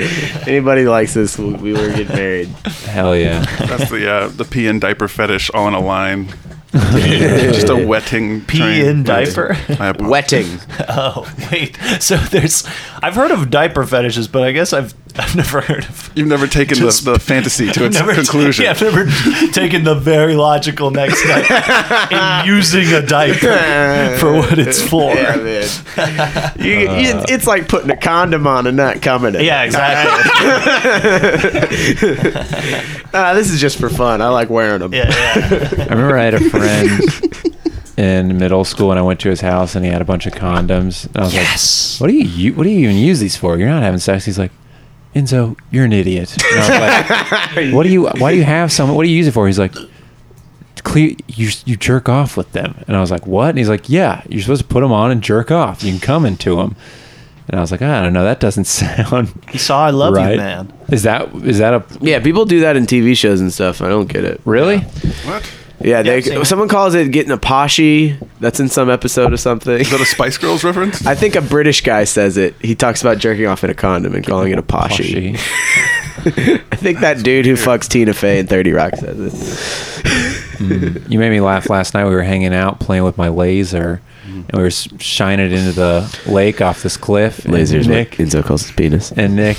[SPEAKER 3] now.
[SPEAKER 5] Anybody likes this? We we were getting married.
[SPEAKER 2] Hell yeah.
[SPEAKER 4] That's the uh, the pee and diaper fetish all in a
[SPEAKER 3] [LAUGHS]
[SPEAKER 4] line. just a wetting
[SPEAKER 3] Pee
[SPEAKER 4] train.
[SPEAKER 3] in diaper?
[SPEAKER 4] I apologize.
[SPEAKER 5] Wetting.
[SPEAKER 3] [LAUGHS] Oh wait, so there's I've heard of diaper fetishes, but I guess I've I've never heard of.
[SPEAKER 4] You've never taken the,
[SPEAKER 3] Just-
[SPEAKER 4] the fantasy
[SPEAKER 3] [LAUGHS]
[SPEAKER 4] to its
[SPEAKER 3] Never,
[SPEAKER 4] conclusion.
[SPEAKER 3] Yeah, I've never
[SPEAKER 4] [LAUGHS]
[SPEAKER 3] taken the very logical next step in using a
[SPEAKER 5] [LAUGHS]
[SPEAKER 3] diaper for what it's for. Uh,
[SPEAKER 5] Yeah, man. You, you- it's like putting a condom on and not coming. in.
[SPEAKER 3] Yeah, exactly.
[SPEAKER 5] [LAUGHS]
[SPEAKER 4] [LAUGHS]
[SPEAKER 5] Nah, this is just for fun. I like wearing them.
[SPEAKER 3] Yeah, yeah.
[SPEAKER 5] [LAUGHS]
[SPEAKER 2] I remember I had a friend in middle school and I went to his house and he had a bunch of condoms. And I was like,
[SPEAKER 3] Yes.
[SPEAKER 2] what do you u- what do you even use these for? You're not having sex. He's like, Enzo, you're an idiot. And I was like, what do you? Why do you have some? What do you use it for? He's like, clear. You you jerk off with them. And I was like, what? And he's like, yeah, you're supposed to put them on and jerk off. You can come into them. And I was like, I don't know. That doesn't [LAUGHS] sound
[SPEAKER 3] He saw I love
[SPEAKER 2] right.
[SPEAKER 3] you, man.
[SPEAKER 2] Is that is that a
[SPEAKER 5] Yeah, people do that in TV shows and stuff. I don't get it.
[SPEAKER 2] really?
[SPEAKER 4] What?
[SPEAKER 5] Yeah, they,
[SPEAKER 3] I've seen it.
[SPEAKER 5] someone calls it getting a posse. That's in some episode of something.
[SPEAKER 4] Is that a Spice Girls reference?
[SPEAKER 5] [LAUGHS] I think a British guy says it. He talks about jerking off in a condom and calling it a posse. [LAUGHS]
[SPEAKER 2] She-
[SPEAKER 5] I think that dude who fucks Tina Fey in 30 Rock says it.
[SPEAKER 2] You made me laugh last night. We were hanging out playing with my laser, and we were s- shining it into the lake off this cliff. And
[SPEAKER 5] Lasers,
[SPEAKER 2] Nick.
[SPEAKER 5] Nick. Enzo calls his penis.
[SPEAKER 2] And Nick,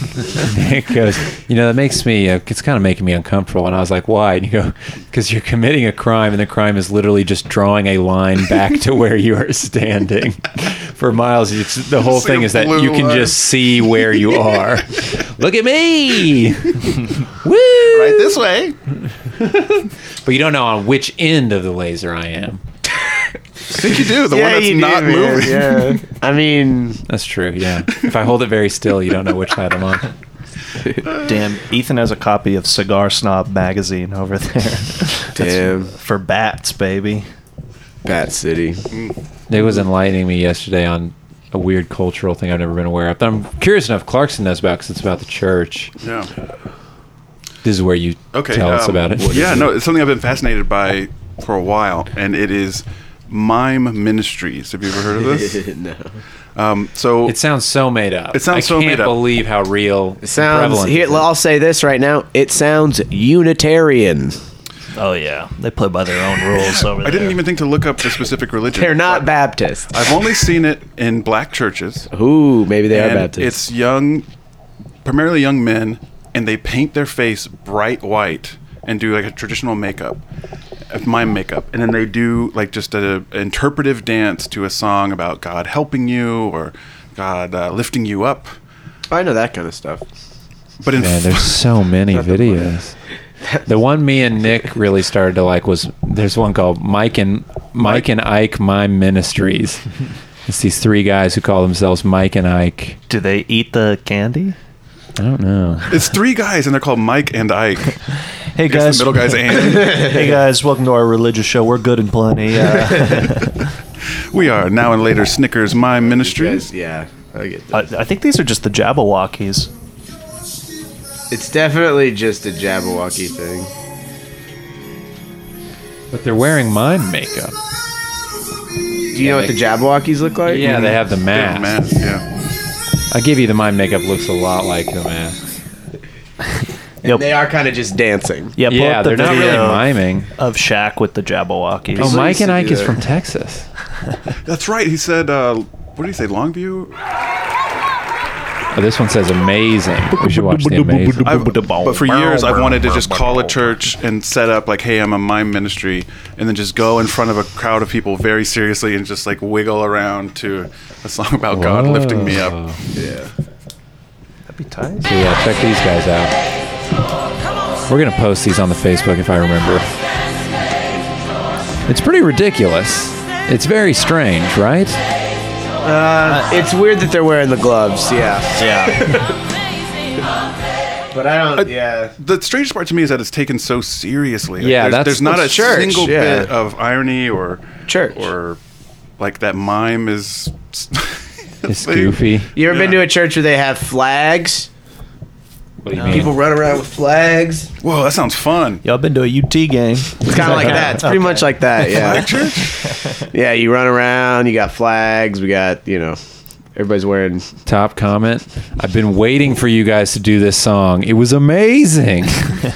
[SPEAKER 2] Nick goes, you know, that makes me, uh, it's kind of making me uncomfortable. And I was like, why? And you go, because you're committing a crime, and the crime is literally just drawing a line back to where you are standing. [LAUGHS] For miles, it's, the whole
[SPEAKER 4] Just like
[SPEAKER 2] thing
[SPEAKER 4] a
[SPEAKER 2] is that
[SPEAKER 4] blue
[SPEAKER 2] you can
[SPEAKER 4] line.
[SPEAKER 2] just see where you are. Look at me, woo!
[SPEAKER 4] [LAUGHS] Right this way.
[SPEAKER 2] But you don't know on which end of the laser I am.
[SPEAKER 4] I think
[SPEAKER 5] [LAUGHS]
[SPEAKER 4] you do. The one that's
[SPEAKER 5] you do,
[SPEAKER 4] not
[SPEAKER 5] man.
[SPEAKER 4] moving.
[SPEAKER 5] Yeah.
[SPEAKER 4] [LAUGHS]
[SPEAKER 5] I mean,
[SPEAKER 2] That's true. Yeah. If I hold it very still, you [LAUGHS] don't know which side I'm on.
[SPEAKER 3] Damn, Ethan has a copy of Cigar Snob magazine over
[SPEAKER 4] [LAUGHS]
[SPEAKER 3] there
[SPEAKER 5] damn,
[SPEAKER 3] for bats, baby.
[SPEAKER 5] Bat City.
[SPEAKER 2] It was enlightening me yesterday on a weird cultural thing I've never been aware of. That I'm curious enough. Clarkson knows about because it's about the church.
[SPEAKER 4] Yeah.
[SPEAKER 2] This is where you
[SPEAKER 4] Okay.
[SPEAKER 2] tell us
[SPEAKER 4] um,
[SPEAKER 2] about it.
[SPEAKER 4] Yeah, no, it's something I've been fascinated by for a while, and it is Mime Ministries. Have you ever heard
[SPEAKER 3] [LAUGHS]
[SPEAKER 4] of this?
[SPEAKER 5] no.
[SPEAKER 4] Um, so
[SPEAKER 2] It sounds so made up.
[SPEAKER 4] It sounds
[SPEAKER 2] I
[SPEAKER 4] so
[SPEAKER 2] can't
[SPEAKER 4] made up.
[SPEAKER 2] believe how real it
[SPEAKER 5] Sounds.
[SPEAKER 2] prevalent.
[SPEAKER 5] Here, I'll say this right now. It sounds Unitarian.
[SPEAKER 3] Oh yeah, they play by their own rules over there.
[SPEAKER 4] I didn't even think to look up the specific religion.
[SPEAKER 5] They're not Baptist.
[SPEAKER 4] I've only seen it in black churches.
[SPEAKER 5] Ooh, maybe they are
[SPEAKER 4] and
[SPEAKER 5] Baptist.
[SPEAKER 4] It's young, primarily young men, and they paint their face bright white and do like a traditional makeup, uh, mime makeup, and then they do like just a, a interpretive dance to a song about God helping you or God uh, lifting you up.
[SPEAKER 5] I know that kind of stuff.
[SPEAKER 4] But in
[SPEAKER 2] Man, there's so many videos. [LAUGHS] The one me and Nick really started to like was there's one called Mike and Mike and Ike Mime
[SPEAKER 4] [LAUGHS]
[SPEAKER 2] Ministries. It's these three guys who call themselves Mike and Ike.
[SPEAKER 3] Do they eat the candy?
[SPEAKER 2] I don't know.
[SPEAKER 4] it's three guys and they're called Mike
[SPEAKER 5] [LAUGHS]
[SPEAKER 4] and Ike.
[SPEAKER 3] Hey
[SPEAKER 4] I guess
[SPEAKER 3] guys,
[SPEAKER 4] the middle guy's and.
[SPEAKER 3] [LAUGHS] hey guys, welcome to our religious show. We're good and plenty. Uh,
[SPEAKER 2] [LAUGHS]
[SPEAKER 4] We are now and later Snickers Mime Ministries.
[SPEAKER 5] yeah, I get
[SPEAKER 3] I, I think these are just the Jabberwockies.
[SPEAKER 5] It's definitely just a Jabberwocky thing.
[SPEAKER 2] But they're wearing mime makeup.
[SPEAKER 5] Do you know what the Jabberwockies look like?
[SPEAKER 2] Yeah, they have the mask.
[SPEAKER 4] Man, yeah.
[SPEAKER 2] I give you the mime makeup looks a lot like the mask.
[SPEAKER 3] Yep.
[SPEAKER 5] They are kind of just dancing.
[SPEAKER 3] yeah, pull
[SPEAKER 2] yeah,
[SPEAKER 3] up the
[SPEAKER 2] they're not really
[SPEAKER 3] video
[SPEAKER 2] miming.
[SPEAKER 3] of Shaq with the Jabberwockies.
[SPEAKER 2] Oh,
[SPEAKER 5] Please
[SPEAKER 2] Mike and
[SPEAKER 5] do
[SPEAKER 2] Ike is
[SPEAKER 5] that.
[SPEAKER 2] from Texas.
[SPEAKER 4] That's right. He said, uh, what did he say? Longview?
[SPEAKER 2] Oh, this one says amazing. We should watch the amazing.
[SPEAKER 4] I've- but for years, I've wanted to just call a church and set up like, "Hey, I'm a mime ministry," and then just go in front of a crowd of people very seriously and just like wiggle around to a song about God lifting me up.
[SPEAKER 3] That'd be tight.
[SPEAKER 2] So yeah, check these guys out. We're gonna post these on the Facebook if I remember. It's pretty ridiculous. It's very strange, right?
[SPEAKER 5] Uh, It's weird that they're wearing the gloves, yeah.
[SPEAKER 3] Yeah.
[SPEAKER 5] But I don't, yeah.
[SPEAKER 4] The strangest part to me is that it's taken so seriously. Like,
[SPEAKER 2] Yeah,
[SPEAKER 4] there's,
[SPEAKER 2] that's-
[SPEAKER 4] there's not
[SPEAKER 5] that's
[SPEAKER 4] a
[SPEAKER 5] church,
[SPEAKER 4] single
[SPEAKER 5] yeah.
[SPEAKER 4] bit of irony or
[SPEAKER 5] Church.
[SPEAKER 4] or like that
[SPEAKER 2] [LAUGHS]
[SPEAKER 4] mime is.
[SPEAKER 2] It's
[SPEAKER 4] [LAUGHS] Like,
[SPEAKER 2] goofy.
[SPEAKER 5] [LAUGHS] You ever been to a church where they have flags? Uh,
[SPEAKER 2] What do you mean?
[SPEAKER 5] People run around with flags.
[SPEAKER 4] Whoa, that sounds fun.
[SPEAKER 3] Y'all been to a UT game?
[SPEAKER 5] It's kind of like that. It's pretty much like that, yeah. [LAUGHS] yeah, you run around, you got flags, we got, you know, everybody's wearing.
[SPEAKER 2] Top comment. I've been waiting for you guys to do this song. It was amazing.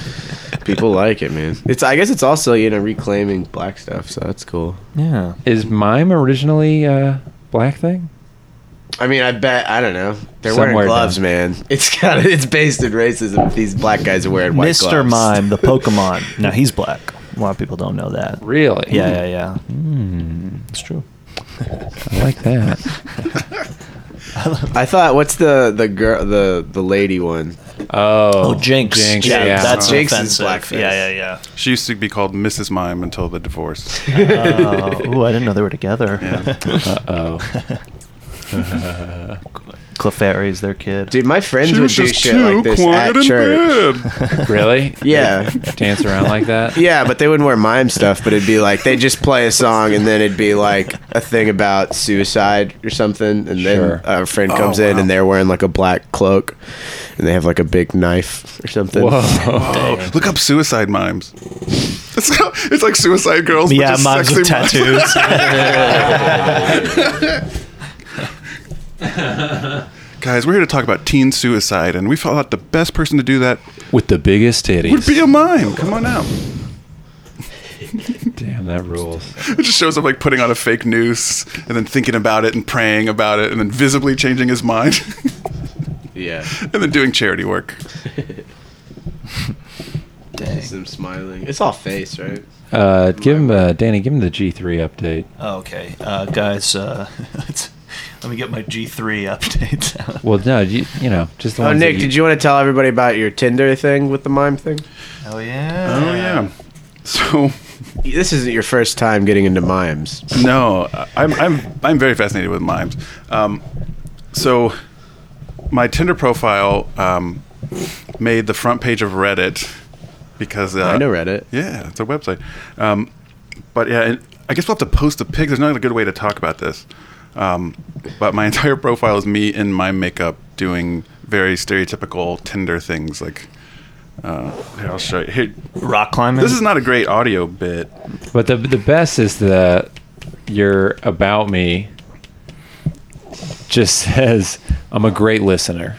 [SPEAKER 2] [LAUGHS]
[SPEAKER 5] People like it, man. It's I guess it's also, you know, reclaiming black stuff, so that's cool.
[SPEAKER 3] Yeah.
[SPEAKER 2] Is mime originally a black thing?
[SPEAKER 5] I mean, I bet I don't know. They're
[SPEAKER 2] Somewhere
[SPEAKER 5] wearing gloves,
[SPEAKER 2] down-
[SPEAKER 5] man. [LAUGHS] It's got it's based in racism. if These black guys are wearing white gloves.
[SPEAKER 3] Mr. Mime,
[SPEAKER 5] [LAUGHS]
[SPEAKER 3] the Pokemon. now he's black. A lot of people don't know that.
[SPEAKER 2] Really?
[SPEAKER 3] Yeah, yeah, yeah.
[SPEAKER 5] Hmm.
[SPEAKER 3] It's
[SPEAKER 4] [LAUGHS]
[SPEAKER 3] true.
[SPEAKER 2] Mm, I like that.
[SPEAKER 5] I thought what's the the girl the the lady one?
[SPEAKER 2] Oh,
[SPEAKER 3] Oh, Jinx.
[SPEAKER 2] Jinx.
[SPEAKER 3] Yeah,
[SPEAKER 2] yeah.
[SPEAKER 3] that's
[SPEAKER 5] Jinx is
[SPEAKER 3] offensive.
[SPEAKER 5] blackface.
[SPEAKER 3] Yeah, yeah,
[SPEAKER 4] She used to be called Mrs. Mime until the divorce.
[SPEAKER 3] yeah. [LAUGHS] Oh,
[SPEAKER 4] [LAUGHS]
[SPEAKER 3] ooh, I didn't know they were together. [LAUGHS]
[SPEAKER 2] oh.
[SPEAKER 3] Clefairy's their kid.
[SPEAKER 5] Dude, my friends would do shit like this at church.
[SPEAKER 3] [LAUGHS]
[SPEAKER 4] bed.
[SPEAKER 2] Really?
[SPEAKER 5] Yeah.
[SPEAKER 2] Dance around like
[SPEAKER 5] [LAUGHS]
[SPEAKER 2] that?
[SPEAKER 5] Yeah, but they wouldn't wear mime stuff, but it'd be like they just play a song and then it'd be like a thing about suicide or something and
[SPEAKER 2] Sure.
[SPEAKER 5] then a friend
[SPEAKER 4] Oh,
[SPEAKER 5] comes in
[SPEAKER 4] wow.
[SPEAKER 5] and they're wearing like a black cloak and they have like a big knife or something.
[SPEAKER 2] Whoa.
[SPEAKER 4] Oh, look up suicide
[SPEAKER 5] [LAUGHS]
[SPEAKER 4] mimes. It's, how- it's like Suicide Girls. but
[SPEAKER 3] yeah,
[SPEAKER 4] just
[SPEAKER 3] mimes with
[SPEAKER 4] sexy mimes.
[SPEAKER 3] tattoos.
[SPEAKER 4] [LAUGHS] [LAUGHS] Guys, we're here to talk about teen suicide, and we felt out the best person to do that
[SPEAKER 2] With the biggest
[SPEAKER 4] would
[SPEAKER 2] titties.
[SPEAKER 4] be a mime. Come on out.
[SPEAKER 2] Damn, that rules.
[SPEAKER 4] [LAUGHS] It just shows up like putting on a fake noose and then thinking about it and praying about it and then visibly changing his mind [LAUGHS]
[SPEAKER 5] Yeah.
[SPEAKER 4] and then doing charity work.
[SPEAKER 5] Just them smiling. It's all face, right?
[SPEAKER 2] Uh, give him, uh, Danny, give him the G3 update.
[SPEAKER 3] Oh, okay, uh, guys. Uh, [LAUGHS] it's- let me get my G three updates out.
[SPEAKER 2] Well, no, you, you know, just the
[SPEAKER 5] Oh,
[SPEAKER 2] ones that
[SPEAKER 5] Nick, did you want to tell everybody about your Tinder thing with the mime thing?
[SPEAKER 3] Oh yeah.
[SPEAKER 4] Oh, yeah. So, [LAUGHS]
[SPEAKER 5] [LAUGHS] This isn't your first time getting into mimes.
[SPEAKER 4] no, I'm, I'm, I'm very fascinated with mimes. Um, so, my Tinder profile um, made the front page of Reddit because uh,
[SPEAKER 5] I know Reddit.
[SPEAKER 4] Yeah, it's a website. Um, but yeah, and I guess we'll have to post a pic. There's not a good way to talk about this. Um, but my [LAUGHS] entire profile is me in my makeup doing very stereotypical Tinder things. Like, uh, here, I'll show you. Here,
[SPEAKER 3] Rock climbing.
[SPEAKER 4] this is not a great audio bit.
[SPEAKER 2] But the the best is the your about me just [LAUGHS] says I'm a great listener,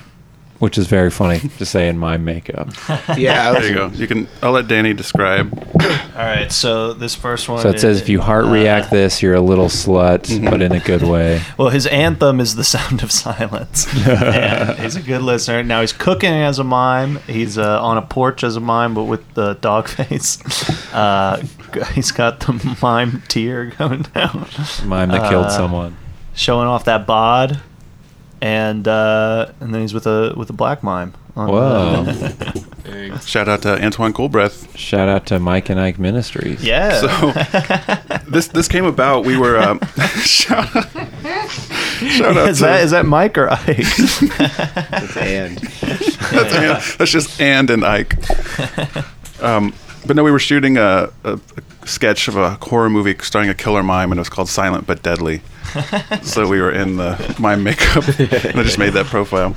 [SPEAKER 2] which is very funny to say in
[SPEAKER 3] [LAUGHS]
[SPEAKER 2] my makeup.
[SPEAKER 5] [LAUGHS] Yeah. I
[SPEAKER 4] There you go. You can. I'll let Danny describe.
[SPEAKER 3] [COUGHS] all right. So this first one.
[SPEAKER 2] So it says if you heart
[SPEAKER 3] uh,
[SPEAKER 2] react this, you're a little slut,
[SPEAKER 3] [LAUGHS]
[SPEAKER 2] but in a good way.
[SPEAKER 3] [LAUGHS] Well, his anthem is the sound of silence. and he's a good listener. Now he's cooking as a mime. He's uh, on a porch as a mime, but with the dog [LAUGHS] face. Uh, g- he's got the mime tear going down,
[SPEAKER 2] Mime that killed
[SPEAKER 3] Uh,
[SPEAKER 2] someone.
[SPEAKER 3] showing off that bod, and uh, and then he's with a with a black mime. on
[SPEAKER 2] Whoa.
[SPEAKER 3] the- [LAUGHS]
[SPEAKER 4] Shout out to Antoine Goldbreath.
[SPEAKER 2] Shout out to Mike and Ike Ministries.
[SPEAKER 3] yeah. [LAUGHS]
[SPEAKER 4] This this came about. We were um, [LAUGHS] shout out. Shout out
[SPEAKER 3] is
[SPEAKER 4] to,
[SPEAKER 3] that is
[SPEAKER 4] [LAUGHS]
[SPEAKER 3] that Mike or Ike? [LAUGHS]
[SPEAKER 5] And
[SPEAKER 4] that's, and, that's just and
[SPEAKER 3] [LAUGHS]
[SPEAKER 4] and Ike. Um, but no, we were shooting a, a, a sketch of a horror movie starring a killer mime, and it was called Silent
[SPEAKER 3] [LAUGHS]
[SPEAKER 4] but Deadly. so we were in the mime makeup, and I just made that profile.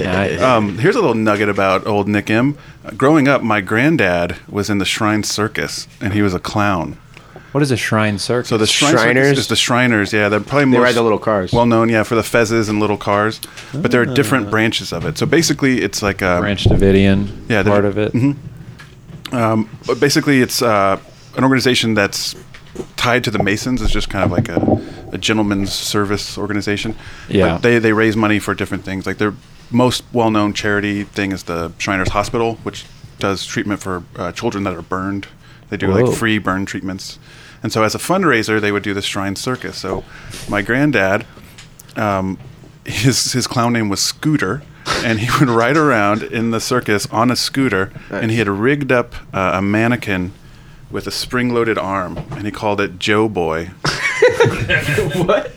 [SPEAKER 2] Nice.
[SPEAKER 4] [LAUGHS] Um, here's a little nugget about old Nick M. Uh, growing up, my granddad was in the Shrine Circus, and he was a clown.
[SPEAKER 2] What is a shrine circus?
[SPEAKER 4] So the Shrine Circus
[SPEAKER 5] Shriners?
[SPEAKER 4] is the Shriners. Yeah, they're probably
[SPEAKER 5] They
[SPEAKER 4] most
[SPEAKER 5] ride the little cars.
[SPEAKER 4] Well known, yeah, for the fezzes and little cars. But there are different branches of it. So basically, it's like a
[SPEAKER 2] Ah. Branch Davidian
[SPEAKER 4] Yeah, the-
[SPEAKER 2] part of it.
[SPEAKER 4] But basically, it's uh, an organization that's tied to the Masons. It's just kind of like a, a gentleman's service organization.
[SPEAKER 2] Yeah.
[SPEAKER 4] But they, they raise money for different things. Like their most well known charity thing is the Shriners Hospital, which does treatment for uh, children that are burned. They do
[SPEAKER 2] Whoa.
[SPEAKER 4] like free burn treatments. And so, as a fundraiser, they would do the Shrine Circus. So, my granddad um, his his clown name was Scooter, and he [LAUGHS] would ride around in the circus on a scooter, and he had rigged up uh, a mannequin with a spring-loaded arm, and he called it Joe Boy. what?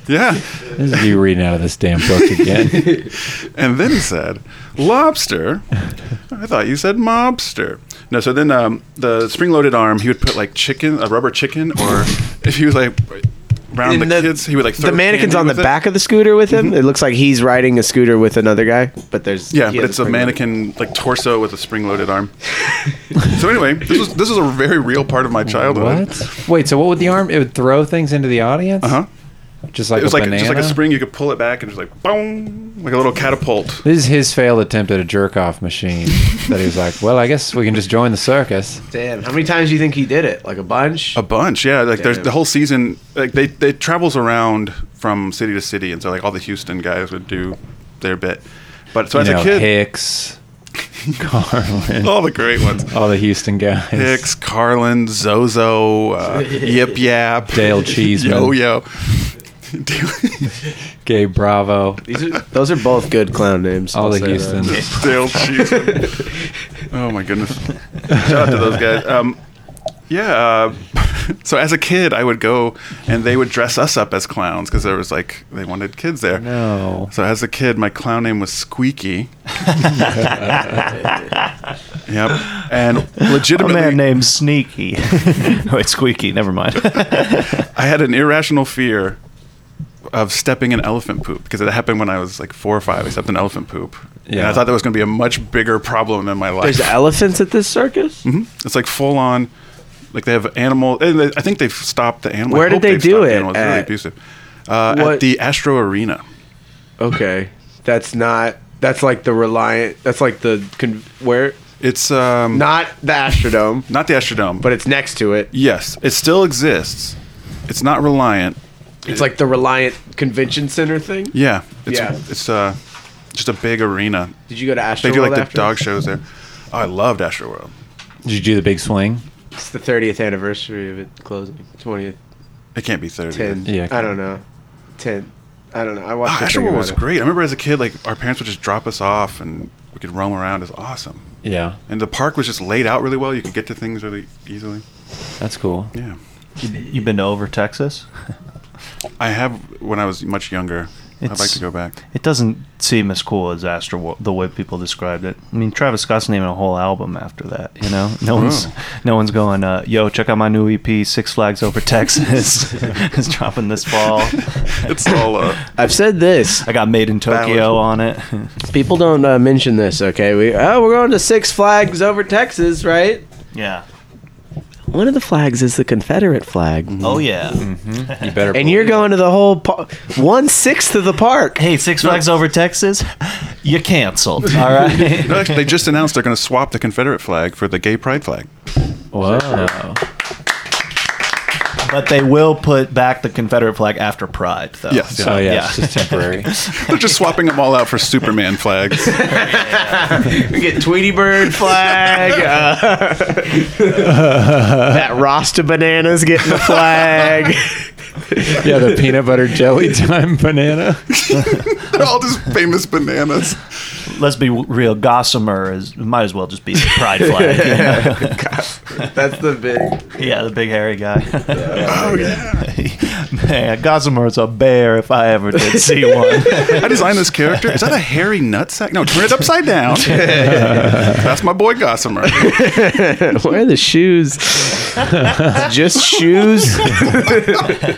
[SPEAKER 4] Yeah,
[SPEAKER 2] This is you reading out of this damn book again.
[SPEAKER 4] [LAUGHS] and then said, "Lobster." I thought you said mobster. No, so then um, the spring-loaded arm, he would put like chicken, a rubber chicken, or if he was like round the,
[SPEAKER 5] And the-
[SPEAKER 4] kids, he would like throw
[SPEAKER 5] the mannequin's
[SPEAKER 4] candy
[SPEAKER 5] on the
[SPEAKER 4] with it. Mm-hmm.
[SPEAKER 5] back of the scooter with him. It looks like he's riding a scooter with another guy, but there's
[SPEAKER 4] Yeah,
[SPEAKER 5] he
[SPEAKER 4] but
[SPEAKER 5] has
[SPEAKER 4] it's a
[SPEAKER 5] spring
[SPEAKER 4] mannequin like torso with a
[SPEAKER 5] [LAUGHS]
[SPEAKER 4] spring-loaded arm. so anyway, this was this is a very real part of my childhood.
[SPEAKER 2] what? Wait, so what would the arm? It would throw things into the audience?
[SPEAKER 4] Uh huh.
[SPEAKER 2] Just like
[SPEAKER 4] It was
[SPEAKER 2] a
[SPEAKER 4] like
[SPEAKER 2] banana?
[SPEAKER 4] just like a spring. You could pull it back and just like boom, like a little catapult.
[SPEAKER 2] This is his failed attempt at a jerk off machine. that he was like, well, I guess we can just join the
[SPEAKER 4] [LAUGHS]
[SPEAKER 2] circus.
[SPEAKER 5] load. Damn, how many times do you think he did it? Like a bunch.
[SPEAKER 4] A bunch, yeah. Like there's
[SPEAKER 5] Damn.
[SPEAKER 4] the whole season. Like they they travels around from city to city, and so like all the Houston guys would do their bit. But so
[SPEAKER 2] you
[SPEAKER 4] as
[SPEAKER 2] know,
[SPEAKER 4] a kid,
[SPEAKER 2] Hicks, Carlin,
[SPEAKER 4] [LAUGHS] all the
[SPEAKER 2] [LAUGHS]
[SPEAKER 4] great ones.
[SPEAKER 2] all the Houston guys.
[SPEAKER 4] Hicks, Carlin,
[SPEAKER 5] [LAUGHS]
[SPEAKER 4] Zozo, uh, Yip Yap,
[SPEAKER 2] Dale Cheeseman.
[SPEAKER 4] [LAUGHS] Yo Yo.
[SPEAKER 2] [LAUGHS] Gabe Bravo.
[SPEAKER 5] These are, those are both good clown names.
[SPEAKER 2] All
[SPEAKER 5] I'll
[SPEAKER 2] the
[SPEAKER 5] say that.
[SPEAKER 2] Houston.
[SPEAKER 5] [LAUGHS]
[SPEAKER 4] Dale Cheeseman. oh my goodness! Shout out to those guys. Um, yeah. Uh, [LAUGHS] so as a kid, I would go and they would dress us up as clowns because there was like they wanted kids there.
[SPEAKER 2] No.
[SPEAKER 4] So as a kid, my clown name
[SPEAKER 3] [LAUGHS]
[SPEAKER 4] was Squeaky. yep. And
[SPEAKER 3] A
[SPEAKER 4] legitimately,
[SPEAKER 3] man named Sneaky. [LAUGHS] Wait, Squeaky. Never mind.
[SPEAKER 4] [LAUGHS] I had an irrational fear of stepping in elephant poop because it happened when I was like four or five. I stepped in elephant poop. And
[SPEAKER 2] Yeah.
[SPEAKER 4] I thought that was going to be a much bigger problem in my life.
[SPEAKER 5] There's elephants at this circus.
[SPEAKER 2] Mm-hmm.
[SPEAKER 4] It's like full on, like they have animal. And they, I think they've stopped the animal. I
[SPEAKER 5] Where did
[SPEAKER 4] hope
[SPEAKER 5] they
[SPEAKER 4] they've
[SPEAKER 5] do
[SPEAKER 4] stopped the
[SPEAKER 5] it
[SPEAKER 4] animal. It's really
[SPEAKER 5] at?
[SPEAKER 4] abusive. Uh, at
[SPEAKER 5] What-
[SPEAKER 4] the Astro Arena.
[SPEAKER 5] Okay, that's not. That's like the Reliant. That's like the con- where
[SPEAKER 4] It's um, not,
[SPEAKER 5] not the Astrodome,
[SPEAKER 4] the Astrodome,
[SPEAKER 5] but it's next to it.
[SPEAKER 4] yes, it still exists. It's not Reliant.
[SPEAKER 5] It's like the Reliant Convention Center thing.
[SPEAKER 4] Yeah, it's
[SPEAKER 5] Yeah.
[SPEAKER 4] it's uh, just a big arena.
[SPEAKER 5] Did you go to Astroworld?
[SPEAKER 4] They do like the
[SPEAKER 5] after?
[SPEAKER 4] dog shows there. Oh, I loved Astro World.
[SPEAKER 2] Did you do the big swing?
[SPEAKER 5] It's the 30th anniversary of it closing. 20th,
[SPEAKER 4] It can't be thirty.
[SPEAKER 5] 10.
[SPEAKER 2] Yeah.
[SPEAKER 5] I don't know. 10. I don't know. [LAUGHS] I
[SPEAKER 4] Oh,
[SPEAKER 5] watched.
[SPEAKER 4] Astro World was
[SPEAKER 5] it.
[SPEAKER 4] great. I remember as a kid, like our parents would just drop us off and we could roam around. It's awesome.
[SPEAKER 2] Yeah.
[SPEAKER 4] And the park was just laid out really well. You could get to things really
[SPEAKER 5] [LAUGHS]
[SPEAKER 4] easily.
[SPEAKER 2] That's cool.
[SPEAKER 4] Yeah.
[SPEAKER 3] You've been to over Texas?
[SPEAKER 4] [LAUGHS] I have when I was much younger. I'd like
[SPEAKER 3] It's-
[SPEAKER 4] to go back.
[SPEAKER 3] It doesn't seem as cool as Astro the way people described it. I mean, Travis Scott's naming a whole album after that. You know, no one's
[SPEAKER 4] Oh.
[SPEAKER 3] no one's going. Uh, Yo, check out my new EP, Six Flags Over
[SPEAKER 4] [LAUGHS]
[SPEAKER 3] Texas. [LAUGHS] it's dropping this fall.
[SPEAKER 4] It's all uh,
[SPEAKER 5] I've said this.
[SPEAKER 3] I got Made in Tokyo on it.
[SPEAKER 5] [LAUGHS] People don't uh, mention this, okay? We oh, we're going to Six Flags over Texas, right?
[SPEAKER 3] yeah.
[SPEAKER 5] One of the flags is the Confederate flag,
[SPEAKER 3] Oh yeah. [LAUGHS]
[SPEAKER 2] Mm-hmm. You better.
[SPEAKER 5] Mm-hmm.
[SPEAKER 2] [LAUGHS]
[SPEAKER 4] [LAUGHS]
[SPEAKER 5] and you're going to the whole par- one [LAUGHS] sixth of the park.
[SPEAKER 3] Hey, Six Flags Over Texas, you canceled.
[SPEAKER 4] [LAUGHS]
[SPEAKER 3] All right.
[SPEAKER 4] no, actually, they just announced they're going to swap the Confederate flag for the gay pride flag.
[SPEAKER 2] Whoa.
[SPEAKER 3] but they will put back the Confederate flag after Pride, though.
[SPEAKER 4] Yes.
[SPEAKER 2] Oh, yeah.
[SPEAKER 3] Yeah. [LAUGHS]
[SPEAKER 2] It's just temporary.
[SPEAKER 4] They're just swapping them all out for Superman flags.
[SPEAKER 5] We get [LAUGHS] Tweety Bird
[SPEAKER 3] [LAUGHS]
[SPEAKER 5] flag. Uh, that Rasta bananas getting [LAUGHS]
[SPEAKER 3] [LAUGHS]
[SPEAKER 5] the flag.
[SPEAKER 2] yeah, the peanut butter
[SPEAKER 4] [LAUGHS]
[SPEAKER 2] jelly time banana.
[SPEAKER 4] they're all just famous bananas.
[SPEAKER 3] Let's be w- real. Gossamer is might as well just be the Pride flag. you know?
[SPEAKER 4] [LAUGHS]
[SPEAKER 5] That's the big.
[SPEAKER 3] Yeah, the big hairy guy.
[SPEAKER 4] Oh yeah.
[SPEAKER 3] Man, Gossamer's a bear if I ever did
[SPEAKER 4] [LAUGHS]
[SPEAKER 3] see one.
[SPEAKER 4] I designed this character. Is that a hairy nutsack? No, turn it upside down. That's my boy Gossamer.
[SPEAKER 5] Where are the
[SPEAKER 3] [LAUGHS]
[SPEAKER 5] shoes? Just shoes.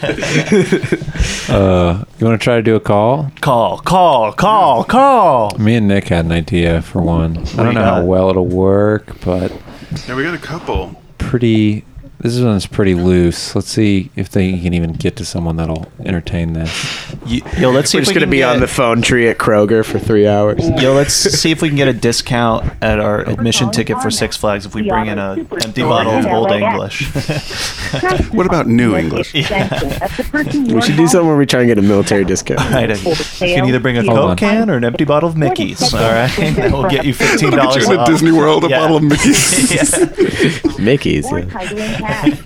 [SPEAKER 4] [LAUGHS]
[SPEAKER 2] Uh, you want to try to do a call?
[SPEAKER 3] call, call, call, call.
[SPEAKER 2] Me and Nick had an idea for one. I
[SPEAKER 3] do
[SPEAKER 2] don't
[SPEAKER 3] you
[SPEAKER 2] know how
[SPEAKER 3] got?
[SPEAKER 2] well it'll work, but
[SPEAKER 4] Yeah, we got a couple.
[SPEAKER 2] pretty This one's pretty loose. Let's see if they can even get to someone that'll entertain this.
[SPEAKER 3] Y- Yo, let's see
[SPEAKER 5] We're
[SPEAKER 3] if
[SPEAKER 5] just
[SPEAKER 3] we
[SPEAKER 5] gonna
[SPEAKER 3] can
[SPEAKER 5] be
[SPEAKER 3] get,
[SPEAKER 5] on the phone tree at Kroger for three hours.
[SPEAKER 3] Yo, let's see if we can get a discount at our admission ticket for Six Flags if we bring in a empty bottle of Old English.
[SPEAKER 4] What about New English?
[SPEAKER 5] [LAUGHS] We should do something where we try and get a military
[SPEAKER 3] [LAUGHS]
[SPEAKER 5] discount.
[SPEAKER 3] Right, and you can either bring a
[SPEAKER 2] Hold on.
[SPEAKER 3] Coke can [LAUGHS] or an empty bottle of Mickey's. All right, that will get you fifteen
[SPEAKER 4] Look at
[SPEAKER 3] dollars
[SPEAKER 4] you in a
[SPEAKER 3] off.
[SPEAKER 4] Disney World, a
[SPEAKER 3] Yeah.
[SPEAKER 4] bottle of Mickey's.
[SPEAKER 5] Mickey's.
[SPEAKER 1] Or
[SPEAKER 5] Yeah.
[SPEAKER 1] title and
[SPEAKER 3] [LAUGHS]
[SPEAKER 1] cash.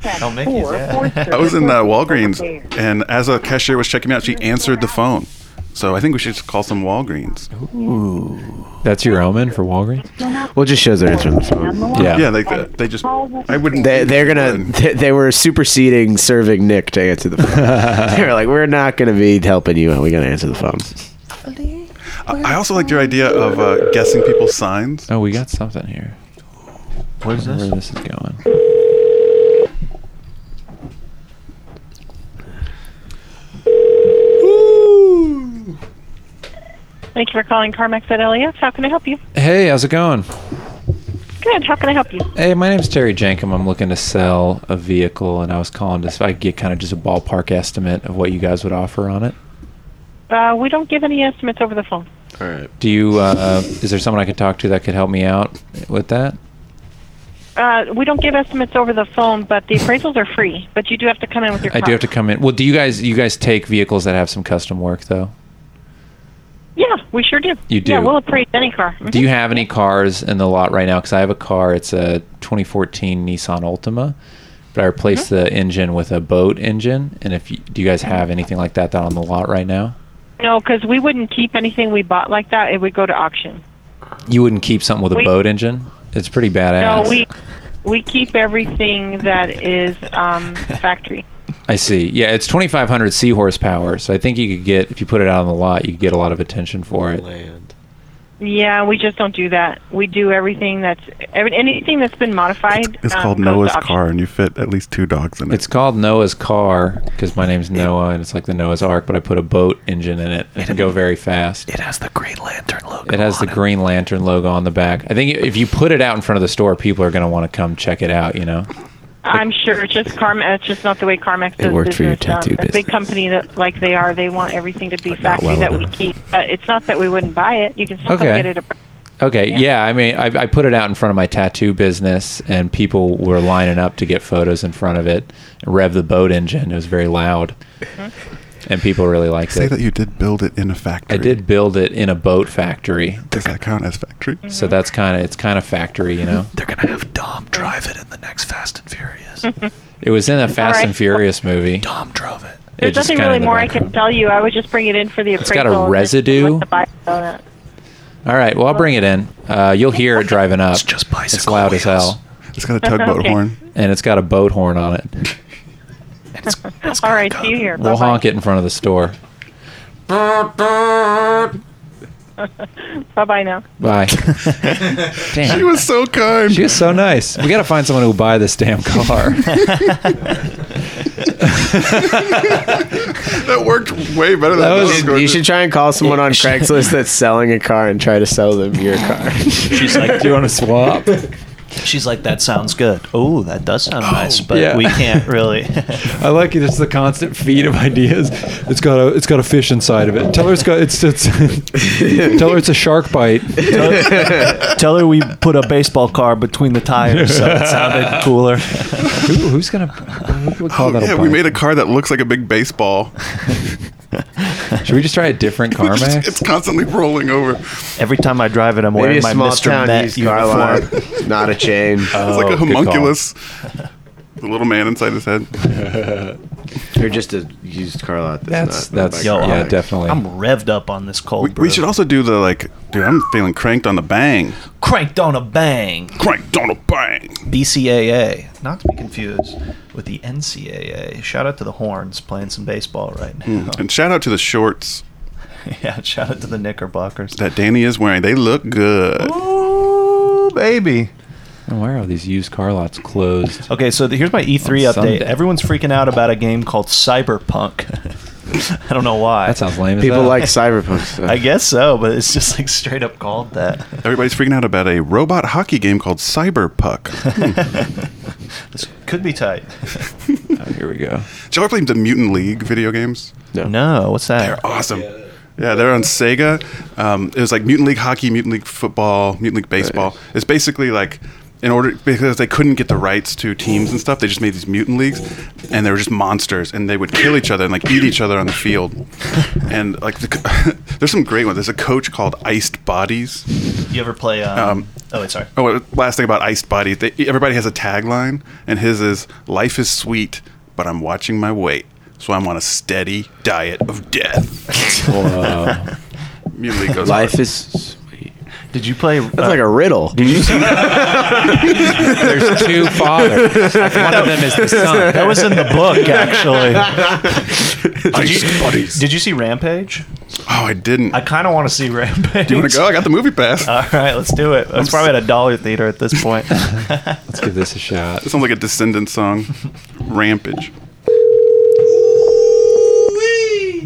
[SPEAKER 1] Press
[SPEAKER 3] Oh, Mickey's,
[SPEAKER 1] four
[SPEAKER 3] yeah.
[SPEAKER 1] for
[SPEAKER 3] [LAUGHS]
[SPEAKER 4] I was
[SPEAKER 1] service
[SPEAKER 4] in
[SPEAKER 1] or
[SPEAKER 4] uh,
[SPEAKER 1] customer
[SPEAKER 4] Walgreens,
[SPEAKER 1] care.
[SPEAKER 4] and as a cashier was checking me out, she answered the phone. So I think we should just call some Walgreens.
[SPEAKER 2] That's your omen for Walgreens?
[SPEAKER 5] Well, just shows their answer on the phone.
[SPEAKER 1] Number one.
[SPEAKER 2] Yeah.
[SPEAKER 4] Yeah, they, they just. I wouldn't.
[SPEAKER 5] They, they're gonna. [LAUGHS] They, they were superseding serving Nick to answer the
[SPEAKER 4] [LAUGHS]
[SPEAKER 5] phone. they were like, "We're not gonna be helping you. We're gonna answer the phone."
[SPEAKER 4] I also liked your idea of uh, guessing people's signs.
[SPEAKER 2] Oh, we got something here.
[SPEAKER 3] What is
[SPEAKER 2] Where
[SPEAKER 3] this?
[SPEAKER 2] this is going?
[SPEAKER 6] Thank you for calling CarMax at LAX. How can I help you?
[SPEAKER 2] Hey, how's it going?
[SPEAKER 6] Good. How can I help you?
[SPEAKER 2] Hey, my name's Terry Jankum. I'm looking to sell a vehicle, and I was calling to see if I could get kind of just a ballpark estimate of what you guys would offer on it.
[SPEAKER 6] Uh, we don't give any estimates over the phone.
[SPEAKER 5] All right.
[SPEAKER 2] Do you? Uh, is there someone I could talk to that could help me out with that?
[SPEAKER 6] Uh, we don't give estimates over the phone, but the appraisals are free. But you do have to come in with your.
[SPEAKER 2] I
[SPEAKER 6] car.
[SPEAKER 2] do have to come in. Well, do you guys? You guys take vehicles that have some custom work, though.
[SPEAKER 6] Yeah, we sure do.
[SPEAKER 2] You do.
[SPEAKER 6] Yeah, we'll appraise any car.
[SPEAKER 2] Do you have any cars in the lot right now? Because I have a car. It's a 2014 Nissan Altima, but I
[SPEAKER 6] Mm-hmm.
[SPEAKER 2] replaced the engine with a boat engine. And if you, do you guys have anything like that that on the lot right now?
[SPEAKER 6] Mm-hmm. No, because we wouldn't keep anything we bought like that. It would go to auction.
[SPEAKER 2] You wouldn't keep something with a
[SPEAKER 6] We-
[SPEAKER 2] boat engine. It's pretty badass.
[SPEAKER 6] No, we we keep everything that is um, factory.
[SPEAKER 2] I see. Yeah, it's 2,500 sea horsepower. So I think you could get if you put it out on the lot, you could get a lot of attention for it.
[SPEAKER 5] Land.
[SPEAKER 6] Yeah, we just don't do that. We do everything that's every, anything that's been modified.
[SPEAKER 4] It's
[SPEAKER 6] um,
[SPEAKER 4] called
[SPEAKER 6] goes to
[SPEAKER 4] Noah's
[SPEAKER 6] auction.
[SPEAKER 4] car, and you fit at least two dogs in it.
[SPEAKER 2] It's called Noah's car because my name's Noah, and it's like the Noah's Ark, but I put a boat engine in it. It can go very fast.
[SPEAKER 3] It has the Green Lantern logo.
[SPEAKER 2] It has the Green Lantern logo on the back. I think if you put it out in front of the store, people are going to want to come check it out. You know,
[SPEAKER 6] I'm sure it's just CarMax. It's just not the way CarMax does
[SPEAKER 5] worked for your
[SPEAKER 6] business. Um,
[SPEAKER 5] tattoo
[SPEAKER 6] a big
[SPEAKER 5] business.
[SPEAKER 6] company that, like they are, they want everything to be factory
[SPEAKER 5] well
[SPEAKER 6] that we
[SPEAKER 5] enough.
[SPEAKER 6] keep. But it's not that we wouldn't buy it. You can still come
[SPEAKER 2] Okay.
[SPEAKER 6] get it. appra-
[SPEAKER 2] Okay, yeah. I mean, I, I put it out in front of my tattoo business, and people were lining up to get photos in front of it. Rev the boat engine. It was very loud, and people really liked
[SPEAKER 4] Say
[SPEAKER 2] it.
[SPEAKER 4] that you did build it in
[SPEAKER 2] [LAUGHS]
[SPEAKER 4] a factory.
[SPEAKER 2] I did build it in a boat factory,
[SPEAKER 4] Does that count as factory?
[SPEAKER 2] so that's kind of it's kind of factory, you know.
[SPEAKER 3] They're gonna have Dom drive it in the next Fast and Furious.
[SPEAKER 2] It was in a Fast
[SPEAKER 6] right.
[SPEAKER 2] and Furious movie.
[SPEAKER 3] Dom drove it.
[SPEAKER 2] It
[SPEAKER 6] There's
[SPEAKER 2] just
[SPEAKER 6] nothing
[SPEAKER 2] kinda
[SPEAKER 6] really
[SPEAKER 2] in the
[SPEAKER 6] more I
[SPEAKER 2] background.
[SPEAKER 6] can tell you. I would just bring it in for the appraisal.
[SPEAKER 2] got a
[SPEAKER 6] and then
[SPEAKER 2] residue.
[SPEAKER 6] let the buyer know that.
[SPEAKER 2] All right, well I'll bring it in. Uh, you'll hear it driving up.
[SPEAKER 3] It's just bicycle
[SPEAKER 2] It's loud as
[SPEAKER 3] wheels.
[SPEAKER 2] hell,
[SPEAKER 4] It's got a tugboat
[SPEAKER 6] Okay.
[SPEAKER 4] horn.
[SPEAKER 2] and it's got a boat horn on it.
[SPEAKER 6] [LAUGHS] All right, see you here.
[SPEAKER 2] We'll
[SPEAKER 6] Bye-bye.
[SPEAKER 2] honk it in front of the store.
[SPEAKER 6] Bye bye now.
[SPEAKER 4] [LAUGHS]
[SPEAKER 2] Bye.
[SPEAKER 4] She
[SPEAKER 2] Damn.
[SPEAKER 4] was so kind.
[SPEAKER 2] She was so nice. We got to find someone who will buy this damn
[SPEAKER 4] [LAUGHS]
[SPEAKER 2] car.
[SPEAKER 4] that worked way better than
[SPEAKER 2] That
[SPEAKER 4] I
[SPEAKER 2] was-
[SPEAKER 4] was
[SPEAKER 5] You
[SPEAKER 4] going to.
[SPEAKER 5] should try and call someone
[SPEAKER 4] [LAUGHS]
[SPEAKER 5] on Craigslist that's selling a car and try to sell them your car.
[SPEAKER 3] She's like,
[SPEAKER 2] Do you want to swap?
[SPEAKER 3] [LAUGHS] she's like, that sounds good. Oh, that does sound nice, but
[SPEAKER 2] yeah.
[SPEAKER 3] we can't [LAUGHS] really.
[SPEAKER 2] I like it. It's the constant feed of ideas. It's got a it's got a fish inside of it. Tell her it's got it's, it's [LAUGHS] tell her it's a shark bite.
[SPEAKER 3] Tell her we put a baseball car between the tires, so it sounded cooler.
[SPEAKER 2] [LAUGHS] Who, who's gonna who would call
[SPEAKER 4] Oh,
[SPEAKER 2] that a
[SPEAKER 4] yeah, we
[SPEAKER 2] bite?
[SPEAKER 4] made a car that looks like a big baseball. [LAUGHS]
[SPEAKER 2] [LAUGHS] Should we just try
[SPEAKER 3] [LAUGHS]
[SPEAKER 2] a different
[SPEAKER 4] It's just-
[SPEAKER 2] CarMax?
[SPEAKER 4] it's constantly rolling over. It's
[SPEAKER 3] Every time I drive it, I'm
[SPEAKER 5] Maybe
[SPEAKER 3] wearing
[SPEAKER 5] a
[SPEAKER 3] my
[SPEAKER 2] [LAUGHS]
[SPEAKER 5] small
[SPEAKER 3] Mr.
[SPEAKER 5] town
[SPEAKER 3] Met
[SPEAKER 5] used car
[SPEAKER 3] uniform.
[SPEAKER 4] [LAUGHS]
[SPEAKER 5] lot, not a chain.
[SPEAKER 3] [LAUGHS]
[SPEAKER 4] like a
[SPEAKER 2] good call.
[SPEAKER 4] homunculus. [LAUGHS] The little man inside his head.
[SPEAKER 5] or just a used car lot.
[SPEAKER 2] That's
[SPEAKER 5] That's, not
[SPEAKER 2] that's
[SPEAKER 5] owned
[SPEAKER 3] Yo,
[SPEAKER 5] by
[SPEAKER 2] yeah
[SPEAKER 5] CarMax.
[SPEAKER 2] definitely.
[SPEAKER 3] I'm revved up on this cold
[SPEAKER 4] We,
[SPEAKER 3] brew.
[SPEAKER 4] we should also do the like, dude, I'm feeling cranked on the bang.
[SPEAKER 3] cranked on a bang.
[SPEAKER 4] Cranked on a bang.
[SPEAKER 3] BCAA, not to be confused with the NCAA. Shout out to the Horns playing some baseball right now.
[SPEAKER 4] Hmm. And shout out to the shorts
[SPEAKER 3] [LAUGHS] yeah, shout out to the Knickerbockers.
[SPEAKER 4] that Danny is wearing. They look good.
[SPEAKER 3] Ooh, baby.
[SPEAKER 2] And Why are all these used car lots closed?
[SPEAKER 3] Okay, so th- here's my E3
[SPEAKER 2] On
[SPEAKER 3] update.
[SPEAKER 2] Sunday.
[SPEAKER 3] Everyone's freaking out about a game called Cyberpunk. [LAUGHS] I don't know why.
[SPEAKER 2] That sounds lame. as
[SPEAKER 5] People
[SPEAKER 2] hell.
[SPEAKER 5] like
[SPEAKER 2] [LAUGHS]
[SPEAKER 5] cyberpunk stuff.
[SPEAKER 3] [LAUGHS] I guess so, but it's just like straight up called that.
[SPEAKER 5] [LAUGHS]
[SPEAKER 4] Everybody's freaking out about a robot hockey game called Cyberpuck. Hmm.
[SPEAKER 3] This could be tight.
[SPEAKER 2] Oh, here we go.
[SPEAKER 4] Did you ever play the Mutant League video games?
[SPEAKER 3] No, what's that?
[SPEAKER 4] They're awesome. Yeah, they're on Sega. Um, it was like Mutant League Hockey, Mutant League Football, Mutant League Baseball. It's basically like in order because they couldn't get the rights to teams and stuff, they just made these mutant leagues, and they were just monsters, and they would kill each other and like eat each other on the field. And like, the, co- [LAUGHS] there's some great ones. There's a coach called Iced Bodies.
[SPEAKER 3] You ever play?
[SPEAKER 2] Uh-huh.
[SPEAKER 3] Um,
[SPEAKER 4] Um,
[SPEAKER 3] oh, wait, sorry.
[SPEAKER 4] Oh, last thing about iced bodies. They, everybody has a tagline, and his is "Life is sweet, but I'm watching my weight, so I'm on a steady diet
[SPEAKER 2] [LAUGHS]
[SPEAKER 4] of death." Immediately goes
[SPEAKER 5] Life
[SPEAKER 4] hard.
[SPEAKER 5] is sweet.
[SPEAKER 3] Did you play? That's
[SPEAKER 5] That's like a riddle.
[SPEAKER 2] There's
[SPEAKER 7] [LAUGHS]
[SPEAKER 2] two fathers. One of them is the son.
[SPEAKER 3] that was in the book actually. [LAUGHS]
[SPEAKER 4] iced bodies.
[SPEAKER 3] Did you see Rampage?
[SPEAKER 4] Oh, I didn't.
[SPEAKER 3] I kind of want to see Rampage.
[SPEAKER 4] Do you want to go? I got the movie pass.
[SPEAKER 3] [LAUGHS] All right, let's do it. It's probably at a dollar theater at this
[SPEAKER 4] [LAUGHS]
[SPEAKER 3] point.
[SPEAKER 2] Let's give this a shot.
[SPEAKER 4] It sounds like a Descendant song. Rampage.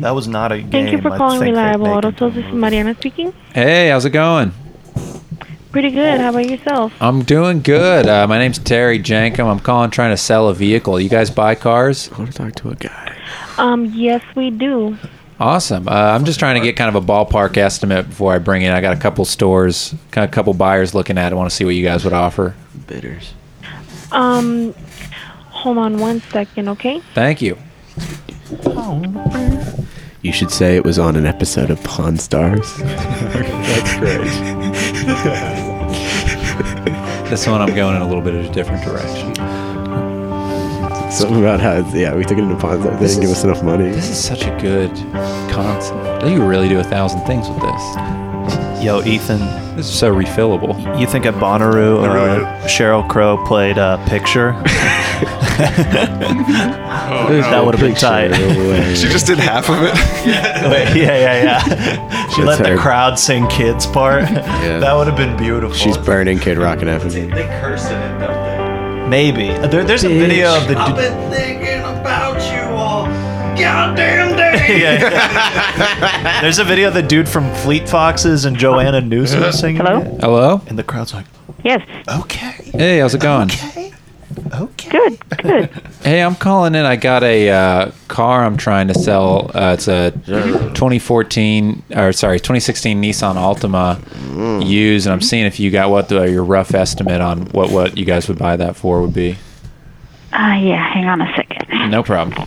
[SPEAKER 3] That was not a game.
[SPEAKER 8] Thank you for
[SPEAKER 3] I
[SPEAKER 8] calling
[SPEAKER 3] think they
[SPEAKER 8] Reliable
[SPEAKER 3] make
[SPEAKER 8] Auto
[SPEAKER 3] into a
[SPEAKER 8] Sales. This is
[SPEAKER 3] movie.
[SPEAKER 8] Mariana speaking.
[SPEAKER 2] [LAUGHS] Hey, how's it going?
[SPEAKER 8] Pretty good. How about yourself?
[SPEAKER 2] I'm doing good. Uh, my name's Terry Jankum. I'm calling trying to sell a vehicle. You guys buy cars?
[SPEAKER 5] I want to talk to a guy.
[SPEAKER 8] Um, yes, we do.
[SPEAKER 2] Awesome. Uh, I'm just trying to get kind of a ballpark estimate before I bring it. I got a couple stores, kind of a couple buyers looking at it. I want to see what you guys would offer.
[SPEAKER 5] Bitters.
[SPEAKER 8] Um, hold on one second, okay?
[SPEAKER 2] Thank you.
[SPEAKER 3] Oh.
[SPEAKER 5] You should say it was on an episode of Pawn Stars.
[SPEAKER 2] [LAUGHS] This one I'm going in a little bit of a different direction.
[SPEAKER 5] Something about how, yeah, we took it into Pawn Stars. They didn't give us enough money.
[SPEAKER 2] This is such a good concept. You could really do a thousand things with this.
[SPEAKER 3] Yo, Ethan,
[SPEAKER 2] This is so refillable.
[SPEAKER 3] you think at Bonnaroo,
[SPEAKER 4] They're really
[SPEAKER 3] uh, Cheryl Crow played uh,
[SPEAKER 4] [LAUGHS]
[SPEAKER 3] Picture? [LAUGHS]
[SPEAKER 4] Oh,
[SPEAKER 3] that would have been tight. [LAUGHS]
[SPEAKER 4] [LAUGHS] She just did half of it.
[SPEAKER 3] Wait, yeah,
[SPEAKER 4] [LAUGHS]
[SPEAKER 3] yeah, yeah. She
[SPEAKER 5] That's
[SPEAKER 3] let
[SPEAKER 5] her.
[SPEAKER 3] the crowd sing kids part. That would have been beautiful.
[SPEAKER 5] She's burning Kid Rock and Avenue.
[SPEAKER 3] curse it in there. Maybe. Uh, There, there's a video of the. I've been thinking about [LAUGHS] you all goddamn day. [LAUGHS] There's a video of the dude from Fleet Foxes and Joanna Newsom singing.
[SPEAKER 8] Hello?
[SPEAKER 3] it,
[SPEAKER 2] Hello?
[SPEAKER 3] And the crowd's like,
[SPEAKER 8] Yes,
[SPEAKER 3] okay,
[SPEAKER 2] Hey, how's it going?
[SPEAKER 3] okay.
[SPEAKER 8] good, good.
[SPEAKER 2] Hey, I'm calling in. I got a uh, car I'm trying to sell. Uh, it's a 2014 or sorry, 2016 Nissan
[SPEAKER 5] Mm.
[SPEAKER 2] Altima used, and I'm seeing if you got what the, your rough estimate on what what you guys would buy that for would be.
[SPEAKER 9] Uh,
[SPEAKER 8] Ah, yeah, hang on a second.
[SPEAKER 2] No problem.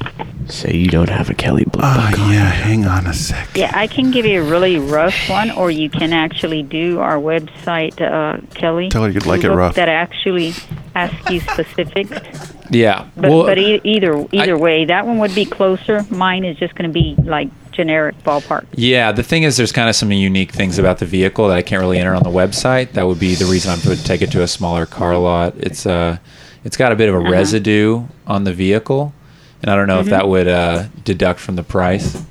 [SPEAKER 5] Say you don't have a Kelly Blue.
[SPEAKER 4] Oh, yeah, hang on a sec.
[SPEAKER 9] Yeah, I can give you a really rough one, or you can actually do our website, uh, Kelly.
[SPEAKER 4] Tell her you'd like it
[SPEAKER 9] look
[SPEAKER 4] rough.
[SPEAKER 9] That actually asks you specifics.
[SPEAKER 2] Yeah.
[SPEAKER 9] But,
[SPEAKER 2] well,
[SPEAKER 9] but e- either either way, that one would be closer. Mine is just going to be like generic ballpark.
[SPEAKER 2] yeah. The thing is, there's kind of some unique things about the vehicle that I can't really enter on the website. That would be the reason I would take it to a smaller car lot. It's uh, it's got a bit of a residue on the vehicle, and I don't know if that would uh, deduct from the price.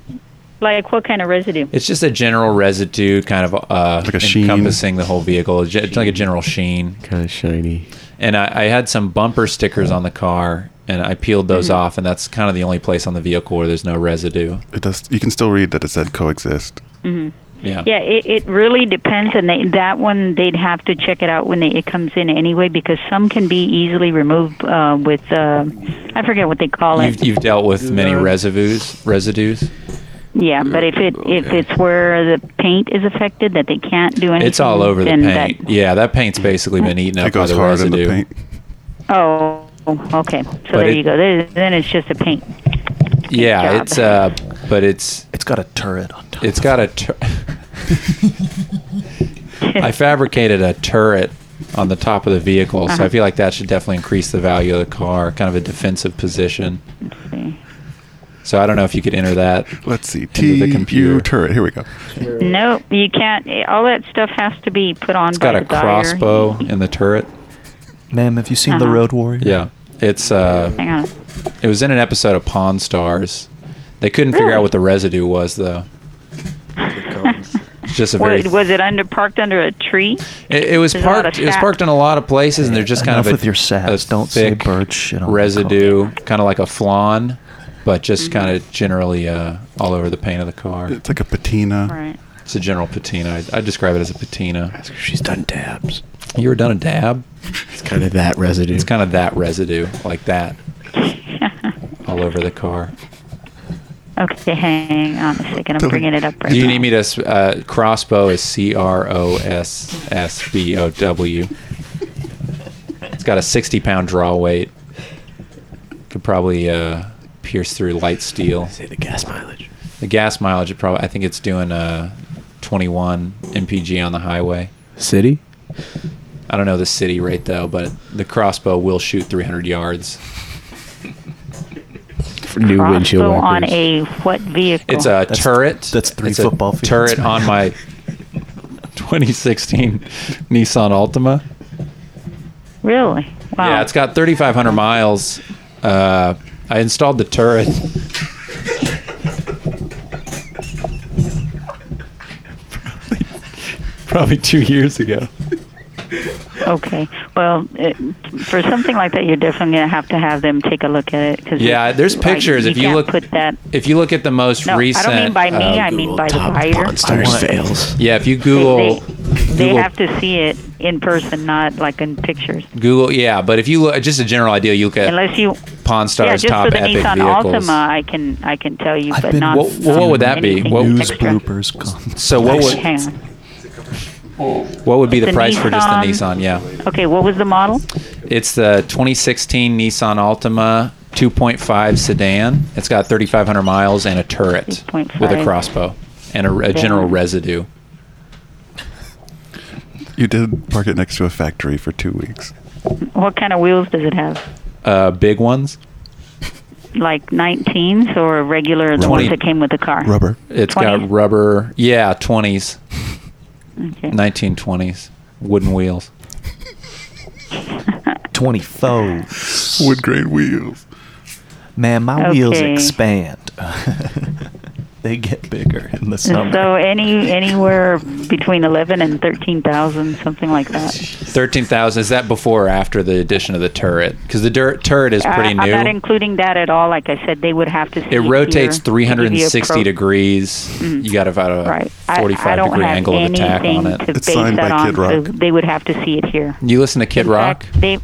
[SPEAKER 9] Like what kind of residue?
[SPEAKER 2] It's just a general residue, kind of uh,
[SPEAKER 4] Like a sheen.
[SPEAKER 2] encompassing the whole vehicle. It's ju- It's like a general sheen.
[SPEAKER 5] Kind of shiny.
[SPEAKER 2] And I, I had some bumper stickers on the car, and I peeled those off, and that's kind of the only place on the vehicle where there's no residue.
[SPEAKER 4] It does. You can still read that it said coexist.
[SPEAKER 2] Yeah.
[SPEAKER 9] Mm-hmm. Yeah, it, it really depends, and they, that one they'd have to check it out when they, it comes in anyway, because some can be easily removed uh, with uh, I forget what they call it.
[SPEAKER 2] You've, you've dealt with many residues. Residues.
[SPEAKER 9] Yeah, but if it if it's where the paint is affected that they can't do anything,
[SPEAKER 2] It's all over the
[SPEAKER 9] then
[SPEAKER 2] paint. yeah, that paint's basically been eaten up
[SPEAKER 4] It goes
[SPEAKER 2] by the
[SPEAKER 4] hard in
[SPEAKER 2] residue.
[SPEAKER 4] the paint.
[SPEAKER 9] That, oh, okay. So there
[SPEAKER 2] it-
[SPEAKER 9] you go. There, then it's just a paint.
[SPEAKER 2] Yeah,
[SPEAKER 9] job.
[SPEAKER 2] it's uh, but it's
[SPEAKER 3] It's got a turret on top.
[SPEAKER 2] It's got
[SPEAKER 9] [LAUGHS]
[SPEAKER 2] a. Tur- I fabricated a turret on the top of the vehicle,
[SPEAKER 9] Uh-huh.
[SPEAKER 2] so I feel like that should definitely increase the value of the car. Kind of a defensive position.
[SPEAKER 9] see.
[SPEAKER 2] So I don't know if you could enter that.
[SPEAKER 4] Let's see.
[SPEAKER 2] Into
[SPEAKER 4] T
[SPEAKER 2] the computer.
[SPEAKER 4] U turret. Here we go.
[SPEAKER 9] No, you can't. All that stuff has to be put on
[SPEAKER 2] It's
[SPEAKER 9] by
[SPEAKER 2] got a
[SPEAKER 9] the buyer.
[SPEAKER 2] crossbow in the turret.
[SPEAKER 3] Ma'am, have you seen The
[SPEAKER 9] Uh-huh.
[SPEAKER 3] Road Warrior?
[SPEAKER 2] Yeah, it's. Uh,
[SPEAKER 9] Hang on.
[SPEAKER 2] it was in an episode of Pawn Stars. They couldn't figure
[SPEAKER 9] Really?
[SPEAKER 2] out what the residue was though. It's just a very.
[SPEAKER 9] Was, was it under parked under a tree?
[SPEAKER 2] It, it was
[SPEAKER 9] There's a lot of
[SPEAKER 2] parked. It was
[SPEAKER 9] sap.
[SPEAKER 2] parked in a lot of places, and they're just kind
[SPEAKER 3] Enough
[SPEAKER 2] of a,
[SPEAKER 3] with your saps.
[SPEAKER 2] a
[SPEAKER 3] Don't say
[SPEAKER 2] thick
[SPEAKER 3] bird shit on the
[SPEAKER 2] residue, kind of like a
[SPEAKER 9] Mm-hmm.
[SPEAKER 2] flan, but just kind of generally uh, all over the paint of the car.
[SPEAKER 4] It's like a patina.
[SPEAKER 9] Right.
[SPEAKER 2] It's a general patina. I, I describe it as a patina.
[SPEAKER 5] She's done dabs.
[SPEAKER 2] You ever done a dab?
[SPEAKER 5] It's kind of that residue.
[SPEAKER 2] It's kind of that residue, like
[SPEAKER 9] [LAUGHS]
[SPEAKER 2] that, all over the car.
[SPEAKER 9] Okay, hang on a second. I'm bringing it up right
[SPEAKER 2] Do you
[SPEAKER 9] now.
[SPEAKER 2] need me to? s- Uh, crossbow is C R O S S B O W. It's got a 60 pound draw weight. Could probably uh, pierce through light steel.
[SPEAKER 5] Say the gas mileage.
[SPEAKER 2] The gas mileage, it probably I think it's doing uh, 21 mpg on the highway.
[SPEAKER 5] City?
[SPEAKER 2] I don't know the city rate though, but the crossbow will shoot 300 yards.
[SPEAKER 5] For new windshield
[SPEAKER 9] Crossbow
[SPEAKER 5] wipers.
[SPEAKER 9] on a what vehicle?
[SPEAKER 2] It's a turret.
[SPEAKER 3] that's three
[SPEAKER 2] It's a
[SPEAKER 3] football fields.
[SPEAKER 2] turret on my
[SPEAKER 3] [LAUGHS]
[SPEAKER 2] 2016 Nissan Altima.
[SPEAKER 9] really wow.
[SPEAKER 2] Yeah, it's got 3,500 miles. Uh, I installed
[SPEAKER 3] [LAUGHS]
[SPEAKER 2] the turret. Probably two years ago.
[SPEAKER 9] okay. Well, it, for something like that, you're definitely gonna have to have them take a look at it. Cause
[SPEAKER 2] Yeah,
[SPEAKER 9] it's-
[SPEAKER 2] there's
[SPEAKER 9] I-
[SPEAKER 2] pictures.
[SPEAKER 9] you
[SPEAKER 2] If you
[SPEAKER 9] can't
[SPEAKER 2] look-
[SPEAKER 9] put that.
[SPEAKER 2] If you look at the most
[SPEAKER 9] No,
[SPEAKER 2] recent,
[SPEAKER 9] I don't mean by me.
[SPEAKER 2] uh,
[SPEAKER 9] I mean by the
[SPEAKER 5] Top
[SPEAKER 9] buyer.
[SPEAKER 5] Monsters
[SPEAKER 3] want-
[SPEAKER 5] fails.
[SPEAKER 2] yeah, if you
[SPEAKER 9] They-
[SPEAKER 2] Google,
[SPEAKER 9] they, they
[SPEAKER 2] Google-
[SPEAKER 9] have to see it in person, not like in pictures.
[SPEAKER 2] Google, yeah, but if you look, just a general idea, you look at
[SPEAKER 9] Unless you,
[SPEAKER 2] Pawn
[SPEAKER 9] yeah,
[SPEAKER 2] Stars
[SPEAKER 9] just
[SPEAKER 2] top
[SPEAKER 9] for the
[SPEAKER 2] epic
[SPEAKER 9] Nissan
[SPEAKER 2] vehicles.
[SPEAKER 9] Altima, I can I can tell you,
[SPEAKER 3] I've
[SPEAKER 9] but
[SPEAKER 3] been-
[SPEAKER 9] not.
[SPEAKER 2] What- what would that be?
[SPEAKER 9] anything
[SPEAKER 2] What-
[SPEAKER 3] News
[SPEAKER 9] extra.
[SPEAKER 3] bloopers. Con-
[SPEAKER 2] So what would
[SPEAKER 9] Hang on.
[SPEAKER 2] what would be the
[SPEAKER 9] The
[SPEAKER 2] price for just the
[SPEAKER 9] Nissan-
[SPEAKER 2] Nissan? Yeah,
[SPEAKER 9] Okay, what was the model?
[SPEAKER 2] it's the 2016 Nissan Altima 2.5 sedan. It's got 3,500 miles and a turret with a
[SPEAKER 9] 2.5.
[SPEAKER 2] crossbow and a, a general
[SPEAKER 9] Sedan.
[SPEAKER 2] residue.
[SPEAKER 4] You did park it next to a factory for two weeks.
[SPEAKER 9] What kind of wheels does it have?
[SPEAKER 2] Uh, big ones.
[SPEAKER 9] Like 19s or regular the
[SPEAKER 2] Twenty.
[SPEAKER 9] ones that came with the car?
[SPEAKER 4] Rubber.
[SPEAKER 2] It's
[SPEAKER 9] 20s?
[SPEAKER 2] got rubber. Yeah, 20s,
[SPEAKER 9] Okay.
[SPEAKER 2] 1920s,
[SPEAKER 9] [LAUGHS]
[SPEAKER 2] wooden wheels.
[SPEAKER 3] 20 foes.
[SPEAKER 4] Wood grain wheels.
[SPEAKER 3] Man, my wheels
[SPEAKER 9] Okay.
[SPEAKER 3] expand. [LAUGHS] they get bigger in the summer.
[SPEAKER 9] [LAUGHS]
[SPEAKER 3] [LAUGHS]
[SPEAKER 9] So any anywhere between 11 and 13,000, something like that.
[SPEAKER 2] Thirteen thousand. Is that before or after the addition of the turret? Because the dirt, turret is
[SPEAKER 9] Uh,
[SPEAKER 2] pretty
[SPEAKER 9] I'm
[SPEAKER 2] new.
[SPEAKER 9] not including that at all. Like I said, they would have to. See
[SPEAKER 2] it
[SPEAKER 9] here to give you
[SPEAKER 2] rotates
[SPEAKER 9] a
[SPEAKER 2] 360
[SPEAKER 9] pro- Mm.
[SPEAKER 2] degrees. You got about a
[SPEAKER 9] Right. I-
[SPEAKER 2] 45
[SPEAKER 9] I, don't
[SPEAKER 2] degree
[SPEAKER 9] have
[SPEAKER 2] angle of
[SPEAKER 9] anything
[SPEAKER 2] attack on it.
[SPEAKER 9] to
[SPEAKER 4] It's
[SPEAKER 9] base
[SPEAKER 4] signed
[SPEAKER 9] that
[SPEAKER 4] by
[SPEAKER 9] on.
[SPEAKER 4] Kid
[SPEAKER 9] so
[SPEAKER 4] Rock.
[SPEAKER 9] they would have to see it here.
[SPEAKER 2] You listen to Kid
[SPEAKER 9] In
[SPEAKER 2] Rock?
[SPEAKER 9] fact, They,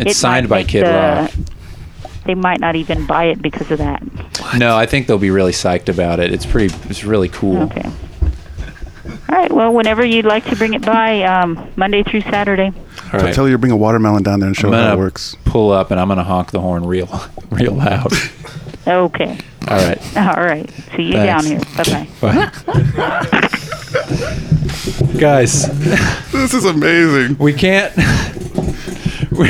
[SPEAKER 2] It's
[SPEAKER 9] it
[SPEAKER 2] signed
[SPEAKER 9] might
[SPEAKER 2] by
[SPEAKER 9] make
[SPEAKER 2] Kid
[SPEAKER 9] the-
[SPEAKER 2] Rock.
[SPEAKER 9] They might not even buy it because of that.
[SPEAKER 2] No, I think they'll be really psyched about it. It's pretty. It's really cool.
[SPEAKER 9] Okay. All right. Well, whenever you'd like to bring it by, um, Monday through Saturday.
[SPEAKER 2] All right.
[SPEAKER 4] Tell you to bring a watermelon down there and show
[SPEAKER 2] I'm
[SPEAKER 4] how
[SPEAKER 2] gonna
[SPEAKER 4] it works.
[SPEAKER 2] pull up and I'm gonna honk the horn real, [LAUGHS] real loud.
[SPEAKER 9] Okay.
[SPEAKER 2] All right.
[SPEAKER 9] All right. See you down
[SPEAKER 2] Thanks.
[SPEAKER 9] here. Bye bye.
[SPEAKER 2] Bye. Guys,
[SPEAKER 4] This is amazing.
[SPEAKER 2] we can't. [LAUGHS] we-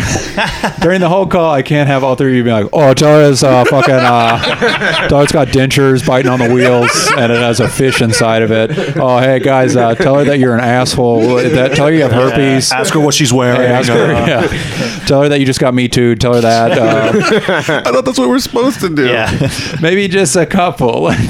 [SPEAKER 2] During the whole call, I can't have all three of you be like, "Oh, Tara's uh, fucking
[SPEAKER 4] [LAUGHS]
[SPEAKER 2] uh, Tara's got dentures biting on the wheels, and it has a fish inside of it." Oh, hey guys, uh, tell her that you're an asshole. That tell her you have herpes.
[SPEAKER 3] Ask her what she's wearing.
[SPEAKER 2] Hey, ask her,
[SPEAKER 3] uh,
[SPEAKER 2] yeah. Tell her that you just got me too. Tell her that. Uh,
[SPEAKER 4] [LAUGHS] I thought that's what we're supposed to do.
[SPEAKER 3] yeah.
[SPEAKER 2] maybe just a couple.
[SPEAKER 4] [LAUGHS]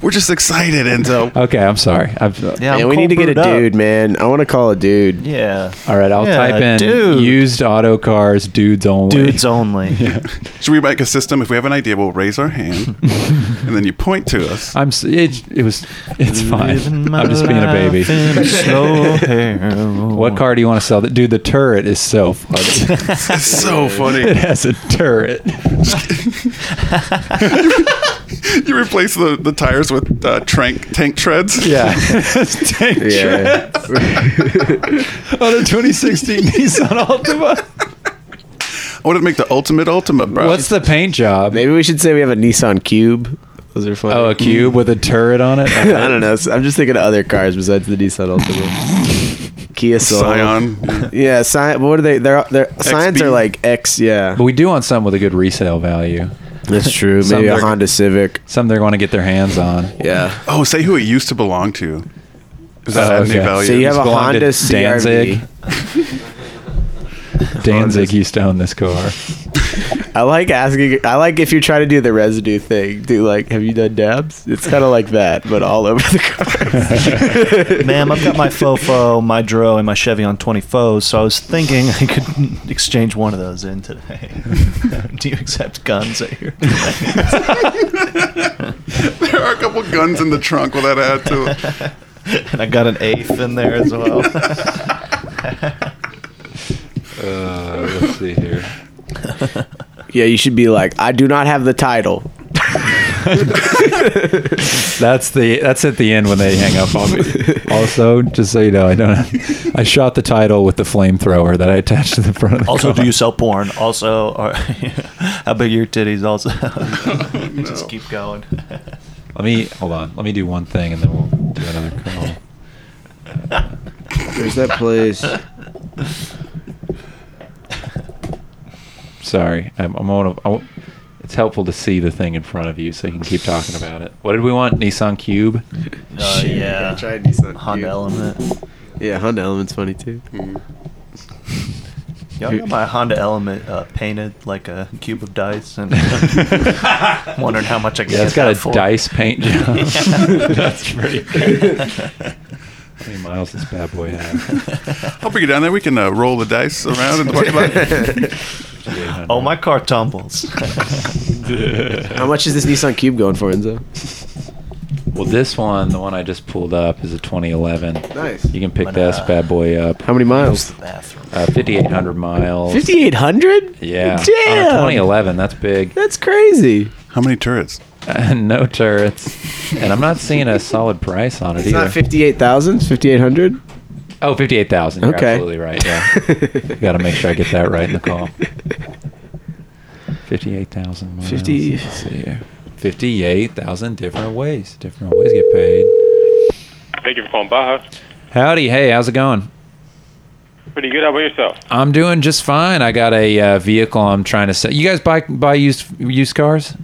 [SPEAKER 4] We're just excited and so
[SPEAKER 2] okay, I'm sorry. I've, uh,
[SPEAKER 3] Yeah,
[SPEAKER 5] Man,
[SPEAKER 3] I'm
[SPEAKER 5] we need to get
[SPEAKER 3] cold
[SPEAKER 5] a
[SPEAKER 3] brewed up.
[SPEAKER 5] dude, man. I want to call a dude.
[SPEAKER 3] Yeah.
[SPEAKER 2] All right, I'll
[SPEAKER 3] Yeah,
[SPEAKER 2] type in
[SPEAKER 3] dude.
[SPEAKER 2] used auto cars, dudes only. [LAUGHS]
[SPEAKER 3] Dudes only.
[SPEAKER 4] Should we make a system? If we have an idea, we'll raise
[SPEAKER 2] [LAUGHS]
[SPEAKER 4] our hand, and then you point to us.
[SPEAKER 2] I'm. s- It, it was. It's
[SPEAKER 3] Living
[SPEAKER 2] fine.
[SPEAKER 3] my
[SPEAKER 2] I'm just being a baby.
[SPEAKER 3] life in
[SPEAKER 2] [LAUGHS]
[SPEAKER 3] a slow harem.
[SPEAKER 2] What car do you want to sell? That dude, the turret is
[SPEAKER 3] [LAUGHS]
[SPEAKER 2] so funny.
[SPEAKER 5] [LAUGHS]
[SPEAKER 4] That's so
[SPEAKER 2] it
[SPEAKER 4] funny.
[SPEAKER 2] has a turret.
[SPEAKER 4] You replace the, the tires with uh, tank tank treads. [LAUGHS]
[SPEAKER 2] Yeah, tank
[SPEAKER 5] Yeah.
[SPEAKER 2] tread on a 2016
[SPEAKER 4] [LAUGHS]
[SPEAKER 2] Nissan Altima.
[SPEAKER 4] I want to make the ultimate Ultima, bro.
[SPEAKER 2] What's the paint job?
[SPEAKER 5] Maybe we should say we have a Nissan Cube. Those are fun.
[SPEAKER 2] Oh, a cube with a turret on
[SPEAKER 5] [LAUGHS]
[SPEAKER 2] it.
[SPEAKER 5] I don't know. I'm just thinking of other cars besides the Nissan Altima.
[SPEAKER 4] [LAUGHS]
[SPEAKER 5] Kia Soul.
[SPEAKER 4] Scion?
[SPEAKER 5] [LAUGHS] Yeah, Scion. What are they? They're they're [LAUGHS] Scions
[SPEAKER 4] XB?
[SPEAKER 5] are like X. Yeah,
[SPEAKER 2] But we do want some with a good resale value.
[SPEAKER 5] that's true.
[SPEAKER 2] Some
[SPEAKER 5] Maybe a
[SPEAKER 2] they're-
[SPEAKER 5] Honda Civic.
[SPEAKER 2] Some they're going to get their hands on.
[SPEAKER 5] Yeah.
[SPEAKER 4] Oh, say who it used to belong to. Is that
[SPEAKER 2] Oh,
[SPEAKER 4] add any
[SPEAKER 2] okay.
[SPEAKER 4] value?
[SPEAKER 5] So you have a
[SPEAKER 2] Just belonged
[SPEAKER 5] Honda
[SPEAKER 2] to
[SPEAKER 5] CRV.
[SPEAKER 2] Danzig used to own this car.
[SPEAKER 5] I like asking. I like if you try to do the residue thing. Do like, have you done dabs? It's kind of like that, but all over the car.
[SPEAKER 3] Ma'am, I've got my fofo, my dro, and my Chevy on 20 foes, so I was thinking I could [LAUGHS] exchange one of those in today. [LAUGHS] Do you accept guns at your place?
[SPEAKER 2] [LAUGHS]
[SPEAKER 4] there are a couple guns in the trunk. Will that add to? it?
[SPEAKER 3] [LAUGHS] and I got an eighth in there as well.
[SPEAKER 2] Uh, let's see here.
[SPEAKER 5] [LAUGHS] Yeah, you should be like, I do not have the title.
[SPEAKER 2] That's the that's at the end when they hang
[SPEAKER 5] [LAUGHS]
[SPEAKER 2] up on me. Also, just so you know, I don't. I shot the title with the flamethrower that I attached to the front of the
[SPEAKER 3] also,
[SPEAKER 2] car.
[SPEAKER 3] do you sell porn? Also, are, [LAUGHS] how big are your titties?
[SPEAKER 2] [LAUGHS]
[SPEAKER 3] Also, [LAUGHS] just keep going.
[SPEAKER 2] Let me hold on. Let me do one thing, and then we'll do another call.
[SPEAKER 5] There's that place.
[SPEAKER 2] Sorry, I'm. I'm on a, I, it's helpful to see the thing in front of you so you can keep talking about it. What did we want? Nissan
[SPEAKER 3] Uh,
[SPEAKER 2] Cube.
[SPEAKER 5] Shit, I
[SPEAKER 3] yeah,
[SPEAKER 5] gotta try Nissan
[SPEAKER 3] Honda
[SPEAKER 5] Cube.
[SPEAKER 3] Element.
[SPEAKER 5] Yeah, Honda Element's funny too.
[SPEAKER 3] Y'all got my Honda Element uh, painted like a cube of dice, [LAUGHS] and wondering how much I can.
[SPEAKER 2] Yeah, it's
[SPEAKER 3] get
[SPEAKER 2] got
[SPEAKER 3] that
[SPEAKER 2] a
[SPEAKER 3] for.
[SPEAKER 2] dice
[SPEAKER 3] [LAUGHS]
[SPEAKER 2] paint job. [LAUGHS]
[SPEAKER 3] Yeah.
[SPEAKER 2] That's pretty.
[SPEAKER 3] [LAUGHS]
[SPEAKER 2] [LAUGHS] Good. How many miles this bad boy have?
[SPEAKER 4] I'll bring you down there. We can uh, roll the dice around and
[SPEAKER 2] [LAUGHS]
[SPEAKER 4] talk [LAUGHS] about it.
[SPEAKER 3] Oh, my car
[SPEAKER 4] [LAUGHS]
[SPEAKER 3] tumbles. [LAUGHS]
[SPEAKER 5] How much is this Nissan Cube going for, Enzo?
[SPEAKER 2] Well, this one, the one I just pulled up, is a 2011.
[SPEAKER 5] Nice.
[SPEAKER 2] You can pick
[SPEAKER 3] But,
[SPEAKER 2] this
[SPEAKER 3] uh,
[SPEAKER 2] bad boy up.
[SPEAKER 5] How many miles?
[SPEAKER 3] Bathroom.
[SPEAKER 2] Uh, 5,800 miles.
[SPEAKER 5] 5,800?
[SPEAKER 2] Yeah. On
[SPEAKER 5] Damn.
[SPEAKER 2] a 2011, that's big.
[SPEAKER 5] That's crazy.
[SPEAKER 4] How many turrets?
[SPEAKER 2] [LAUGHS] no turrets. And I'm not seeing a solid price on it
[SPEAKER 5] It's
[SPEAKER 2] either.
[SPEAKER 5] not 58,000? 5,800?
[SPEAKER 2] oh, 58,000. You're
[SPEAKER 5] Okay.
[SPEAKER 2] absolutely right. Yeah. Got to make sure I get that right in the call. 58,000 miles.
[SPEAKER 5] 50.
[SPEAKER 2] Let's see here. 58,000 different ways. Different ways get paid.
[SPEAKER 10] Thank you for calling by.
[SPEAKER 2] Howdy. Hey, how's it going?
[SPEAKER 10] Pretty good. How about yourself?
[SPEAKER 2] I'm doing just fine. I got a uh, vehicle I'm trying to sell. You guys buy buy used used cars?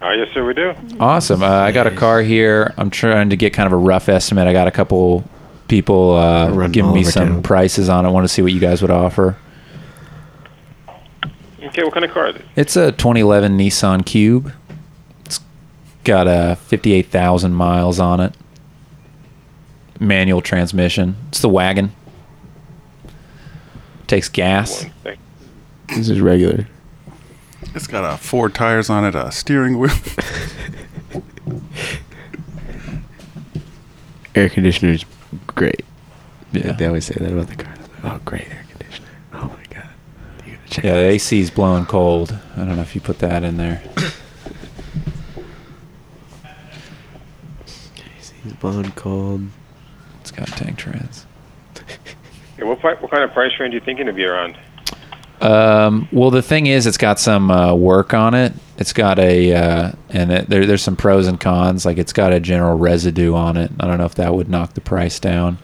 [SPEAKER 10] Uh, yes, sir, we do.
[SPEAKER 2] Awesome. Uh, I got a car here. I'm trying to get kind of a rough estimate. I got a couple people uh,
[SPEAKER 5] Running
[SPEAKER 2] giving
[SPEAKER 5] all
[SPEAKER 2] me
[SPEAKER 5] over
[SPEAKER 2] some
[SPEAKER 5] town.
[SPEAKER 2] prices on it. Want to see what you guys would offer.
[SPEAKER 10] Okay, what kind of car is it?
[SPEAKER 2] It's a 2011 Nissan Cube. It's got uh, 58,000 miles on it. Manual transmission. It's the wagon. Takes gas.
[SPEAKER 10] One thing.
[SPEAKER 5] This is regular.
[SPEAKER 4] It's got uh, four tires on it, a steering wheel. [LAUGHS]
[SPEAKER 5] Air conditioner's great.
[SPEAKER 2] Yeah.
[SPEAKER 5] They always say that about the car. Oh, great air conditioner. Oh, my God. You gotta check
[SPEAKER 2] Yeah,
[SPEAKER 5] it
[SPEAKER 2] the
[SPEAKER 5] out.
[SPEAKER 2] AC is blowing cold. I don't know if you put that
[SPEAKER 5] [COUGHS]
[SPEAKER 2] in there.
[SPEAKER 5] He's blown cold.
[SPEAKER 2] It's got tank trans.
[SPEAKER 10] Yeah, what, pri- what kind of price range are you thinking to be around?
[SPEAKER 2] Um, well, the thing is, it's got some uh, work on it. It's got a uh, and it, there, there's some pros and cons. Like it's got a general residue on it. I don't know if that would knock the price down.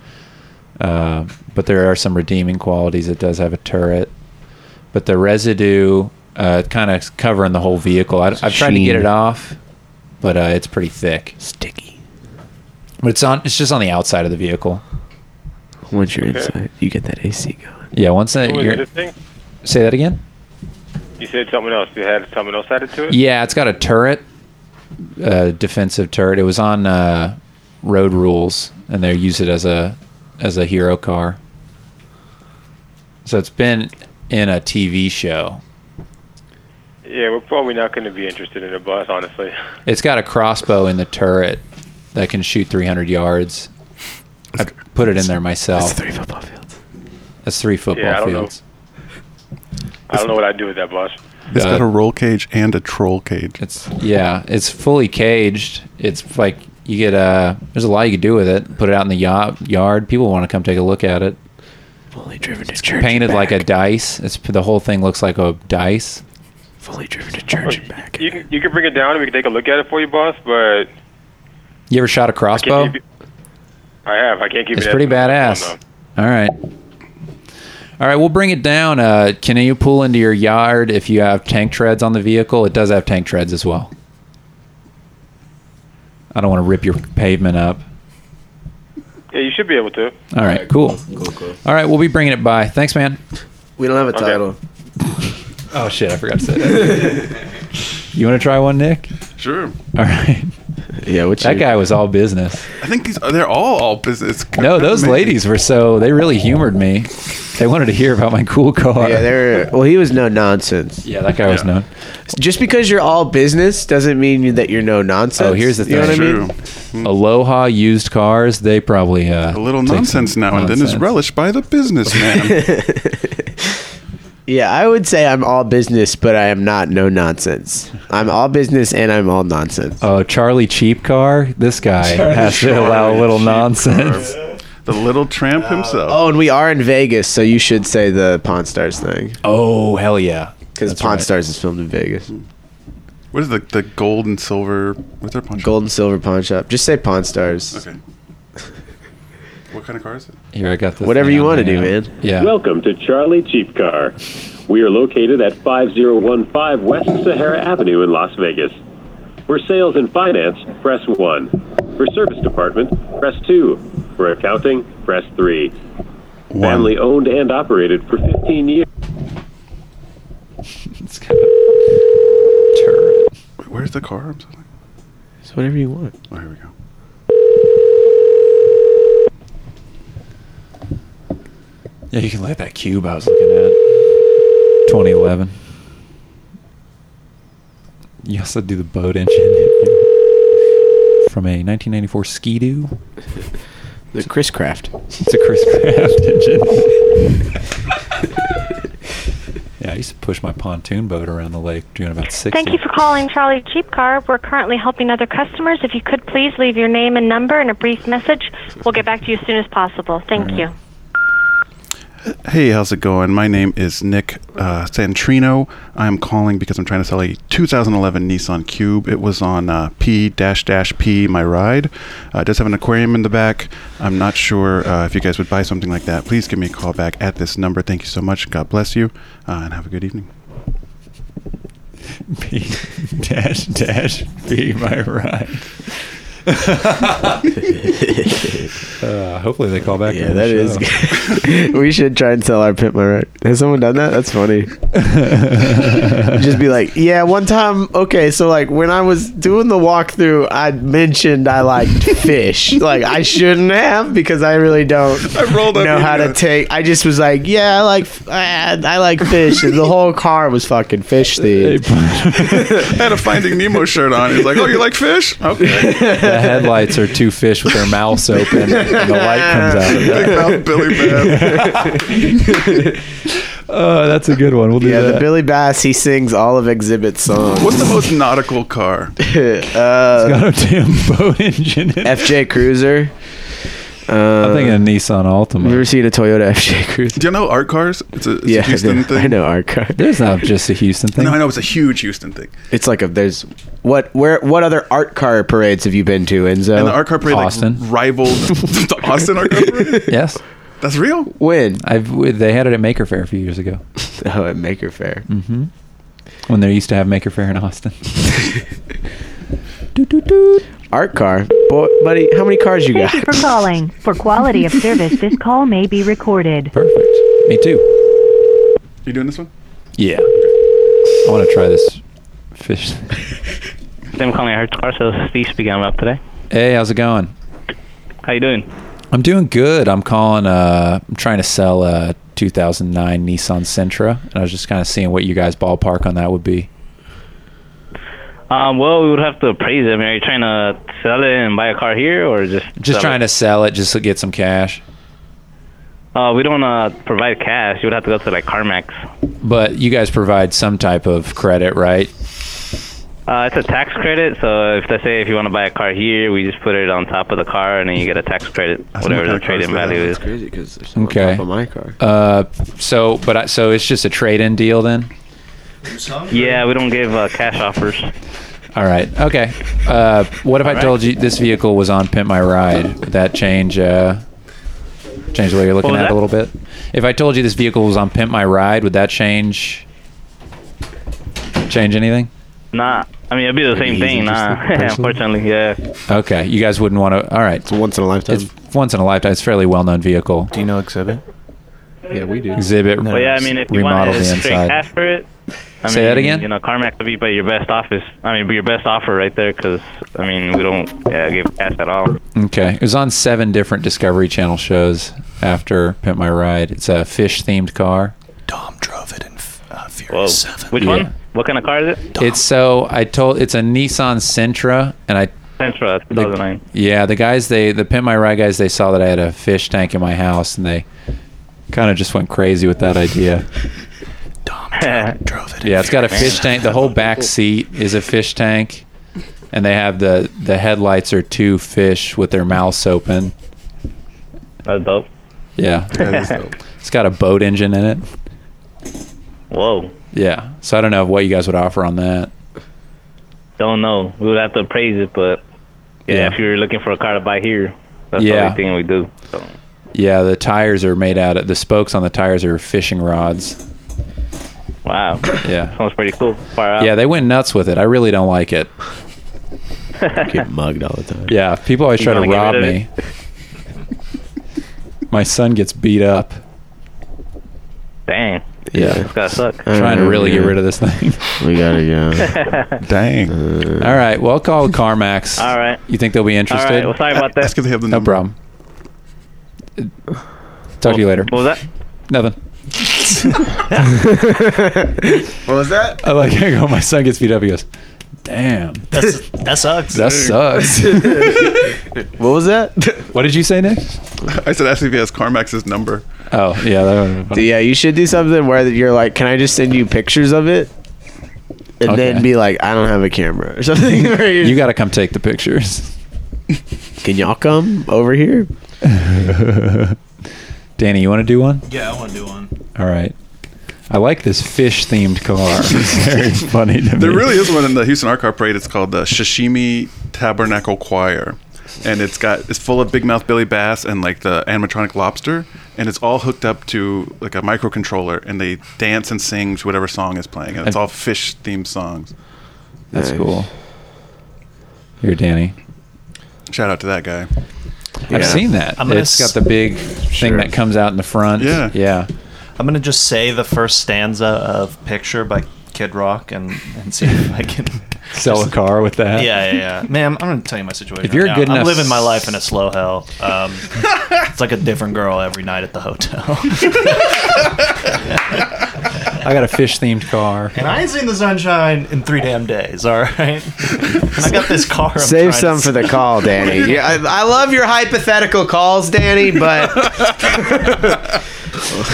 [SPEAKER 2] Uh, but there are some redeeming qualities. It does have a turret, but the residue uh, kind of covering the whole vehicle. I, I've tried to get
[SPEAKER 5] Sheen.
[SPEAKER 2] it off, but uh, it's pretty thick.
[SPEAKER 5] Sticky.
[SPEAKER 2] But it's on. It's just on the outside of the vehicle.
[SPEAKER 5] Once you're inside, you get that AC going.
[SPEAKER 2] Yeah. Once that
[SPEAKER 10] What was
[SPEAKER 2] you're,
[SPEAKER 10] this thing?
[SPEAKER 2] say that again.
[SPEAKER 10] You said something else. You had something else added to it?
[SPEAKER 2] Yeah, it's got a turret, a defensive turret. It was on uh, Road Rules, and they use it as a as a hero car. So it's been in a TV show.
[SPEAKER 10] Yeah, we're probably not going to be interested in a bus, honestly. [LAUGHS]
[SPEAKER 2] It's got a crossbow in the turret that can shoot 300 yards. I put it in there myself.
[SPEAKER 5] Three football fields.
[SPEAKER 2] That's three football
[SPEAKER 10] Yeah, I don't know.
[SPEAKER 2] fields.
[SPEAKER 10] I don't know what I'd do with that bus.
[SPEAKER 4] It's
[SPEAKER 2] Uh,
[SPEAKER 4] got a roll cage and a troll cage.
[SPEAKER 2] It's yeah, it's fully caged. It's like you get uh there's a lot you could do with it. Put it out in the ya- yard. People want to come take a look at it.
[SPEAKER 5] Fully driven to church.
[SPEAKER 2] painted
[SPEAKER 5] and
[SPEAKER 2] like a
[SPEAKER 5] back.
[SPEAKER 2] dice. It's the whole thing looks like a dice.
[SPEAKER 5] Fully driven to church and back.
[SPEAKER 10] You can, you can bring it down and we can take a look at it for you, boss, but
[SPEAKER 2] You ever shot a
[SPEAKER 10] I can't
[SPEAKER 2] crossbow?
[SPEAKER 10] give you. I have. I can't keep
[SPEAKER 2] It's
[SPEAKER 10] it.
[SPEAKER 2] pretty badass. All right. All right, we'll bring it down. Uh, can you pull into your yard if you have tank treads on the vehicle? It does have tank treads as well. I don't want to rip your pavement up.
[SPEAKER 10] Yeah, you should be able to.
[SPEAKER 2] All right, cool.
[SPEAKER 5] Cool, cool.
[SPEAKER 2] All right, we'll be bringing it by. Thanks, man.
[SPEAKER 5] We don't have a
[SPEAKER 10] Okay.
[SPEAKER 5] title.
[SPEAKER 2] Oh
[SPEAKER 5] [LAUGHS]
[SPEAKER 2] shit, I forgot to say that. you want to try one, Nick?
[SPEAKER 4] Sure.
[SPEAKER 2] All right.
[SPEAKER 5] Yeah, which
[SPEAKER 2] that guy was all
[SPEAKER 5] [LAUGHS]
[SPEAKER 2] business.
[SPEAKER 4] I think these they're all all business.
[SPEAKER 2] No, those ladies were so they really humored me. They wanted to hear about my cool car.
[SPEAKER 5] Yeah, they were. Well, he was no nonsense.
[SPEAKER 2] Yeah, that guy was known.
[SPEAKER 5] Just because you're all business doesn't mean that you're no nonsense.
[SPEAKER 2] Oh, here's the
[SPEAKER 5] You know what
[SPEAKER 2] thing.
[SPEAKER 5] I mean?
[SPEAKER 4] True.
[SPEAKER 2] Aloha used cars. They probably uh,
[SPEAKER 4] A little
[SPEAKER 2] take some
[SPEAKER 4] nonsense now and then is
[SPEAKER 2] nonsense.
[SPEAKER 4] relished by the businessman.
[SPEAKER 5] Yeah, I would say I'm all business, but I am not no nonsense. I'm all business and I'm all nonsense.
[SPEAKER 2] Oh, Charlie Cheap Car. This guy has to allow a little nonsense.
[SPEAKER 4] the little tramp himself.
[SPEAKER 5] Oh, and we are in Vegas, so you should say the Pawn Stars thing
[SPEAKER 2] Oh hell yeah!
[SPEAKER 5] because
[SPEAKER 2] That's
[SPEAKER 5] Pawn
[SPEAKER 2] right.
[SPEAKER 5] Stars is filmed in Vegas.
[SPEAKER 4] What is the the gold and silver? What's their punch?
[SPEAKER 5] Gold and silver pawn shop. Just say Pawn Stars.
[SPEAKER 4] Okay. what kind of car is it?
[SPEAKER 2] Here I got this.
[SPEAKER 5] Whatever
[SPEAKER 2] thing
[SPEAKER 5] you
[SPEAKER 2] on
[SPEAKER 5] want to
[SPEAKER 2] my
[SPEAKER 5] do,
[SPEAKER 2] hand.
[SPEAKER 5] man.
[SPEAKER 2] Yeah.
[SPEAKER 11] Welcome to Charlie Cheap Car. We are located at 5015 West Sahara Avenue in Las Vegas. For sales and finance, press 1. For service department, press 2. For accounting, press 3. Family owned and operated for 15 years.
[SPEAKER 2] It's kind of turd.
[SPEAKER 4] Wait, where's the car? I'm sorry.
[SPEAKER 5] It's whatever you want.
[SPEAKER 4] Oh, here we go.
[SPEAKER 2] Yeah, you can light that cube I was looking at. 2011. You also do the boat engine [LAUGHS] from a 1994 Ski-Doo.
[SPEAKER 5] The Chris Craft.
[SPEAKER 2] It's a Chris Craft engine. [LAUGHS] yeah, I used to push my pontoon boat around the lake doing about 60.
[SPEAKER 12] Thank you for calling Charlie Cheap Car. We're currently helping other customers. If you could please leave your name and number and a brief message, we'll get back to you as soon as possible. Thank you.
[SPEAKER 4] Hey, how's it going? My name is Nick uh, Santrino. I'm calling because I'm trying to sell a 2011 Nissan Cube. It was on uh, P dash dash P my ride. Uh, it does have an aquarium in the back. I'm not sure uh, if you guys would buy something like that. Please give me a call back at this number. Thank you so much. God bless you, uh, and have a good evening.
[SPEAKER 2] P dash dash be my ride. [LAUGHS] [LAUGHS] uh, hopefully they call back.
[SPEAKER 5] Yeah,
[SPEAKER 2] on the
[SPEAKER 5] that is.
[SPEAKER 2] show. [LAUGHS]
[SPEAKER 5] Good. [LAUGHS] we should try and sell our pimp my right. Has someone done that? That's
[SPEAKER 2] [LAUGHS]
[SPEAKER 5] funny. Just be like, yeah. One time, okay. So like when I was doing the walkthrough, I mentioned I liked fish.
[SPEAKER 2] [LAUGHS]
[SPEAKER 5] like I shouldn't have because I really don't
[SPEAKER 4] rolled
[SPEAKER 5] know how to take. I just was like, yeah, I like f- I, I like fish, and the whole car was fucking fish
[SPEAKER 2] They
[SPEAKER 5] themed.
[SPEAKER 2] put
[SPEAKER 4] [LAUGHS] had a Finding Nemo shirt on. He's like, "Oh, you like fish? Okay."
[SPEAKER 2] the headlights are two fish with their mouths open, [LAUGHS] and the light comes out of
[SPEAKER 4] [LAUGHS] Big
[SPEAKER 2] them.
[SPEAKER 4] mouth Billy Bass.
[SPEAKER 2] [LAUGHS] [LAUGHS] Oh, that's a good one. We'll do
[SPEAKER 5] Yeah, the
[SPEAKER 2] that.
[SPEAKER 5] Billy Bass he sings all of Exhibit's songs.
[SPEAKER 4] What's
[SPEAKER 2] [LAUGHS]
[SPEAKER 4] the most
[SPEAKER 5] [LAUGHS]
[SPEAKER 4] nautical car?
[SPEAKER 5] uh,
[SPEAKER 2] Got a damn boat engine. In it. [LAUGHS]
[SPEAKER 5] FJ [LAUGHS] Cruiser. Uh,
[SPEAKER 2] I'm thinking a Nissan
[SPEAKER 5] Have you ever
[SPEAKER 2] Altima.
[SPEAKER 5] seen a Toyota FJ Cruiser?
[SPEAKER 4] Do you know art cars? It's a, it's a Houston
[SPEAKER 5] I know,
[SPEAKER 4] thing.
[SPEAKER 5] I know our car.
[SPEAKER 2] There's not just a Houston thing.
[SPEAKER 4] No, I know it's a huge Houston thing.
[SPEAKER 5] It's like a there's what where what other art car parades have you been to, Enzo?
[SPEAKER 4] And the art car parade
[SPEAKER 2] Oh, Austin.
[SPEAKER 4] like rivaled [LAUGHS] the Austin art car parade.
[SPEAKER 2] [LAUGHS] Yes,
[SPEAKER 4] That's real.
[SPEAKER 5] when?
[SPEAKER 2] I've they had it at Maker Fair a few years ago
[SPEAKER 5] [LAUGHS] Oh, at Maker Fair.
[SPEAKER 2] Mm-hmm. when they used to have Maker Fair
[SPEAKER 5] [LAUGHS]
[SPEAKER 2] in Austin.
[SPEAKER 5] Art car, boy, buddy. How many cars you
[SPEAKER 9] Thank
[SPEAKER 5] got?
[SPEAKER 9] you for calling. For quality of service, this call may be recorded.
[SPEAKER 2] Perfect. Me too.
[SPEAKER 4] You doing this one?
[SPEAKER 2] Yeah. I want to try this fish.
[SPEAKER 13] I'm calling Art Car Sales. Steve speaking. I'm up today.
[SPEAKER 2] Hey, how's it going?
[SPEAKER 13] How you doing?
[SPEAKER 2] I'm doing good. I'm calling. Uh, I'm trying to sell a 2009 Nissan Sentra, and I was just kind of seeing what you guys ballpark on that would be.
[SPEAKER 13] Um, well, we would have to appraise it. I mean, are you trying to sell it and buy a car here, or just
[SPEAKER 2] Just trying to sell it, just to get some cash.
[SPEAKER 13] to? Uh, we don't uh, provide cash. You would have to go to like CarMax.
[SPEAKER 2] But you guys provide some type of credit, right?
[SPEAKER 13] Uh, it's a tax credit, so if let's say if you want to buy a car here, we just put it on top of the car, and then you get a tax credit,
[SPEAKER 4] That's
[SPEAKER 13] whatever the
[SPEAKER 4] not how cars
[SPEAKER 13] trade-in
[SPEAKER 4] do that.
[SPEAKER 13] value is.
[SPEAKER 5] That's crazy because there's
[SPEAKER 2] someone Okay. on top of
[SPEAKER 5] my car.
[SPEAKER 2] Uh, so, but I, so it's just a trade-in deal then.
[SPEAKER 13] Yeah, we don't give uh, cash offers.
[SPEAKER 2] All right. Okay. Uh, what if I
[SPEAKER 13] right.
[SPEAKER 2] told you this vehicle was on Pimp My Ride? Would that change uh, change the way you're looking
[SPEAKER 13] What was
[SPEAKER 2] at it
[SPEAKER 13] that?
[SPEAKER 2] a little bit? If I told you this vehicle was on Pimp My Ride, would that change change anything?
[SPEAKER 13] Nah, I mean it'd be the same thing. Nah, [LAUGHS] unfortunately, yeah.
[SPEAKER 2] Okay. You guys wouldn't want to. All right.
[SPEAKER 5] It's a once in a lifetime.
[SPEAKER 2] It's once in a lifetime. It's a fairly well-known vehicle.
[SPEAKER 3] Do you know Exhibit?
[SPEAKER 5] yeah, we do.
[SPEAKER 2] Exhibit.
[SPEAKER 13] But yeah, I mean if you
[SPEAKER 2] remodel
[SPEAKER 13] want to
[SPEAKER 2] the
[SPEAKER 13] straight
[SPEAKER 2] inside.
[SPEAKER 13] cash for it, I
[SPEAKER 2] Say
[SPEAKER 13] mean,
[SPEAKER 2] that again?
[SPEAKER 13] You know, Carmack would be by your best office. I mean, be your best offer right there, because I mean, we don't yeah, give cash at all.
[SPEAKER 2] Okay. It was on seven different Discovery Channel shows after Pimp My Ride. It's a fish themed car.
[SPEAKER 13] Whoa. Which
[SPEAKER 2] Yeah.
[SPEAKER 13] one? What kind of car is it?
[SPEAKER 2] It's so I told it's a Nissan Sentra and I
[SPEAKER 13] Sentra, 2009.
[SPEAKER 2] yeah, the guys they the Pimp My Ride guys they saw that I had a fish tank in my house and they kind of just went crazy with that
[SPEAKER 13] [LAUGHS]
[SPEAKER 2] idea.
[SPEAKER 13] drove it.
[SPEAKER 2] Yeah, it's got a fish tank. The whole back seat is a fish tank, and they have the the headlights are two fish with their mouths open.
[SPEAKER 13] That's dope. [LAUGHS]
[SPEAKER 2] Yeah,
[SPEAKER 13] That is dope.
[SPEAKER 2] it's got a boat engine in it.
[SPEAKER 13] Whoa.
[SPEAKER 2] Yeah, so I don't know what you guys would offer on that.
[SPEAKER 13] Don't know. We would have to appraise it, but yeah,
[SPEAKER 2] Yeah.
[SPEAKER 13] if you're looking for a car to buy here, that's the
[SPEAKER 2] Yeah.
[SPEAKER 13] only thing we do. So.
[SPEAKER 2] Yeah, the tires are made out of the spokes on the tires are fishing rods.
[SPEAKER 13] Wow.
[SPEAKER 2] Yeah,
[SPEAKER 13] sounds pretty cool. Far out. [LAUGHS]
[SPEAKER 2] Yeah, they went nuts with it. I really don't like it.
[SPEAKER 5] Get mugged all the time.
[SPEAKER 2] Yeah, people always
[SPEAKER 5] You
[SPEAKER 2] try to
[SPEAKER 5] wanna get
[SPEAKER 2] rob
[SPEAKER 5] rid of
[SPEAKER 2] me. My son gets beat up.
[SPEAKER 13] Dang.
[SPEAKER 2] Yeah.
[SPEAKER 13] It's gotta suck.
[SPEAKER 2] Trying to really get rid of this thing.
[SPEAKER 5] We gotta
[SPEAKER 13] [LAUGHS] go.
[SPEAKER 2] [LAUGHS] Dang. All right. Well, call CarMax.
[SPEAKER 13] [LAUGHS] All right.
[SPEAKER 2] You think they'll be interested?
[SPEAKER 13] All right, well, sorry about that. Ask
[SPEAKER 4] if they have the
[SPEAKER 2] no problem. Talk to you later.
[SPEAKER 13] What was that? [LAUGHS]
[SPEAKER 2] Nothing.
[SPEAKER 5] what was [LAUGHS] that?
[SPEAKER 2] I like I go. My son gets beat up. He goes, "Damn,
[SPEAKER 3] That's, that sucks.
[SPEAKER 2] that sucks."
[SPEAKER 13] [LAUGHS]
[SPEAKER 2] [LAUGHS]
[SPEAKER 5] what was that?
[SPEAKER 2] What did you say, Nick?
[SPEAKER 4] I said ask if he has Carmax's number.
[SPEAKER 2] Oh yeah, that would have
[SPEAKER 5] yeah, you should do something where you're like, can I just send you pictures of it? And
[SPEAKER 2] Okay.
[SPEAKER 5] then be like, I don't have a camera or [LAUGHS] something.
[SPEAKER 2] [LAUGHS]
[SPEAKER 5] you
[SPEAKER 2] got to come take the pictures.
[SPEAKER 5] [LAUGHS] Can y'all come over here?
[SPEAKER 2] [LAUGHS] Danny, you want to do one?
[SPEAKER 3] Yeah, I want to do one.
[SPEAKER 2] All right. I like this fish themed
[SPEAKER 5] [LAUGHS]
[SPEAKER 2] car. It's very funny to
[SPEAKER 4] There
[SPEAKER 2] me.
[SPEAKER 4] really is one in the Houston Art Car Parade. It's called the Shashimi Tabernacle Choir, and it's got it's full of big mouth Billy Bass and like the animatronic lobster, and it's all hooked up to like a microcontroller, and they dance and sing to whatever song is playing, and it's all fish themed songs.
[SPEAKER 2] That's cool. Here, Danny.
[SPEAKER 4] Shout out to that guy.
[SPEAKER 2] I've seen that.
[SPEAKER 4] I'm
[SPEAKER 2] It's
[SPEAKER 4] gonna
[SPEAKER 2] got the big thing that comes out in the front.
[SPEAKER 3] Yeah.
[SPEAKER 2] Yeah.
[SPEAKER 3] I'm gonna just say the first stanza of "Picture" by Kid Rock and and see if I can
[SPEAKER 2] [LAUGHS] Sell
[SPEAKER 5] Oh.
[SPEAKER 2] a
[SPEAKER 3] just-
[SPEAKER 2] car with that.
[SPEAKER 3] Yeah, yeah, yeah. Man, I'm
[SPEAKER 14] [LAUGHS]
[SPEAKER 3] gonna tell you my situation.
[SPEAKER 2] If you're
[SPEAKER 3] right
[SPEAKER 2] good
[SPEAKER 3] now.
[SPEAKER 2] enough-
[SPEAKER 3] I'm living my life in a slow hell.
[SPEAKER 2] [LAUGHS]
[SPEAKER 3] Um, it's like a different girl every night at the hotel.
[SPEAKER 2] I got a fish themed car.
[SPEAKER 3] And I ain't seen the sunshine in three damn days. All right, and I got this car. I'm trying
[SPEAKER 5] Save
[SPEAKER 3] to
[SPEAKER 5] some for the call,
[SPEAKER 2] [LAUGHS]
[SPEAKER 5] Danny. Yeah, I, I love your hypothetical calls, Danny, but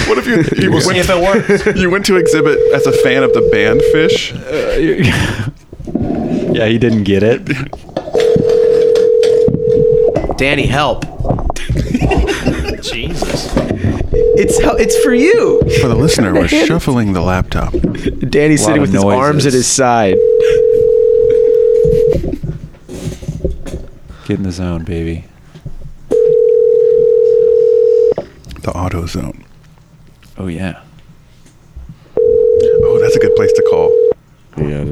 [SPEAKER 4] What
[SPEAKER 2] [LAUGHS]
[SPEAKER 4] if you, you went,
[SPEAKER 3] See if it works.
[SPEAKER 4] [LAUGHS] You went to exhibit as a fan of the band Fish.
[SPEAKER 2] Uh, [LAUGHS] yeah, he didn't get it.
[SPEAKER 4] [LAUGHS]
[SPEAKER 5] Danny, help.
[SPEAKER 3] Jesus.
[SPEAKER 5] It's it's for you.
[SPEAKER 4] For [LAUGHS] the listener, we're shuffling the laptop.
[SPEAKER 5] Danny's
[SPEAKER 4] Lot
[SPEAKER 5] sitting
[SPEAKER 4] of
[SPEAKER 5] with his
[SPEAKER 4] noises.
[SPEAKER 5] arms at his side.
[SPEAKER 2] Get in the zone, baby.
[SPEAKER 4] The auto zone.
[SPEAKER 2] Oh yeah.
[SPEAKER 4] Oh, that's a good place to call.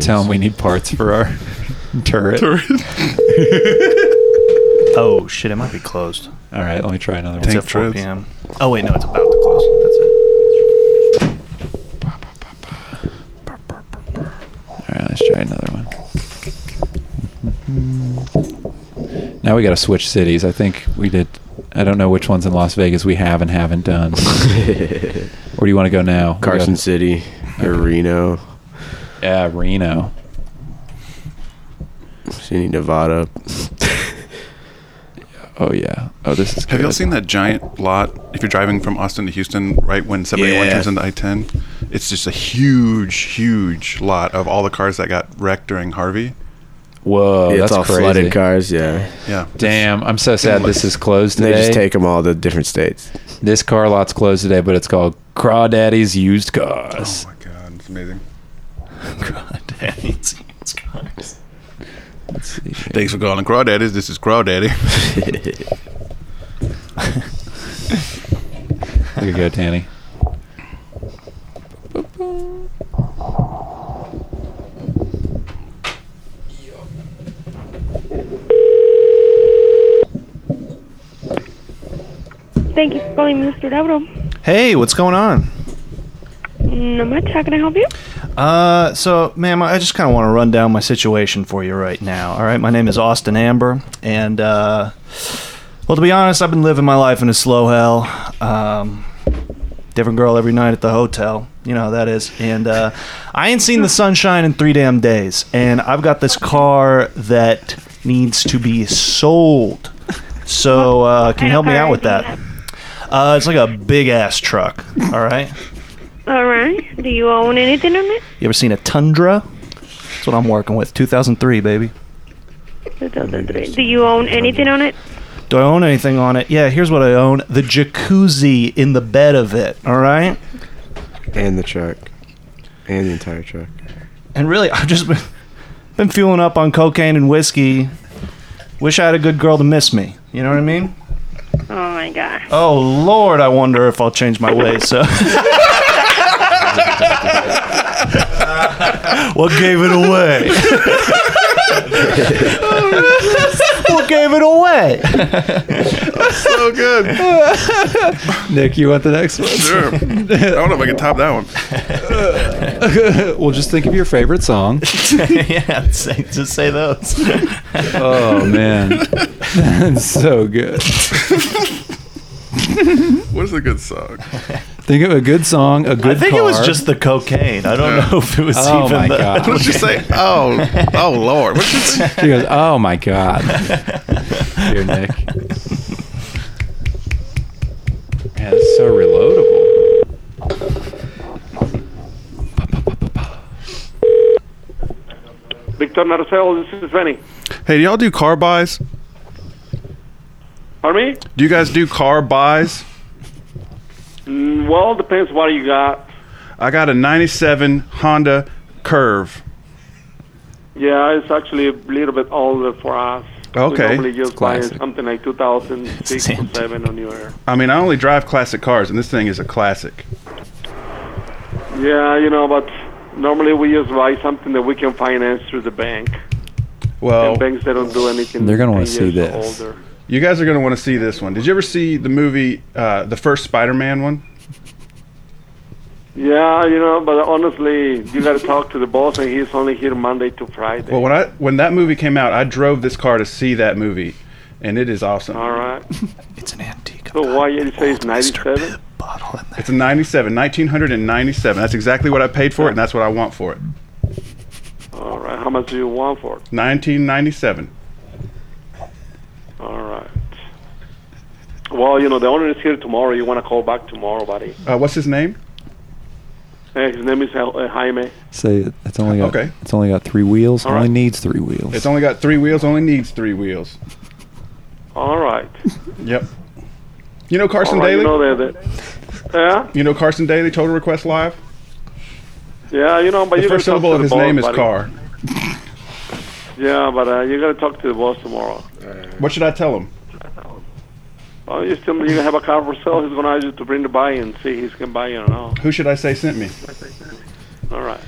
[SPEAKER 2] Tell him we need parts for
[SPEAKER 4] [LAUGHS]
[SPEAKER 2] our turret.
[SPEAKER 3] Oh shit! It might be closed.
[SPEAKER 2] All right, let me try another
[SPEAKER 3] It's
[SPEAKER 2] one.
[SPEAKER 3] at 4 p.m. Oh wait, no, it's about to close. That's it.
[SPEAKER 2] All right, let's try another one. Now we got to switch cities. I think we did. I don't know which ones in Las Vegas we have and haven't
[SPEAKER 5] [LAUGHS]
[SPEAKER 2] done. Where do you want to go now? We
[SPEAKER 5] Carson
[SPEAKER 2] got-
[SPEAKER 5] City or Reno.
[SPEAKER 2] Yeah, Reno.
[SPEAKER 5] City, Nevada.
[SPEAKER 2] [LAUGHS] Oh yeah. Oh, this is.
[SPEAKER 4] Have y'all
[SPEAKER 2] good.
[SPEAKER 4] seen that giant lot? If you're driving from Austin to Houston, right when 71
[SPEAKER 2] Yeah.
[SPEAKER 4] turns into I-10, it's just a huge, huge lot of all the cars that got wrecked during Harvey.
[SPEAKER 2] Whoa,
[SPEAKER 5] it's
[SPEAKER 2] that's
[SPEAKER 5] all
[SPEAKER 2] crazy.
[SPEAKER 5] flooded cars, yeah.
[SPEAKER 4] Yeah.
[SPEAKER 2] Damn, I'm so sad this is closed
[SPEAKER 5] And
[SPEAKER 2] today.
[SPEAKER 5] They just take them all to different states.
[SPEAKER 2] this car lot's closed today, but it's called Crawdaddy's Used Cars.
[SPEAKER 4] Oh my god,
[SPEAKER 2] [LAUGHS]
[SPEAKER 4] it's amazing.
[SPEAKER 3] God damn,
[SPEAKER 4] [LAUGHS]
[SPEAKER 3] it's, it's cars.
[SPEAKER 4] Thanks for calling Crawdaddies. This
[SPEAKER 2] [LAUGHS]
[SPEAKER 4] is Crawdaddy.
[SPEAKER 2] There you go, Danny.
[SPEAKER 14] Thank you for calling Mr. Davro.
[SPEAKER 3] Hey, what's going on?
[SPEAKER 14] Not much. How can I help you?
[SPEAKER 3] Uh, so, ma'am, I just kind of want to run down my situation for you right now. All right, my name is Austin Amber, and uh, well, to be honest, I've been living my life in a slow hell. Um, different girl every night at the hotel. You know how that is. And uh, I ain't seen the sunshine in three damn days. And I've got this car that needs to be sold. So, uh, can you help me out with that? Uh, it's like a big ass truck. All right.
[SPEAKER 14] All right. Do you own anything on it?
[SPEAKER 3] You ever seen a Tundra? That's what I'm working with. 2003, baby.
[SPEAKER 14] 2003. Do you own
[SPEAKER 15] [LAUGHS]
[SPEAKER 14] anything on it?
[SPEAKER 3] Do I own anything on it? Yeah, here's what I own the jacuzzi in the bed of it, all right?
[SPEAKER 5] [LAUGHS] And the truck. And the entire truck.
[SPEAKER 3] And really, [LAUGHS] I've just been, been fueling up on cocaine and whiskey. Wish I had a good girl to miss me. You know what I mean?
[SPEAKER 14] Oh my
[SPEAKER 3] [LAUGHS]
[SPEAKER 14] god.
[SPEAKER 3] Oh, Lord, I wonder if I'll change my ways. So. [LAUGHS] what gave it away? what gave it
[SPEAKER 2] [LAUGHS]
[SPEAKER 3] away?
[SPEAKER 4] so good.
[SPEAKER 2] Nick, you want the next one?
[SPEAKER 4] Sure. I don't know if I can top that one.
[SPEAKER 2] [LAUGHS] well, just think of your favorite
[SPEAKER 4] [LAUGHS]
[SPEAKER 3] [LAUGHS] [LAUGHS]
[SPEAKER 2] song.
[SPEAKER 3] yeah, say, just say those.
[SPEAKER 2] Oh man, that's so good.
[SPEAKER 4] What's a good song?
[SPEAKER 2] Think of a good song, a good.
[SPEAKER 3] I think it was
[SPEAKER 2] car.
[SPEAKER 3] just the cocaine. I don't know if it was
[SPEAKER 2] Oh
[SPEAKER 3] even
[SPEAKER 2] my
[SPEAKER 3] the.
[SPEAKER 4] [LAUGHS]
[SPEAKER 2] God. What'd you say?
[SPEAKER 4] Oh, oh Lord. What'd you say?
[SPEAKER 2] She goes, "Oh my god, dear Nick." Man, it's so reloadable.
[SPEAKER 10] Victor Marcel, this is Vinny.
[SPEAKER 4] [LAUGHS] Hey, do y'all do car buys?
[SPEAKER 10] Pardon me?
[SPEAKER 4] Do you guys do car buys?
[SPEAKER 10] Mm, Well, depends what you got.
[SPEAKER 4] I got a 97 Honda Curve.
[SPEAKER 10] Yeah, it's actually a little bit older for us.
[SPEAKER 4] Okay.
[SPEAKER 10] We normally just
[SPEAKER 4] It's
[SPEAKER 10] buy
[SPEAKER 4] classic.
[SPEAKER 10] something like
[SPEAKER 4] [LAUGHS]
[SPEAKER 10] 2006 or 7 or newer.
[SPEAKER 4] I mean, I only drive classic cars, and this thing is a classic.
[SPEAKER 10] Yeah, you know, but normally we just buy something that we can finance through the bank.
[SPEAKER 4] Well,
[SPEAKER 10] and banks, they don't do anything.
[SPEAKER 4] They're gonna wanna
[SPEAKER 10] 10
[SPEAKER 4] see
[SPEAKER 10] years or
[SPEAKER 4] this.
[SPEAKER 10] Older.
[SPEAKER 4] You guys are going to want to see this one. Did you ever see the movie, uh, the first Spider Man one?
[SPEAKER 10] Yeah, you know, but honestly, you got to talk to the boss, and he's only here Monday to Friday.
[SPEAKER 4] Well, when I when that movie came out, I drove this car to see that movie, and it is awesome.
[SPEAKER 10] All
[SPEAKER 4] [LAUGHS]
[SPEAKER 10] right. it's an antique. So why you say it's 97?
[SPEAKER 4] [LAUGHS] It's a 97, 1997. That's exactly what I paid for it, and that's what I want for it.
[SPEAKER 10] All right. How much do you want for it?
[SPEAKER 4] 1997.
[SPEAKER 10] All right. Well, you know, the owner is here tomorrow. You want to call back tomorrow, buddy.
[SPEAKER 4] Uh, what's his name?
[SPEAKER 10] Eh, his name is uh, Jaime.
[SPEAKER 2] Say it. It's only got.
[SPEAKER 4] Okay.
[SPEAKER 2] It's only got three wheels.
[SPEAKER 10] All
[SPEAKER 2] only
[SPEAKER 10] right.
[SPEAKER 2] needs three wheels.
[SPEAKER 4] It's only got three wheels. Only needs three wheels.
[SPEAKER 10] All right.
[SPEAKER 4] Yep. You know Carson
[SPEAKER 10] All right,
[SPEAKER 4] Daly.
[SPEAKER 10] You know that, that- Yeah,
[SPEAKER 4] You know Carson Daly. Total Request Live.
[SPEAKER 10] yeah, you know, but
[SPEAKER 4] the
[SPEAKER 10] you
[SPEAKER 4] first
[SPEAKER 10] gotta talk
[SPEAKER 4] syllable
[SPEAKER 10] to
[SPEAKER 4] of
[SPEAKER 10] the
[SPEAKER 4] his
[SPEAKER 10] boss,
[SPEAKER 4] name is
[SPEAKER 10] buddy.
[SPEAKER 4] Car.
[SPEAKER 10] Yeah, but uh, you got to talk to the boss tomorrow.
[SPEAKER 4] What should I tell him?
[SPEAKER 10] Oh, you still you have a car for sale? He's gonna ask you to bring the buy and see if he can buy it or not.
[SPEAKER 4] Who should I say sent me?
[SPEAKER 10] All right.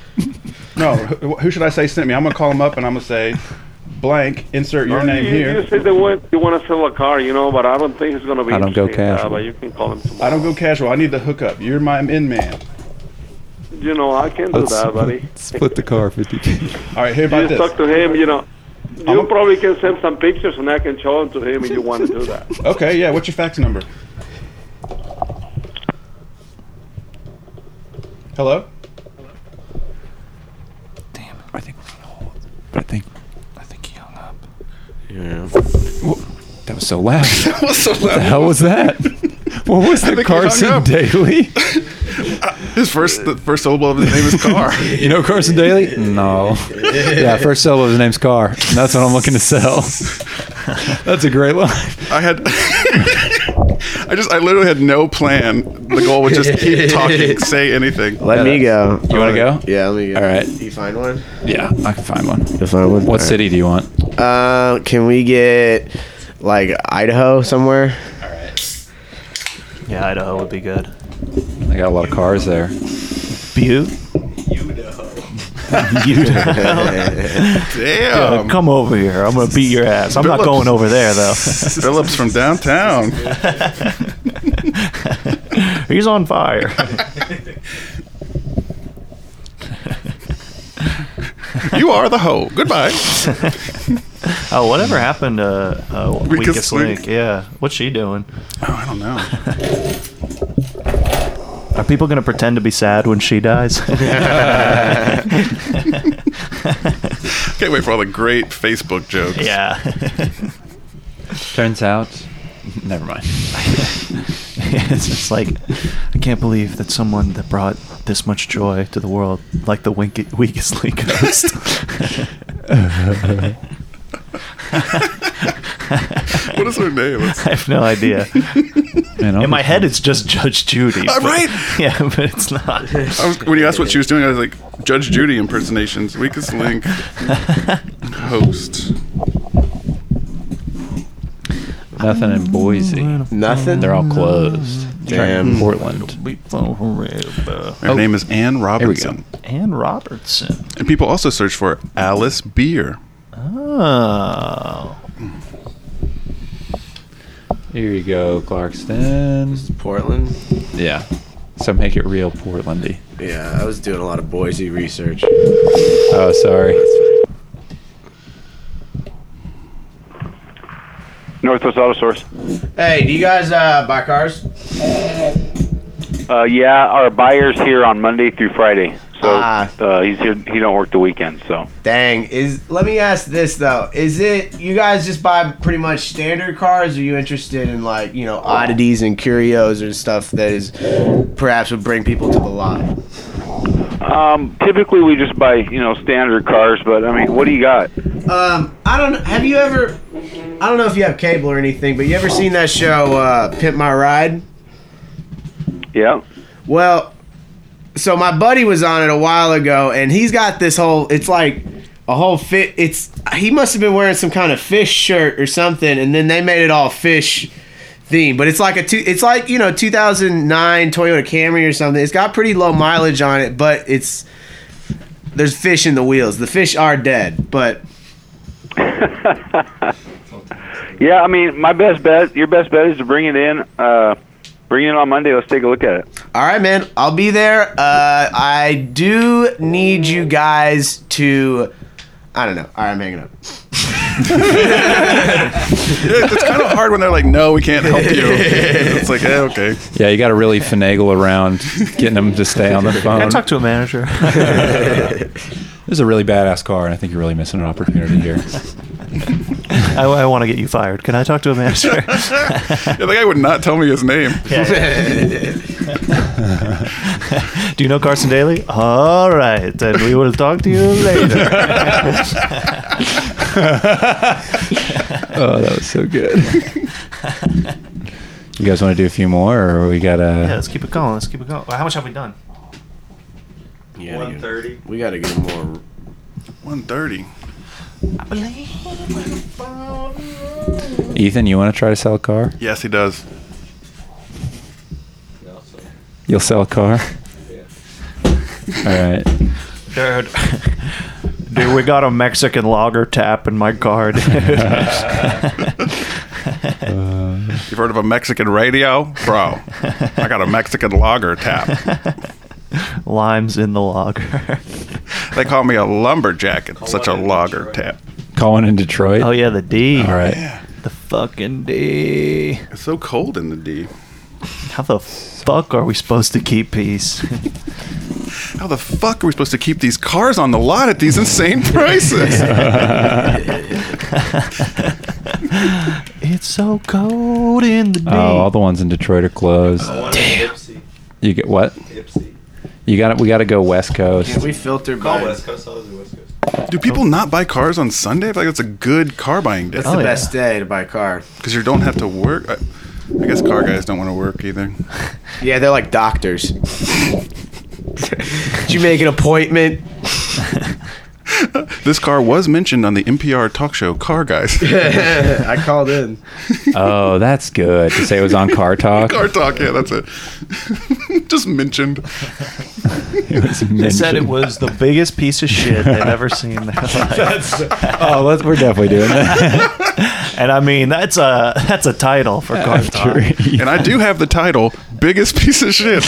[SPEAKER 4] No. Who who should I say sent me? I'm gonna call him up and I'm gonna say, blank. Insert your
[SPEAKER 10] Oh,
[SPEAKER 4] name
[SPEAKER 10] you,
[SPEAKER 4] here.
[SPEAKER 10] You said they want you want to sell a car, you know, but I don't think he's gonna be.
[SPEAKER 4] I don't go
[SPEAKER 10] interested, uh,
[SPEAKER 4] casual.
[SPEAKER 10] but you can call him. Tomorrow.
[SPEAKER 4] I don't go casual. I need the hookup. You're my in man.
[SPEAKER 10] You know, I can do that,
[SPEAKER 2] [LAUGHS]
[SPEAKER 4] [LAUGHS]
[SPEAKER 10] buddy.
[SPEAKER 2] Split the car fifty.
[SPEAKER 4] All right, here
[SPEAKER 10] You just
[SPEAKER 4] about this.
[SPEAKER 10] talk to him. You know, you probably can send some pictures, and I can show them to him if you want to do
[SPEAKER 4] [LAUGHS]
[SPEAKER 10] that.
[SPEAKER 4] Okay, yeah. What's your fax number? Hello.
[SPEAKER 2] But I think. I think he hung up. Yeah. that was so
[SPEAKER 4] [LAUGHS]
[SPEAKER 2] loud. that
[SPEAKER 4] was so
[SPEAKER 2] What
[SPEAKER 4] loud.
[SPEAKER 2] the hell was
[SPEAKER 4] [LAUGHS]
[SPEAKER 2] that? What was
[SPEAKER 4] I
[SPEAKER 2] the
[SPEAKER 4] think he hung
[SPEAKER 2] Carson
[SPEAKER 4] up.
[SPEAKER 2] Daily?
[SPEAKER 4] [LAUGHS] His first the first syllable of his name is Car.
[SPEAKER 2] You know Carson
[SPEAKER 16] [LAUGHS]
[SPEAKER 2] Daly? No. Yeah, first syllable of his name's Carr. And that's what I'm looking to sell. [LAUGHS] That's a great line.
[SPEAKER 4] I had. [LAUGHS] I just I literally had no plan. The goal was just
[SPEAKER 2] [LAUGHS]
[SPEAKER 4] keep talking, say anything.
[SPEAKER 5] Let me go.
[SPEAKER 2] You want to go?
[SPEAKER 5] Yeah, let me go.
[SPEAKER 2] All right.
[SPEAKER 5] You find one? [LAUGHS]
[SPEAKER 2] Yeah, I can find one.
[SPEAKER 5] If I would.
[SPEAKER 2] What
[SPEAKER 5] All right.
[SPEAKER 2] city do you want?
[SPEAKER 5] Uh, can we get like Idaho somewhere?
[SPEAKER 3] [LAUGHS] Yeah, Idaho would be good.
[SPEAKER 2] I got a lot of cars there. [LAUGHS]
[SPEAKER 3] Butte?
[SPEAKER 4] Damn.
[SPEAKER 3] come over here. I'm gonna beat your ass. I'm not
[SPEAKER 4] Phillips.
[SPEAKER 3] going over there though.
[SPEAKER 4] [LAUGHS] Phillips from
[SPEAKER 3] [LAUGHS]
[SPEAKER 4] downtown.
[SPEAKER 3] He's on fire.
[SPEAKER 4] you are the hoe. Goodbye.
[SPEAKER 3] [LAUGHS] Oh, whatever happened to uh,
[SPEAKER 4] Weakest
[SPEAKER 3] Weakest, link.
[SPEAKER 4] Link.
[SPEAKER 3] Yeah. What's she doing?
[SPEAKER 4] Oh, I don't know.
[SPEAKER 3] Are people going to pretend to be sad when she
[SPEAKER 4] [LAUGHS]
[SPEAKER 3] dies? [LAUGHS]
[SPEAKER 4] [LAUGHS] Can't wait for all the great Facebook jokes.
[SPEAKER 3] Yeah.
[SPEAKER 2] Turns out, never mind.
[SPEAKER 3] it's just like, I can't believe that someone that brought this much joy to the world, like the wink- Weakest Link host. [LAUGHS]
[SPEAKER 4] what is her name? It's-
[SPEAKER 3] I have no idea.
[SPEAKER 2] I'll
[SPEAKER 3] In my
[SPEAKER 2] be
[SPEAKER 3] head, it's just Judge Judy.
[SPEAKER 4] Uh,
[SPEAKER 3] but-
[SPEAKER 4] right?
[SPEAKER 3] [LAUGHS] Yeah, but it's
[SPEAKER 5] [LAUGHS]
[SPEAKER 3] not.
[SPEAKER 4] I was, when you asked what she was doing, I was like, Judge Judy impersonations,
[SPEAKER 3] [LAUGHS]
[SPEAKER 4] weakest link, host.
[SPEAKER 2] Nothing in Boise.
[SPEAKER 16] Nothing?
[SPEAKER 2] They're all closed.
[SPEAKER 16] Damn.
[SPEAKER 2] Portland.
[SPEAKER 4] Her
[SPEAKER 2] Oh,
[SPEAKER 4] name is Ann
[SPEAKER 2] we go.
[SPEAKER 4] Robertson.
[SPEAKER 3] Ann Robertson.
[SPEAKER 4] And people also search for Alice Beer.
[SPEAKER 3] Oh.
[SPEAKER 2] Here you go, Clarkston.
[SPEAKER 16] Portland.
[SPEAKER 2] Yeah. So make it real Portlandy.
[SPEAKER 16] Yeah, I was doing a lot of Boise research.
[SPEAKER 2] Oh, sorry.
[SPEAKER 7] Northwest Auto Source.
[SPEAKER 5] Hey, do you guys uh, buy cars?
[SPEAKER 7] Uh, yeah, our buyer's here on Monday through Friday, so uh, he's here. He don't work the weekend, so
[SPEAKER 5] Ah. Dang, is let me ask this though. Is it you guys just buy pretty much standard cars? Are you interested in like, you know, oddities and curios or stuff that is perhaps would bring people to the lot?
[SPEAKER 7] um, typically we just buy you know standard cars. But I mean, what do you got?
[SPEAKER 5] Um, I don't have you ever I don't know if you have cable or anything, but you ever seen that show uh Pimp My Ride?
[SPEAKER 7] Yeah.
[SPEAKER 5] Well, so my buddy was on it a while ago, and he's got this whole. It's like a whole fit. It's he must have been wearing some kind of fish shirt or something, and then they made it all fish theme. But it's like a two. It's like you know 2009 Toyota Camry or something. It's got pretty low mileage on it, but it's there's fish in the wheels. The fish are dead, but
[SPEAKER 7] Yeah, I mean, my best bet, your best bet is to bring it in. Uh, bring it in on Monday. Let's take a look at it.
[SPEAKER 5] All right, man. I'll be there. Uh, I do need you guys to. I don't know. All right, I'm
[SPEAKER 3] [LAUGHS]
[SPEAKER 5] hanging up.
[SPEAKER 4] [LAUGHS] Yeah, it's kind of hard when they're like, no, we can't help
[SPEAKER 5] [LAUGHS]
[SPEAKER 4] you. [LAUGHS] It's like, eh, okay.
[SPEAKER 2] Yeah, you got to really finagle around getting them to stay on the phone.
[SPEAKER 3] I talked to a
[SPEAKER 4] [LAUGHS]
[SPEAKER 3] manager.
[SPEAKER 2] [LAUGHS]
[SPEAKER 3] [LAUGHS]
[SPEAKER 2] This is a really badass car, and I think you're really missing an opportunity here.
[SPEAKER 3] I, I want to get you fired. Can I talk to a manager?
[SPEAKER 4] Yeah, the guy would not tell me
[SPEAKER 3] [LAUGHS]
[SPEAKER 4] his name.
[SPEAKER 3] Do you know Carson Daly? All right, then we will talk to you
[SPEAKER 4] [LAUGHS]
[SPEAKER 3] later. Uh.
[SPEAKER 2] oh, that was so good. you guys want to do a few more, or we got uh,
[SPEAKER 3] yeah,
[SPEAKER 2] to?
[SPEAKER 3] let's keep it going. Let's keep it going. Well, How much have we done?
[SPEAKER 16] One thirty. We gotta get more.
[SPEAKER 4] One thirty.
[SPEAKER 2] Ethan, you want to try to sell a car?
[SPEAKER 4] Yes, he does.
[SPEAKER 2] You'll sell
[SPEAKER 3] [LAUGHS]
[SPEAKER 2] a car. All right.
[SPEAKER 3] Dude. [LAUGHS] Dude, we got a Mexican lager tap in my
[SPEAKER 4] [LAUGHS]
[SPEAKER 3] car. dude.
[SPEAKER 4] You've heard of a Mexican radio? Bro, I got a Mexican lager tap.
[SPEAKER 3] [LAUGHS] Limes in the lager.
[SPEAKER 4] They call me a lumberjack. It's such a lager tap.
[SPEAKER 2] Calling in Detroit.
[SPEAKER 3] Oh yeah, the D.
[SPEAKER 2] All right.
[SPEAKER 3] The fucking D.
[SPEAKER 4] It's so cold in the D.
[SPEAKER 3] How the fuck are we supposed to keep
[SPEAKER 4] [LAUGHS]
[SPEAKER 3] peace?
[SPEAKER 4] How the fuck are we supposed to keep these cars on the lot at these
[SPEAKER 3] [LAUGHS]
[SPEAKER 4] insane prices?
[SPEAKER 3] it's so cold in the D.
[SPEAKER 2] Oh, all the ones in Detroit are closed.
[SPEAKER 3] Damn.
[SPEAKER 2] You get what? You got it. We got to go West Coast. [LAUGHS]
[SPEAKER 5] Can we filter by?
[SPEAKER 4] Do people not buy cars on Sunday? I feel like that's a good car buying day.
[SPEAKER 3] Oh,
[SPEAKER 5] That's the best day to buy a car.
[SPEAKER 4] Because you don't have to work. I, I guess car guys don't want to work either.
[SPEAKER 5] [LAUGHS] Yeah, they're like doctors. Did you make an appointment?
[SPEAKER 4] [LAUGHS] This car was mentioned on the NPR talk show Car Guys.
[SPEAKER 5] [LAUGHS] I called in.
[SPEAKER 2] [LAUGHS] Oh, that's good to say it was on Car Talk.
[SPEAKER 4] [LAUGHS] car talk, yeah, that's it. [LAUGHS] Just mentioned.
[SPEAKER 2] It was
[SPEAKER 3] They said it
[SPEAKER 2] mentioned.
[SPEAKER 3] was the biggest piece of shit
[SPEAKER 2] [LAUGHS]
[SPEAKER 3] they've ever seen
[SPEAKER 4] [LAUGHS]
[SPEAKER 3] in their [LAUGHS] life.
[SPEAKER 2] Oh, let's, we're definitely doing that.
[SPEAKER 3] And I mean, that's a that's a title for car talk.
[SPEAKER 4] And I do have the title Biggest Piece of Shit.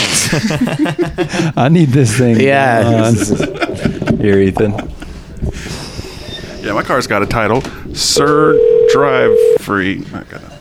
[SPEAKER 2] [LAUGHS] I need this
[SPEAKER 5] [LAUGHS]
[SPEAKER 2] thing.
[SPEAKER 5] Yeah.
[SPEAKER 2] on. Here, Ethan.
[SPEAKER 4] Yeah, my car's got a title. Sir Drive Free. I got it.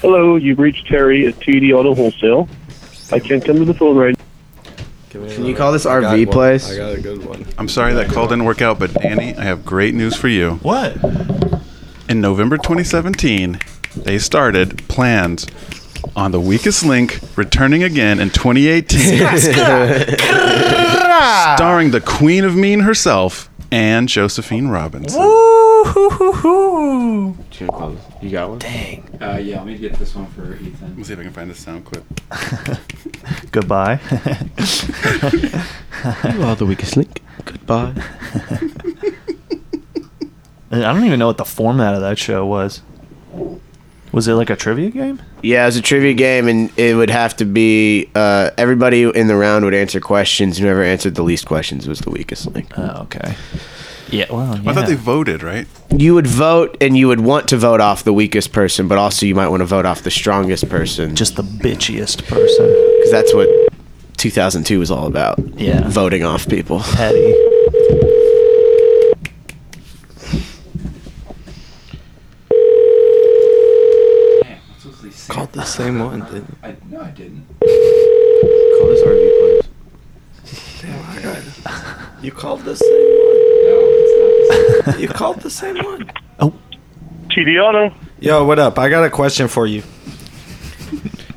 [SPEAKER 10] Hello, you've reached Terry at TD Auto Wholesale. I can't come to the phone right
[SPEAKER 17] Can you call this
[SPEAKER 4] I got
[SPEAKER 17] RV
[SPEAKER 4] one.
[SPEAKER 17] place?
[SPEAKER 4] I
[SPEAKER 17] got a good one.
[SPEAKER 4] I'm sorry that call didn't work out, but Danny, I have great news for you.
[SPEAKER 3] What?
[SPEAKER 4] In November 2017, they started plans on the weakest link returning again in 2018. [LAUGHS] starring the queen of mean herself and Josephine Robbins.
[SPEAKER 3] Woo-hoo-hoo-hoo.
[SPEAKER 17] You got one?
[SPEAKER 3] Dang.
[SPEAKER 2] Uh, yeah, let me get this one for Ethan.
[SPEAKER 4] Let's see if I can find the sound clip.
[SPEAKER 3] Goodbye.
[SPEAKER 5] You are the weakest link. Goodbye.
[SPEAKER 3] [LAUGHS] I don't even know what the format of that show was. Was it like a trivia
[SPEAKER 4] [LAUGHS]
[SPEAKER 3] game?
[SPEAKER 5] Yeah, it was a trivia game, and it would have to be uh, everybody in the round would answer questions. Whoever answered the least questions was the weakest link.
[SPEAKER 3] Oh, okay. [LAUGHS] Yeah, well,
[SPEAKER 4] I thought they voted, right?
[SPEAKER 5] You would vote, and you would want to vote off the weakest person, but also you might want to vote off the strongest person.
[SPEAKER 3] Just the bitchiest person. Because
[SPEAKER 5] that's what 2002 was all about. Yeah. Voting off people. [LAUGHS]
[SPEAKER 3] Petty.
[SPEAKER 2] Called
[SPEAKER 5] the same one, didn't
[SPEAKER 2] I, no, I didn't.
[SPEAKER 5] Call this RV place.
[SPEAKER 18] Oh [LAUGHS] You called the same one. No, it's not. you called the same one.
[SPEAKER 7] TD Auto.
[SPEAKER 18] Yo, what up? I got a question for you.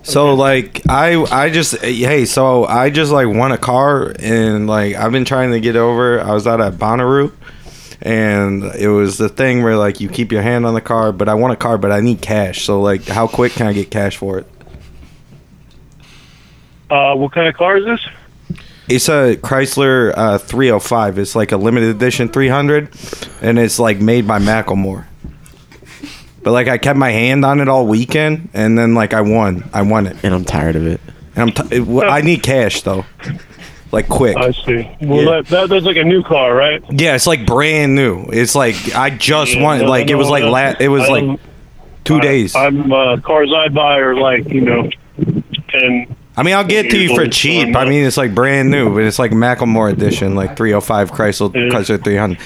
[SPEAKER 18] So like I I just hey so I just like won a car and like I've been trying to get over I was out at Bonnaroo and it was the thing where like you keep your hand on the car but I want a car but I need cash so like how quick can I get cash for it
[SPEAKER 7] Uh, what kind of car is this?
[SPEAKER 18] It's a Chrysler uh, 305 it's like a limited edition 300 and it's like made by Macklemore but like I kept my hand on it all weekend, and then like I won. I won it.
[SPEAKER 5] And I'm tired of it.
[SPEAKER 18] And I'm t- it, well, I need cash though, like quick.
[SPEAKER 7] I see. Well, that, that, that's like a new car, right?
[SPEAKER 18] Yeah, it's like brand new. It's like I just
[SPEAKER 7] Yeah,
[SPEAKER 18] won.
[SPEAKER 7] no,
[SPEAKER 18] Like it
[SPEAKER 7] no,
[SPEAKER 18] was like
[SPEAKER 7] no.
[SPEAKER 18] la- It was
[SPEAKER 7] I
[SPEAKER 18] like
[SPEAKER 7] don't-
[SPEAKER 18] two days. I,
[SPEAKER 7] I'm uh, cars I buy are like you know, and
[SPEAKER 18] mean, I'll get to you for cheap. I mean, it's like brand new, but it's like Macklemore edition, like 305 Chrysler Chrysler 300.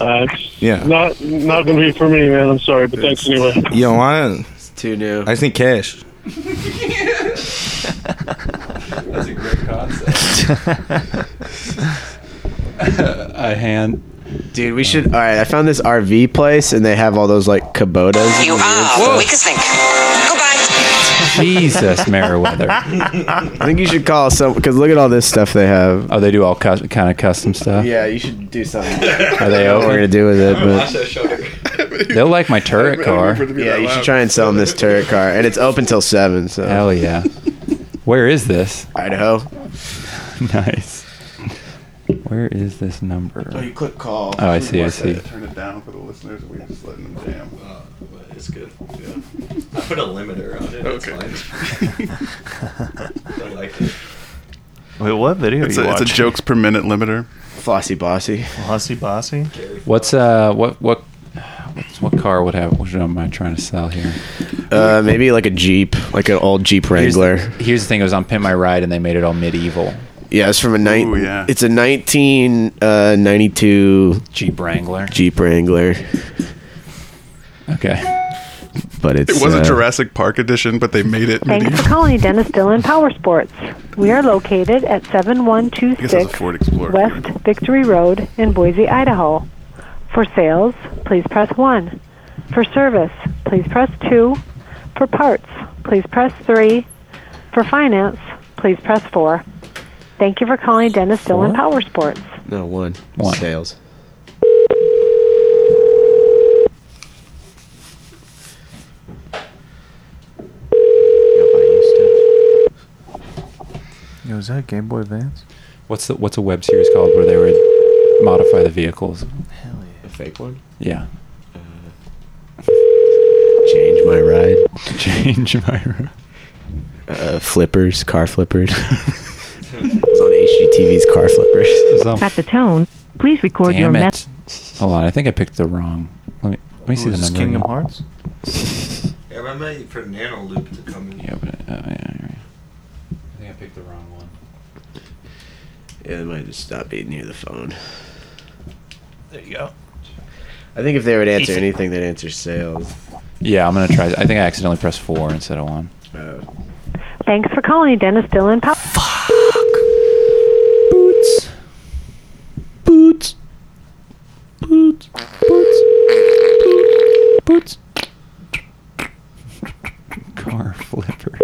[SPEAKER 7] uh,
[SPEAKER 18] Yeah.
[SPEAKER 7] not not gonna be for me, man. I'm sorry, but thanks anyway.
[SPEAKER 18] You don't want it? It's
[SPEAKER 5] too new.
[SPEAKER 18] I just need
[SPEAKER 2] [LAUGHS]
[SPEAKER 18] cash.
[SPEAKER 2] That's a great concept.
[SPEAKER 5] a hand. Dude, we should. All right, I found this RV place, and they have all those like Kubotas.
[SPEAKER 19] You are the weakest [LAUGHS] link. Goodbye.
[SPEAKER 5] Jesus, Meriwether. I think you should call some because look at all this stuff they have.
[SPEAKER 2] Oh, they do all cus- kind of custom stuff.
[SPEAKER 5] Yeah, you should do [LAUGHS] something.
[SPEAKER 2] Are they
[SPEAKER 5] I don't know what we're gonna
[SPEAKER 2] open?
[SPEAKER 5] do with it, but [LAUGHS]
[SPEAKER 2] They'll like my turret car.
[SPEAKER 5] yeah, you should try and sell them this turret car, and it's open till seven. So hell
[SPEAKER 2] yeah. Where is this?
[SPEAKER 5] Idaho.
[SPEAKER 2] [LAUGHS] nice. Where is this number?
[SPEAKER 5] Oh, you click call.
[SPEAKER 2] Oh, I see. I see.
[SPEAKER 4] Turn it down for the listeners. We're just letting them jam.
[SPEAKER 18] Uh, it's good.
[SPEAKER 4] Yeah.
[SPEAKER 18] I put a limiter on it, it's
[SPEAKER 2] [LAUGHS]
[SPEAKER 4] Okay.
[SPEAKER 18] I like it.
[SPEAKER 3] Wait, what video
[SPEAKER 4] It's
[SPEAKER 3] are you
[SPEAKER 4] a- it's a
[SPEAKER 3] watching? [LAUGHS]
[SPEAKER 4] jokes per minute limiter.
[SPEAKER 5] Flossy bossy.
[SPEAKER 3] Bossy bossy.
[SPEAKER 2] What's uh what what what's- what car would have? What am I trying to sell here?
[SPEAKER 5] Uh, maybe like a Jeep, like an old Jeep Wrangler.
[SPEAKER 2] Here's the, here's the thing: it was on Pin My Ride, and they made it all medieval.
[SPEAKER 5] Yeah, it's from a night.
[SPEAKER 2] Ooh, yeah.
[SPEAKER 5] It's a 1992
[SPEAKER 2] Jeep Wrangler.
[SPEAKER 5] Jeep Wrangler.
[SPEAKER 2] Okay.
[SPEAKER 5] But it's
[SPEAKER 4] It was
[SPEAKER 5] uh,
[SPEAKER 4] a Jurassic Park edition, but they made it
[SPEAKER 6] Thanks for calling Dennis Dillon Power Sports. We are located at
[SPEAKER 4] I guess it was
[SPEAKER 6] 7126
[SPEAKER 4] a Ford Explorer.
[SPEAKER 6] West Victory Road in Boise, Idaho. For sales, please press 1. For service, please press 2. For parts, please press 3. For finance, please press 4. Thank you for calling Dennis Dillon
[SPEAKER 5] Four?
[SPEAKER 6] Power Sports.
[SPEAKER 5] no one. sales.
[SPEAKER 3] Yo, is that Game Boy Advance?
[SPEAKER 2] What's the what's a web series called where they would modify the vehicles?
[SPEAKER 1] fake one?
[SPEAKER 2] Yeah.
[SPEAKER 5] Change my ride.
[SPEAKER 2] Change my ride.
[SPEAKER 5] [LAUGHS] Uh, flippers, car flippers. [LAUGHS] it was on HGTV's Car Flippers.
[SPEAKER 20] Oh. At the tone, please record your
[SPEAKER 2] Damn
[SPEAKER 20] message.
[SPEAKER 2] it. Hold on, I think I picked the wrong. Let me let me see the
[SPEAKER 3] Is this
[SPEAKER 2] number.
[SPEAKER 3] Kingdom
[SPEAKER 2] again.
[SPEAKER 3] Hearts?
[SPEAKER 18] Yeah, but I might for Nano Loop to come in.
[SPEAKER 2] Yeah, but uh, yeah, yeah. I think I picked the wrong one.
[SPEAKER 5] Yeah, they might just stop being near the phone.
[SPEAKER 3] There you go.
[SPEAKER 5] I think if they would answer anything, they'd answer sales.
[SPEAKER 2] Yeah, I'm gonna try. I think I accidentally pressed four instead of one.
[SPEAKER 8] Thanks for calling Dennis Dillon. Pop-
[SPEAKER 2] Boots. Boots. Boots. Boots.
[SPEAKER 5] [LAUGHS]
[SPEAKER 2] Boots. Car flippers.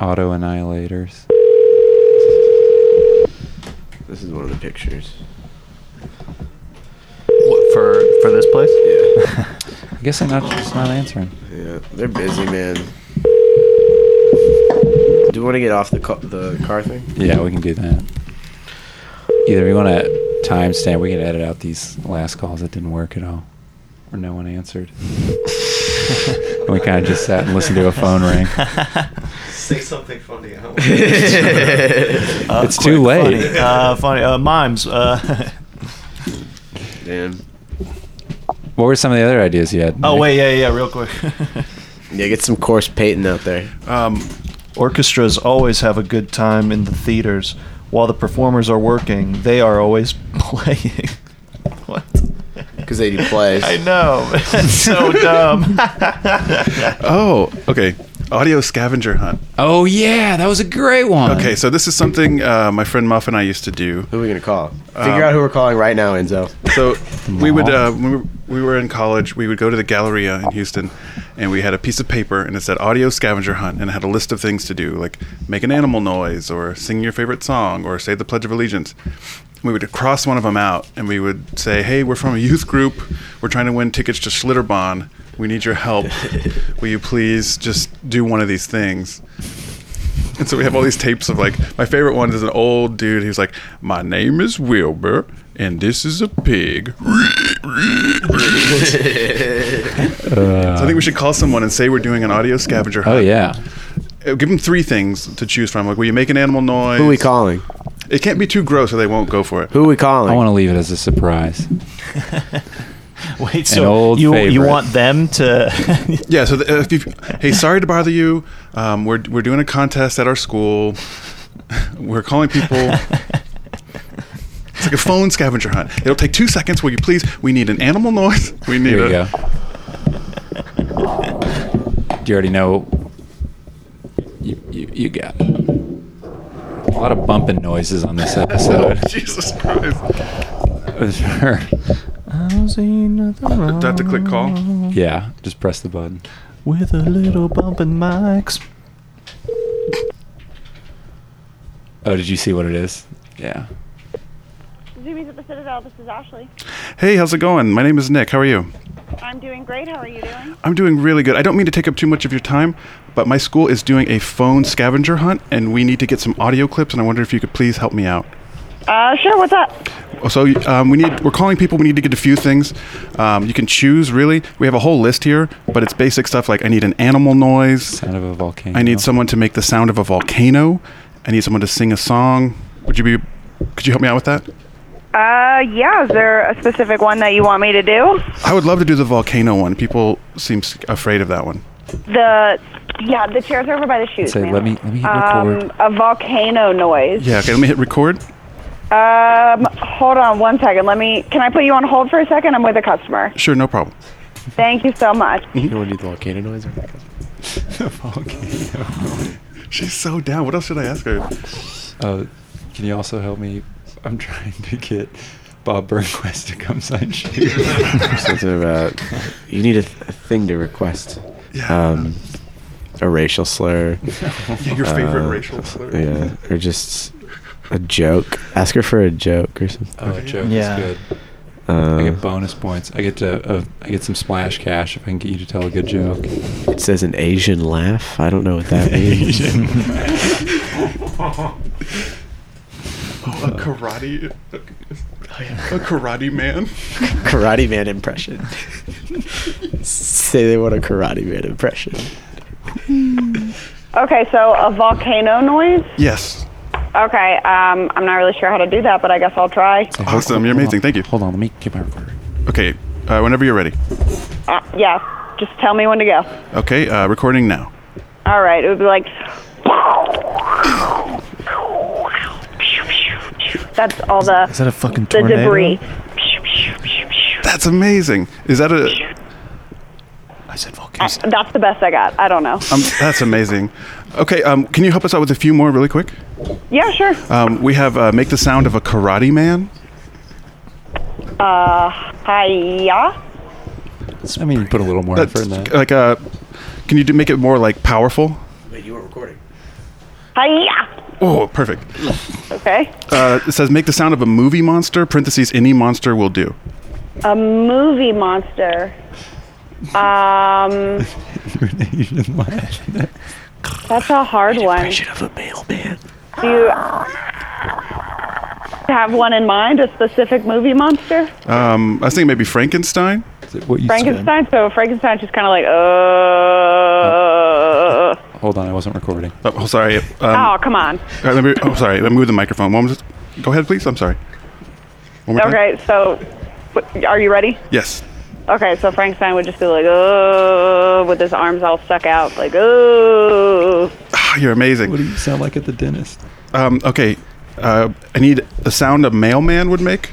[SPEAKER 2] Auto annihilators.
[SPEAKER 5] This is one of the pictures.
[SPEAKER 3] What, for for this place?
[SPEAKER 5] Yeah.
[SPEAKER 2] I guess
[SPEAKER 5] [LAUGHS]
[SPEAKER 2] I'm not just not answering.
[SPEAKER 5] Yeah, they're busy, man. Do you want to get off the ca- the car thing?
[SPEAKER 2] Yeah, we can do that. Either we want to timestamp, we can edit out these last calls that didn't work at all, or no one answered. and we kind of just sat and listened to a phone ring.
[SPEAKER 18] Say something funny.
[SPEAKER 2] [LAUGHS]
[SPEAKER 18] I don't-
[SPEAKER 3] Uh,
[SPEAKER 2] it's too
[SPEAKER 3] quick,
[SPEAKER 2] late.
[SPEAKER 3] Funny, uh, funny. Uh, mimes. Uh, [LAUGHS]
[SPEAKER 5] Damn.
[SPEAKER 2] What were some of the other ideas you had?
[SPEAKER 3] oh
[SPEAKER 2] Nick?
[SPEAKER 3] wait, yeah, yeah, real quick.
[SPEAKER 5] [LAUGHS] Yeah, get some coarse Peyton out there.
[SPEAKER 3] Um, orchestras always have a good time in the theaters. While the performers are working, they are always [LAUGHS] playing. what?
[SPEAKER 5] Because they do plays.
[SPEAKER 3] I know. [LAUGHS] That's so
[SPEAKER 5] [LAUGHS]
[SPEAKER 3] dumb.
[SPEAKER 4] Oh, okay. Audio scavenger hunt.
[SPEAKER 2] Oh yeah, that was a great one.
[SPEAKER 4] Okay, so this is something uh, my friend Muff and I used to do. Um,
[SPEAKER 5] Who are we gonna call? Figure out who we're calling right now, Enzo.
[SPEAKER 4] So
[SPEAKER 5] [LAUGHS]
[SPEAKER 4] we would uh, when we were- we were in college. We would go to the Galleria in Houston, and we had a piece of paper, and it said "Audio Scavenger Hunt," and it had a list of things to do, like make an animal noise, or sing your favorite song, or say the Pledge of Allegiance. We would cross one of them out, and we would say, "Hey, we're from a youth group. We're trying to win tickets to Schlitterbahn. We need your help. Will you please just do one of these things?" And so we have all these tapes of like my favorite one is an old dude who's like, My name is Wilbur and this is a pig. so I think we should call someone and say we're doing an audio scavenger hunt.
[SPEAKER 2] Oh yeah.
[SPEAKER 4] Uh, Give them three things to choose from. Like, will you make an animal noise?
[SPEAKER 5] Who we calling?
[SPEAKER 4] It can't be too gross, or they won't go for it.
[SPEAKER 5] Who we calling?
[SPEAKER 2] I want to leave it as a surprise.
[SPEAKER 3] Wait,
[SPEAKER 4] An old
[SPEAKER 3] you you
[SPEAKER 4] favorite.
[SPEAKER 3] want them to? [LAUGHS]
[SPEAKER 4] yeah. So the, uh, if you, hey, sorry to bother you. Um, we're we're doing a contest at our school. [LAUGHS] We're calling people.
[SPEAKER 3] [LAUGHS]
[SPEAKER 4] It's like a phone scavenger hunt. It'll take two seconds. Will you please? We need an animal noise. We need
[SPEAKER 2] Here
[SPEAKER 4] a.
[SPEAKER 2] we go. Do you already know? You, you, you got it. A lot of bumping noises on this [LAUGHS] episode.
[SPEAKER 4] Jesus Christ.
[SPEAKER 2] Sure.
[SPEAKER 3] I don't see nothing wrong.
[SPEAKER 4] That to click call.
[SPEAKER 2] Yeah, just press the button.
[SPEAKER 3] With a little bump in my ex-
[SPEAKER 2] Oh, did you see what it is? Yeah.
[SPEAKER 15] Zoomies at the Citadel. This is Ashley.
[SPEAKER 4] Hey, how's it going? My name is Nick. How are you?
[SPEAKER 15] I'm doing great. How are you doing?
[SPEAKER 4] I'm doing really good. I don't mean to take up too much of your time, but my school is doing a phone scavenger hunt, and we need to get some audio clips. And I wonder if you could please help me out.
[SPEAKER 15] Uh, sure. What's up?
[SPEAKER 4] So um, we need we're calling people. We need to get a few things. Um, you can choose really. We have a whole list here, but it's basic stuff like I need an animal noise, sound
[SPEAKER 2] of a volcano.
[SPEAKER 4] I need someone to make the sound of a volcano. I need someone to sing a song. Would you be? Could you help me out with that?
[SPEAKER 15] Uh, yeah. Is there a specific one that you want me to do?
[SPEAKER 4] I would love to do the volcano one. People seem s- afraid of that one.
[SPEAKER 15] The yeah, the chairs are over by the shoes.
[SPEAKER 4] Say,
[SPEAKER 15] man.
[SPEAKER 4] let me- let me hit
[SPEAKER 15] Um,
[SPEAKER 4] record.
[SPEAKER 15] a volcano noise.
[SPEAKER 4] Yeah. Okay. Let me hit record.
[SPEAKER 15] Um, hold on one second. Let me. Can I put you on hold for a second? I'm with a customer.
[SPEAKER 4] Sure. No problem.
[SPEAKER 15] Thank you so
[SPEAKER 4] [LAUGHS]
[SPEAKER 15] much.
[SPEAKER 4] You want to do the volcano noise? volcano. [LAUGHS] She's so down. What else should I ask her?
[SPEAKER 2] Uh, can you also help
[SPEAKER 4] [LAUGHS]
[SPEAKER 2] me? I'm trying to get Bob Burnquist to come sign shoes.
[SPEAKER 5] Something about you need a, th- a thing to request.
[SPEAKER 4] Yeah.
[SPEAKER 5] Um, a racial slur.
[SPEAKER 4] [LAUGHS]
[SPEAKER 5] Uh,
[SPEAKER 4] Yeah, your favorite racial slur.
[SPEAKER 5] Yeah, or just a joke. Ask her for a joke or something.
[SPEAKER 2] [LAUGHS] Oh, joke
[SPEAKER 3] Yeah.
[SPEAKER 2] is good. I
[SPEAKER 5] Uh,
[SPEAKER 2] get bonus points. I get to uh, I get some splash cash if I can get you to tell a good joke.
[SPEAKER 5] it says an Asian
[SPEAKER 4] [LAUGHS]
[SPEAKER 5] laugh. I don't know what that means.
[SPEAKER 4] Oh,
[SPEAKER 2] Uh,
[SPEAKER 4] a karate, a karate man.
[SPEAKER 5] Karate Man
[SPEAKER 4] [LAUGHS]
[SPEAKER 5] impression. Say they want a Karate Man impression.
[SPEAKER 15] Okay, so a volcano noise.
[SPEAKER 4] Yes.
[SPEAKER 15] Okay, um, I'm not really sure how to do that, but I guess I'll try.
[SPEAKER 4] Awesome. You're amazing. Thank you.
[SPEAKER 2] Hold on. Let me get my recorder.
[SPEAKER 4] Okay. Uh, whenever you're ready.
[SPEAKER 15] Uh, yeah, just tell me when to go.
[SPEAKER 4] Okay. Uh, recording now.
[SPEAKER 15] All right, it would be like. That's all the.
[SPEAKER 4] Is that a fucking
[SPEAKER 15] the
[SPEAKER 4] tornado?
[SPEAKER 15] debris.
[SPEAKER 4] That's amazing. Is that a?
[SPEAKER 15] I, that's the best I got. I don't know.
[SPEAKER 4] Um, that's amazing. Okay. Um, can you help us out with a few more really quick?
[SPEAKER 15] Yeah, sure.
[SPEAKER 4] Um, we have uh, make the sound of a karate man.
[SPEAKER 15] Uh, hiya.
[SPEAKER 2] I mean, you put a little more
[SPEAKER 4] That's
[SPEAKER 2] effort in that.
[SPEAKER 4] Like uh, can you do, make it more like powerful?
[SPEAKER 5] Wait, you were recording.
[SPEAKER 15] Hiya.
[SPEAKER 4] Oh,
[SPEAKER 2] [LAUGHS]
[SPEAKER 4] perfect.
[SPEAKER 15] Okay.
[SPEAKER 4] Uh, it says make the sound of a movie monster. Parentheses any monster will do.
[SPEAKER 15] A movie monster. Um, that's a hard one. Impression
[SPEAKER 5] of a
[SPEAKER 2] [LAUGHS]
[SPEAKER 5] mailman.
[SPEAKER 15] Do you have one in mind? A specific movie monster?
[SPEAKER 4] Um, I was thinking maybe Frankenstein.
[SPEAKER 2] what
[SPEAKER 15] Frankenstein. So Frankenstein's just kind of like, uh.
[SPEAKER 4] Hold on, I wasn't recording. Oh, oh, sorry. Um,
[SPEAKER 15] oh, come on.
[SPEAKER 4] all right, let me, oh, sorry. Let me move the microphone. One, more- go ahead, please. I'm sorry. One more time.
[SPEAKER 15] Okay, so w- are you ready?
[SPEAKER 4] Yes.
[SPEAKER 15] Okay, so Frankenstein would just be like, oh, with his arms all stuck out, like, oh.
[SPEAKER 4] Ah, you're amazing. What do you sound like at the dentist? Um, okay. Uh, I need the sound a mailman would make.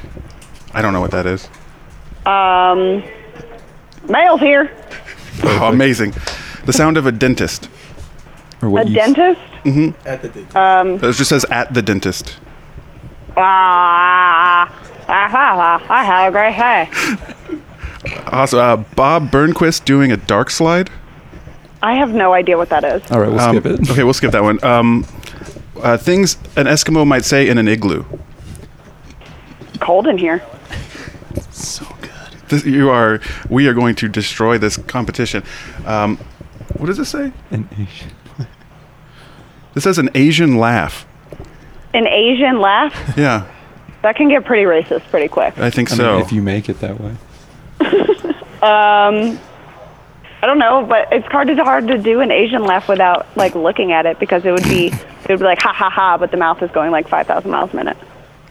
[SPEAKER 4] I don't know what that is. [LAUGHS]
[SPEAKER 15] Um, mail's here.
[SPEAKER 4] Oh, amazing. The sound of a dentist. Or
[SPEAKER 15] A dentist?
[SPEAKER 4] hmm
[SPEAKER 15] At the dentist. Um,
[SPEAKER 4] It just says at the dentist.
[SPEAKER 15] ah, ah, ah, ah, I had a great
[SPEAKER 4] [LAUGHS]
[SPEAKER 15] day.
[SPEAKER 4] Awesome. Uh, Bob Burnquist doing a dark slide.
[SPEAKER 15] I have no idea what that is.
[SPEAKER 4] All right, we'll skip it. Okay, we'll skip that one. Um, uh, things an Eskimo might say in an igloo.
[SPEAKER 15] Cold in here.
[SPEAKER 4] This, you are. We are going to destroy this competition. Um, what does it say? An Asian. This says an Asian laugh.
[SPEAKER 15] An Asian laugh?
[SPEAKER 4] Yeah,
[SPEAKER 15] That can get pretty racist pretty quick.
[SPEAKER 4] I think
[SPEAKER 2] I mean,
[SPEAKER 5] Oh.
[SPEAKER 4] so.
[SPEAKER 2] if you make it that way.
[SPEAKER 15] Um, I don't know, but it's hard to hard to do an Asian laugh without like looking at it because it would be it would be like ha ha ha, but the mouth is going like five thousand miles a minute.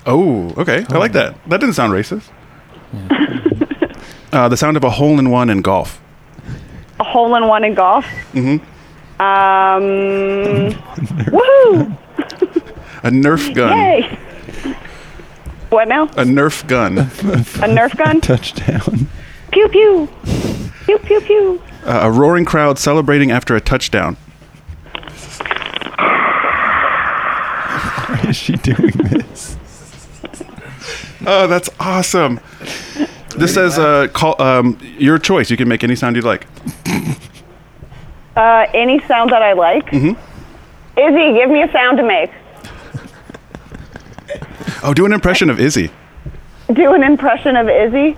[SPEAKER 4] Oh, okay. I like that. That didn't sound racist. uh, the sound of a hole in one in golf.
[SPEAKER 15] A hole in one in golf.
[SPEAKER 4] hmm
[SPEAKER 15] Um, woohoo!
[SPEAKER 4] A Nerf gun.
[SPEAKER 15] Yay! What now?
[SPEAKER 4] A Nerf gun.
[SPEAKER 15] A Nerf gun?
[SPEAKER 4] [LAUGHS] touchdown.
[SPEAKER 15] Pew pew, pew pew pew.
[SPEAKER 4] Uh, a roaring crowd celebrating after a touchdown. Why is she doing this? oh, that's awesome. This says uh, call, um, your choice. You can make any sound you'd like.
[SPEAKER 15] Uh, any sound that I like.
[SPEAKER 4] Mhm.
[SPEAKER 15] Izzy, give me a sound to make.
[SPEAKER 4] Oh, do an impression of Izzy.
[SPEAKER 15] Do an impression of Izzy.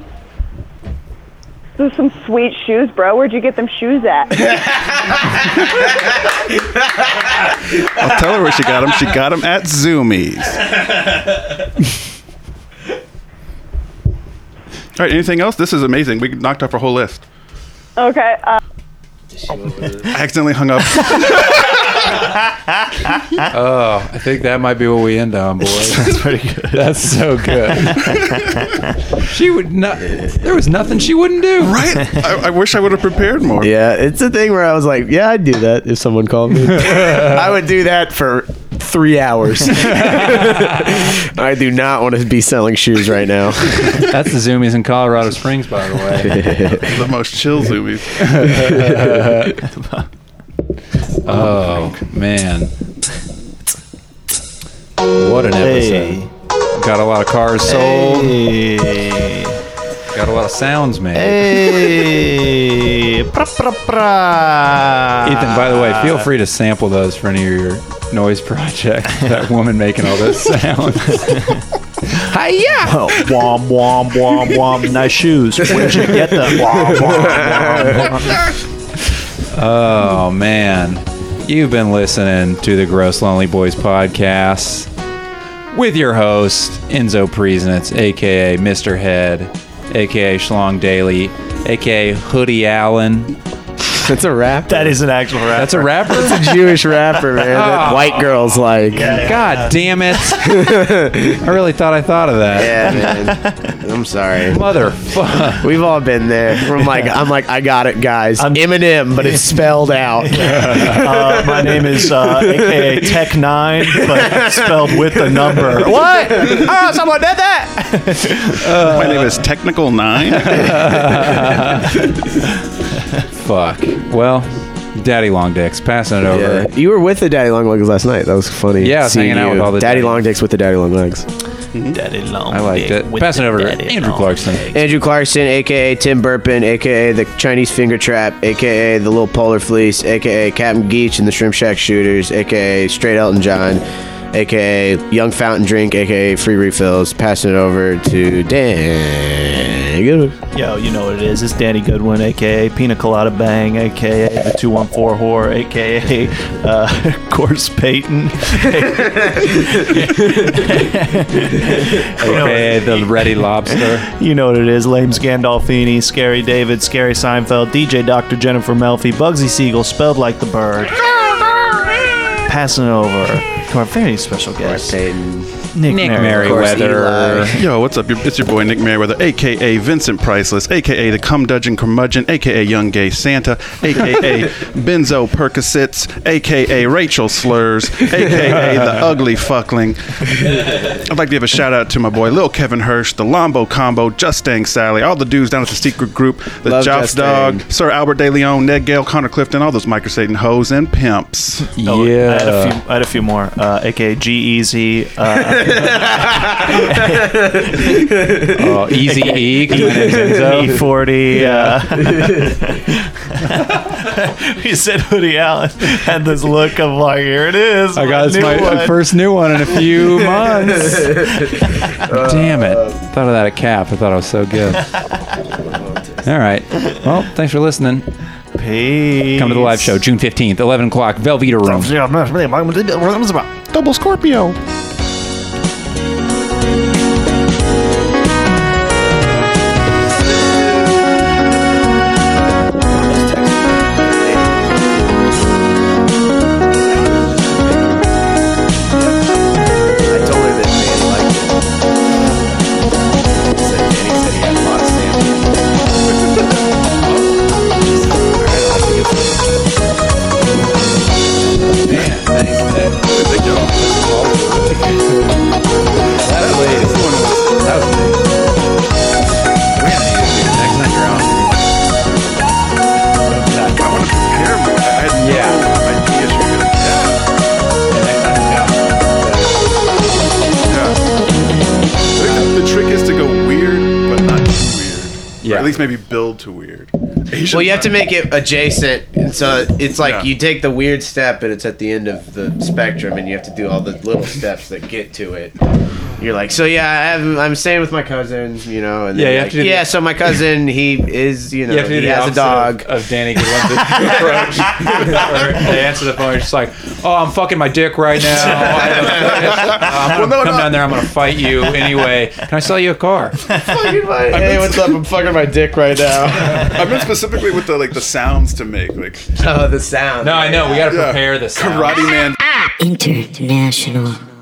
[SPEAKER 15] Those are some sweet shoes, bro. Where'd you get them shoes at?
[SPEAKER 4] I'll tell her where she got them. She got them at Zoomies. All right, anything else? This is amazing. We knocked off our whole list.
[SPEAKER 15] okay. Uh,
[SPEAKER 4] I accidentally hung up.
[SPEAKER 2] oh, I think that might be what we end
[SPEAKER 5] [LAUGHS]
[SPEAKER 2] on, boys. That's pretty good. That's so good. she would not. There was nothing she wouldn't do.
[SPEAKER 4] Right? I, I wish I would have prepared more.
[SPEAKER 5] Yeah, it's a thing where I was like, yeah, I'd do that if someone called me. [LAUGHS] I would do that [LAUGHS] for three hours. [LAUGHS] I do not want to be selling shoes right
[SPEAKER 2] [LAUGHS]
[SPEAKER 5] now.
[SPEAKER 2] That's the Zoomies in Colorado Springs, by the
[SPEAKER 5] [LAUGHS]
[SPEAKER 2] way.
[SPEAKER 4] the most chill Zoomies.
[SPEAKER 2] [LAUGHS] oh man, what an episode! Got a lot of cars sold. Got a lot of sounds made.
[SPEAKER 3] Hey.
[SPEAKER 2] Ethan, by the way,
[SPEAKER 3] Ah.
[SPEAKER 2] feel free to sample those for any of your noise projects. [LAUGHS] that woman making all
[SPEAKER 5] [LAUGHS]
[SPEAKER 2] those sounds.
[SPEAKER 3] Hiya! Oh, womp womp womp womp. Nice shoes. Where'd you get them? Womp, womp, womp, womp.
[SPEAKER 2] [LAUGHS] Oh man, you've been listening to the Gross Lonely Boys podcast. with your host, Enzo Priesnitz, aka Mr. Head, aka Schlong Daily, aka Hoodie Allen.
[SPEAKER 5] That's a rap.
[SPEAKER 3] That is an actual rap.
[SPEAKER 2] That's a rapper.
[SPEAKER 5] That's a Jewish rapper, man. that
[SPEAKER 3] [LAUGHS]
[SPEAKER 2] Oh.
[SPEAKER 5] white girls like.
[SPEAKER 2] God damn
[SPEAKER 5] [LAUGHS]
[SPEAKER 2] it. I really thought I thought of that.
[SPEAKER 5] Yeah, man. I'm sorry.
[SPEAKER 2] Motherfucker.
[SPEAKER 5] We've all been there. I'm like, I'm like, I got it, guys. Eminem, but it's spelled out.
[SPEAKER 3] [COUGHS] Uh, [LAUGHS] my name is uh, AKA Tech Nine, but spelled with a number. [LAUGHS] [LAUGHS] What? Oh, someone did that.
[SPEAKER 4] My name is Technical Nine.
[SPEAKER 5] [LAUGHS]
[SPEAKER 2] [LAUGHS] Fuck. Well, Daddy Long Dicks, passing it over.
[SPEAKER 5] Yeah. You were with the Daddy Long Legs last night. That was funny.
[SPEAKER 2] Yeah, I was
[SPEAKER 5] seeing
[SPEAKER 2] hanging out
[SPEAKER 5] you.
[SPEAKER 2] with all the
[SPEAKER 5] Daddy
[SPEAKER 2] daddies.
[SPEAKER 5] Long Dicks with the Daddy Long Legs.
[SPEAKER 3] Daddy Long.
[SPEAKER 2] I liked it. Passing it over to Andrew Clarkson.
[SPEAKER 5] Andrew Clarkson, aka Tim Burpin, aka the Chinese Finger Trap, aka the Little Polar Fleece, aka Captain Geach and the Shrimp Shack Shooters, aka Straight Elton John, aka Young Fountain Drink, aka Free Refills. Passing it over to Dan. Goodwin.
[SPEAKER 3] Yo, you know what it is. It's Danny Goodwin, aka Pina Colada Bang, aka the 214 Whore, aka uh, [LAUGHS] Course Payton,
[SPEAKER 2] aka the Ready Lobster.
[SPEAKER 3] [LAUGHS] You know what it is. Lames Gandolfini, Scary David, Scary Seinfeld, DJ Dr. Jennifer Melfi, Bugsy Siegel, spelled like the bird. Passing it over to our very special guest, Nick, [LAUGHS]
[SPEAKER 4] Yo, what's up? Your- It's your boy Nick Merriweather, aka Vincent Priceless, aka the Cum Dudgeon Curmudgeon, aka Young Gay Santa, aka Benzo Percocets, aka Rachel Slurs, aka the Ugly Fuckling. I'd like to give a shout out to my boy Lil Kevin Hirsch, the Lombo Combo, Justang Sally, all the dudes down at the Secret Group, the
[SPEAKER 5] Love
[SPEAKER 4] Joff's
[SPEAKER 5] Justang.
[SPEAKER 4] Dog, Sir Albert De Leon, Ned Gale, Connor Clifton, all those micro Satan hoes and pimps.
[SPEAKER 3] Oh, I had a few, I had a few more, uh, aka G Easy.
[SPEAKER 2] Oh, Easy E. 'cause my name's Enzo.
[SPEAKER 3] E40. Uh, he said Hoodie Allen had this look of like, here it is.
[SPEAKER 2] I got it's
[SPEAKER 3] new
[SPEAKER 2] my
[SPEAKER 3] one."
[SPEAKER 2] first new one in
[SPEAKER 3] [LAUGHS]
[SPEAKER 2] a few months. Damn it. Thought of that at cap. I thought I was so good.
[SPEAKER 3] [LAUGHS]
[SPEAKER 2] All right. Well, thanks for listening.
[SPEAKER 3] Peace.
[SPEAKER 2] Come to the live show June 15th, 11 o'clock, Velveeta Room.
[SPEAKER 4] Double Scorpio.
[SPEAKER 7] I told her that Danny liked it. Said Danny said he had a lot of
[SPEAKER 2] [LAUGHS]
[SPEAKER 4] The trick is to go weird, but not too weird.
[SPEAKER 2] Yeah.
[SPEAKER 4] Or at least maybe build to weird.
[SPEAKER 5] Well, you have to make it adjacent, and so it's like
[SPEAKER 4] Yeah.
[SPEAKER 5] you take the weird step, and it's at the end of the spectrum, and you have to do all the little steps that get to it. You're like, so yeah, I have, I'm staying with my cousin, you know, and
[SPEAKER 2] Yeah,
[SPEAKER 5] then
[SPEAKER 2] you have
[SPEAKER 5] like,
[SPEAKER 2] to do the-
[SPEAKER 5] yeah. So my cousin, he is, you know,
[SPEAKER 2] You have to do
[SPEAKER 5] he
[SPEAKER 2] the
[SPEAKER 5] has a dog.
[SPEAKER 2] opposite Of, of Danny Goodwin's [LAUGHS] approach. Where they answer the phone. It's just like, oh, I'm fucking my dick right now. I don't care. I'm gonna come down there. I'm gonna fight you anyway. Can I sell you a car?
[SPEAKER 5] hey, what's up? I'm fucking my dick right now.
[SPEAKER 4] [LAUGHS] I meant specifically with the like the sounds to make, like
[SPEAKER 5] oh, the sound.
[SPEAKER 2] No, I know. We gotta prepare this.
[SPEAKER 4] Karate Man.
[SPEAKER 21] International